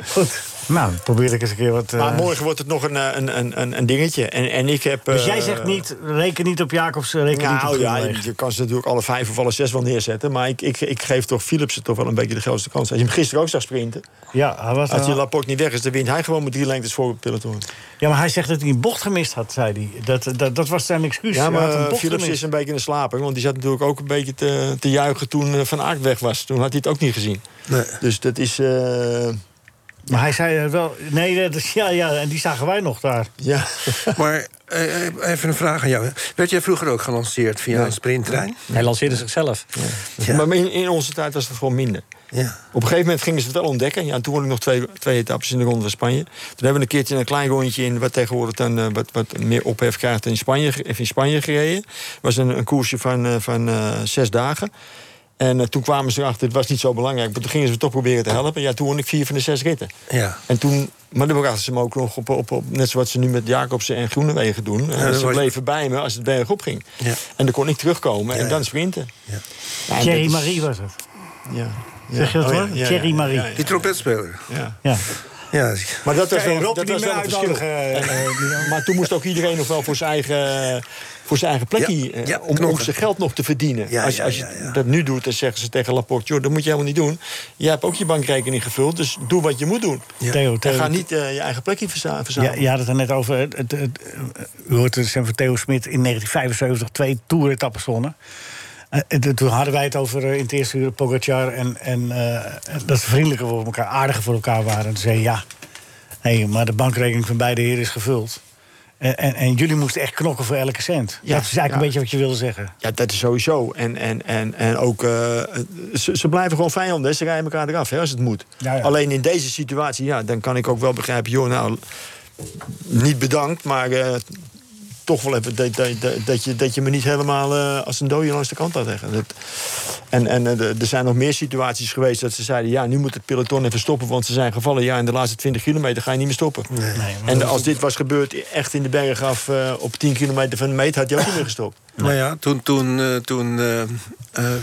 Goed. Nou, dan probeer ik eens een keer wat... eh,
Maar morgen wordt het nog een, eh, een, een, een, een dingetje. En, en ik heb...
Dus jij
eh,
zegt niet, reken niet op Jacobs, eh, reken niet
Nou
op
ja,
Groenewegen.
je kan ze natuurlijk alle vijf of alle zes wel neerzetten. Maar ik, ik, ik geef toch Philipsen toch wel een beetje de grootste kans. Als je hem gisteren ook zag sprinten.
Ja, hij was
Als die
wel-
Laporte niet weg is, dan wint hij gewoon met drie lengtes voor op het peloton.
ja, maar hij zegt dat hij een bocht gemist had, zei hij. Dat, dat, dat was zijn excuus.
Ja,
Hij had een
maar
bocht
Philips
gemist.
is een beetje in de slaper. Want die zat natuurlijk ook een beetje te, te juichen toen eh, Van Aert weg was. Toen had hij het ook niet gezien. Dus dat is... eh,
Maar hij zei eh, wel... Nee, dat is, ja, ja, en die zagen wij nog daar.
ja.
Maar eh, eh, even een vraag aan jou. hè. Werd jij vroeger ook gelanceerd via een sprinttrein?
Hij lanceerde zichzelf.
Maar in, in onze tijd was dat gewoon minder.
Ja.
Op een gegeven moment gingen ze het wel ontdekken. Ja, en toen won ik nog twee, twee etappes in de Ronde van Spanje. Toen hebben we een keertje een klein rondje in... wat tegenwoordig dan eh, wat, wat meer ophef krijgt in Spanje, ge- in Spanje gereden. Het was een, een koersje van, eh, van eh, zes dagen. En eh, toen kwamen ze erachter, het was niet zo belangrijk... maar toen gingen ze me toch proberen te helpen. Ja, toen won ik vier van de zes ritten.
Ja.
En toen, maar dan brachten ze me ook nog op, op, op net zoals ze nu met Jacobsen en Groenewegen doen. Eh,
dat
ze
was-
bleven bij me als het berg op ging.
Ja.
En dan kon ik terugkomen en
Ja,
dan sprinten. Ja. en
Thierry
dat is-
Marie was het.
Ja.
Zeg je dat
Oh,
hoor?
ja, ja,
Thierry
ja,
Marie.
ja, ja.
Die trompetspeler.
Ja.
Ja.
Ja.
Maar dat was
Kan je
wel,
Rob
dat
niet
was wel
meer
een verschil.
uitnodigen?
Eh, eh, maar toen moest ook iedereen nog wel voor zijn eigen, voor zijn eigen plekje... eh,
ja,
om, om
knokken.
zijn geld nog te verdienen.
Ja,
als,
ja,
als je dat nu doet, dan zeggen ze tegen Laporte... joh, dat moet je helemaal niet doen. Jij hebt ook je bankrekening gevuld, dus doe wat je moet doen.
Theo,
En
Theo,
ga niet eh, je eigen plekje verza-
Ja,
verzamelen.
je had het er net over. Het, het, het- u hoort het van Theo Smit in 1975 twee toeretappes gewonnen. Eh, het- toen hadden wij het over eh, in het eerste uur Pogacar en, en eh, dat ze vriendelijker voor elkaar, aardiger voor elkaar waren. En zeiden ja, nee, maar de bankrekening van beide heren is gevuld. En, en, en jullie moesten echt knokken voor elke cent.
Ja,
dat is eigenlijk
ja.
een beetje wat je wilde zeggen.
Ja, dat is sowieso. En, en, en, en ook, eh, ze, ze blijven gewoon vijanden. hè. Ze rijden elkaar eraf, hè, als het moet.
Ja, ja.
Alleen in deze situatie, ja, dan kan ik ook wel begrijpen... joh, nou, niet bedankt, maar eh, toch wel even... Dat, dat, dat- dat, je, dat je me niet helemaal eh, als een dode langs de kant had leggen. Dat, en en eh, de- er zijn nog meer situaties geweest dat ze zeiden... ja, nu moet het peloton even stoppen, want ze zijn gevallen. Ja, in de laatste 20 kilometer ga je niet meer stoppen. en als dit was gebeurd echt in de berg af... eh, op 10 kilometer van de meet, had je ook niet meer gestopt.
Nou ja, toen, toen, eh toen eh eh,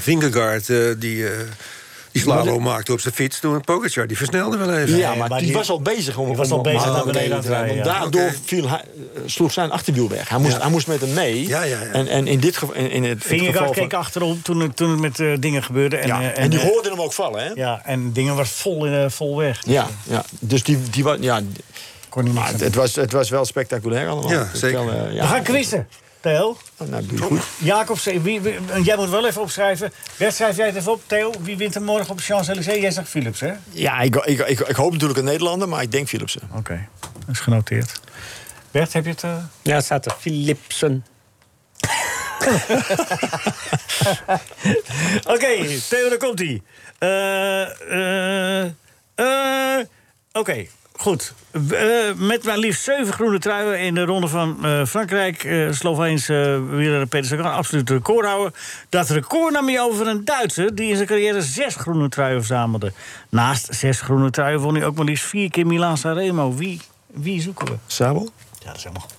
Vingegaard eh, die, eh, die slalom maakte op zijn fiets... toen Pogacar, die versnelde wel even.
Ja, maar, die, was al bezig om...
die was al
om-
bezig
om-
naar
om-
beneden aan het rijden,
want
ja.
Daardoor
Oké.
viel hij, eh, sloeg zijn achterwiel weg. Hij moest, hij moest met hem mee. En, en in dit geval... In, in het, het
Vingegaard
geval van-
keek achterom toen, het- toen het met eh, dingen gebeurde. En,
Ja,
eh,
en die
eh,
hoorden hem ook vallen, hè?
Ja, en dingen was vol, eh, vol weg.
Ja, ja, dus die, die was... Ja,
Kon niet
maar het, het was, het was wel spectaculair allemaal.
Ja,
Het was
zeker.
wel, eh, ja,
We gaan quizzen, Theo.
Nou, doe je goed.
Jacobsen, wie, wie- want jij moet wel even opschrijven. Bert, schrijf jij het even op. Theo, wie wint er morgen op Champs-Élysées? Jij zegt Philips, hè?
Ja, ik, ik, ik, ik hoop natuurlijk een Nederlander, maar ik denk Philipsen. Oké,
dat is genoteerd. Bert, heb je het... eh?
Ja, het staat er. Philipsen.
Oké, Theo, daar komt hij. eh, Oké, goed. Eh, met maar liefst zeven groene truien in de ronde van eh, Frankrijk. eh Sloveens uh, wieler Peter Sagan, absoluut recordhouder. Dat record nam hij over een Duitser... die in zijn carrière zes groene truien verzamelde. Naast zes groene truien won hij ook maar liefst vier keer Milaan-Sanremo. Wie, wie zoeken we?
Sabel?
Ja, dat is helemaal goed.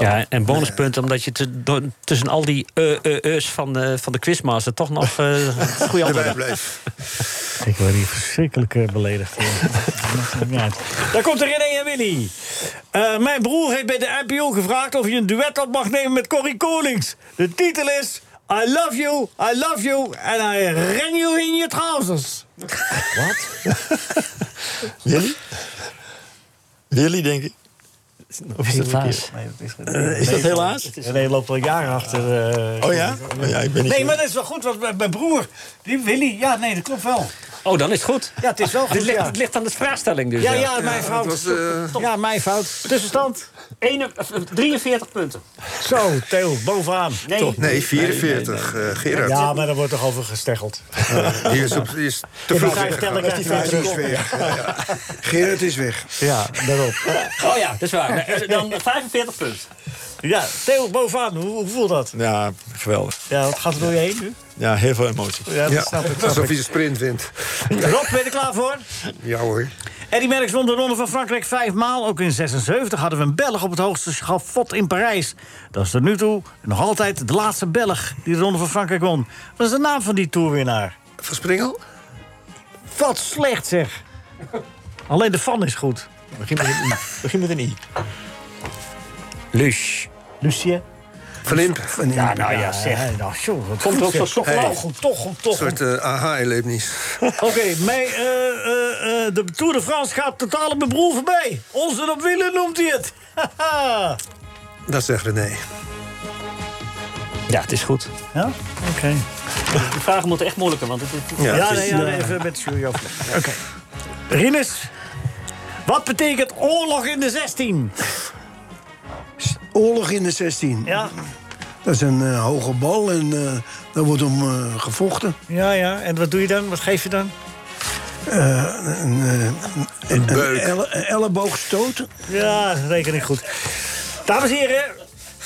Ja, en bonuspunten omdat je te- door- tussen al die eh eh eh's van de, van de quizmaster toch nog eh het goede antwoord hebt.
Ik word hier verschrikkelijk eh, beledigd. Maakt het niet uit. Daar komt er René en Willy. Eh, mijn broer heeft bij de NPO gevraagd of je een duet op mag nemen met Corrie Konings. De titel is I love you, I love you and I ren you in your trousers.
Wat? Willy? Willy, denk ik. Of is dat verkeerd? Eh, is dat helaas?
René loopt al jaren achter. eh,
Oh ja?
Corrie.
Oh ja, ik ben niet
nee,
zo-
maar dat is wel goed, want mijn- mijn broer, die Willy, ja, nee, dat klopt wel.
Oh, dan is het goed.
Ja, het is wel goed,
Ah, Dit ligt,
ja.
het ligt aan de vraagstelling dus.
Ja, ja, mijn fout.
was,
Ja, mijn fout. Tussenstand. eh,
43 punten.
Zo, Theo, bovenaan.
Toch?
Nee, 44, eh, Gerard.
Ja, maar daar wordt toch over gesteggeld.
Eh, die is, op, die is te
Ja,
veel
die ga je vertellen,
weggegaan.
krijg je vijf seconden.
Gerard is weg.
Ja, daarop.
Oh ja, dat is waar. Nee, Dan 45 punten.
Ja, Theo, bovenaan. Hoe, hoe voelt dat?
Ja, geweldig.
Ja, wat gaat er door je heen nu?
Ja, heel veel emotie.
Ja, dat snap ik.
Alsof hij de sprint wint.
Rob, ben je er klaar voor?
Ja hoor.
Eddy Merckx won de Ronde van Frankrijk vijfmaal. Ook in 76 hadden we een Belg op het hoogste schafot in Parijs. Dat is tot nu toe nog altijd de laatste Belg die de Ronde van Frankrijk won. Wat is de naam van die toerwinnaar?
Van Springel?
Wat slecht zeg. Alleen de fan is goed.
Begin met een I. Begin met een I.
Lush.
Lucien?
Van Imp.
Ja, nou ja, zeg. Nou, joh, wat
Komt
goed,
ook
zeg.
van Stockholm.
Nou, goed, toch, goed,
Een
toch. goed.
soort eh, aha-erlebnis.
Oké, mij, eh, eh, eh, de Tour de France gaat totaal op mijn broer voorbij. Onze op wielen noemt hij het. Haha.
Dat zegt René.
Ja, het is goed.
ja? Oké.
Dus Die vragen moeten echt moeilijker, want het, het-
Ja,
het is-
nee, ja, nee, even met de jury over. Oké. Rinus, wat betekent oorlog in de 16?
Oorlog in de 16.
Ja.
Dat is een eh, hoge bal en eh, daar wordt om eh, gevochten.
Ja, ja. En wat doe je dan? Wat geef je dan?
Eh, een, eh, een, een elle- een elleboog stoten.
Ja, reken ik goed. Dames en heren,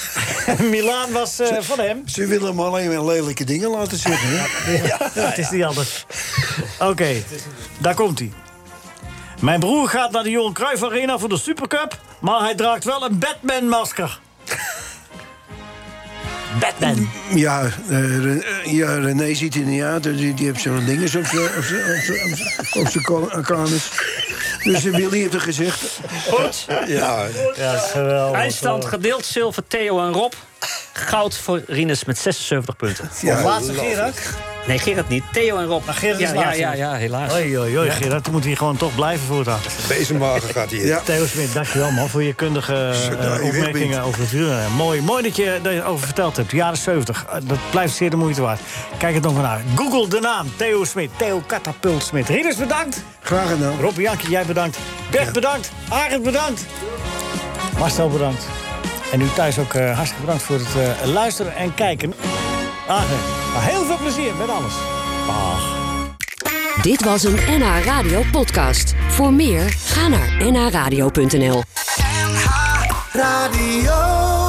Milaan was eh, van hem.
Ze willen hem alleen maar lelijke dingen laten zeggen. hè?
Ja, het is niet anders. Oké, daar komt hij. Mijn broer gaat naar de Johan Cruijff Arena voor de Supercup... maar hij draagt wel een Batman-masker. Batman.
Ja, eh, Ren- eh, ja, René dus ziet in de ja, die, die heeft zo'n dinges op zijn op zijn- op zijn- op zijn- op zijn kol- eh, kanus. Dus eh, Willy heeft er gezegd.
Goed.
Ja.
Ja, geweldig.
Eindstand gedeeld zilver Theo en Rob. Goud voor Rinus met 76 punten.
Ja, laatste Gerard?
Nee, Gerard niet. Theo en Rob. Maar
Gerard is
ja, ja,
laatste.
ja, ja, helaas.
Oei, oei, oei,
Ja.
Gerard, dan moet hij gewoon toch blijven voortaan.
Bezemwagen gaat hier.
Ja. Theo Smit, dankjewel man voor je kundige eh,
Zo, nou, je weet
opmerkingen
niet.
over het wielrennen. Mooi, mooi dat je daarover verteld hebt. De jaren 70, eh, dat blijft zeer de moeite waard. Kijk het nog maar naar. Google de naam Theo Smit, Theo Katapult Smit. Rieders bedankt.
Graag gedaan.
Rob Janke, jij bedankt. Bert bedankt. Arend bedankt. Marcel bedankt. En u thuis ook eh, hartstikke bedankt voor het eh, luisteren en kijken. Arend, nou, heel veel plezier met alles. Dag.
Dit was een NH Radio podcast. Voor meer, ga naar nhradio.nl.
Radio.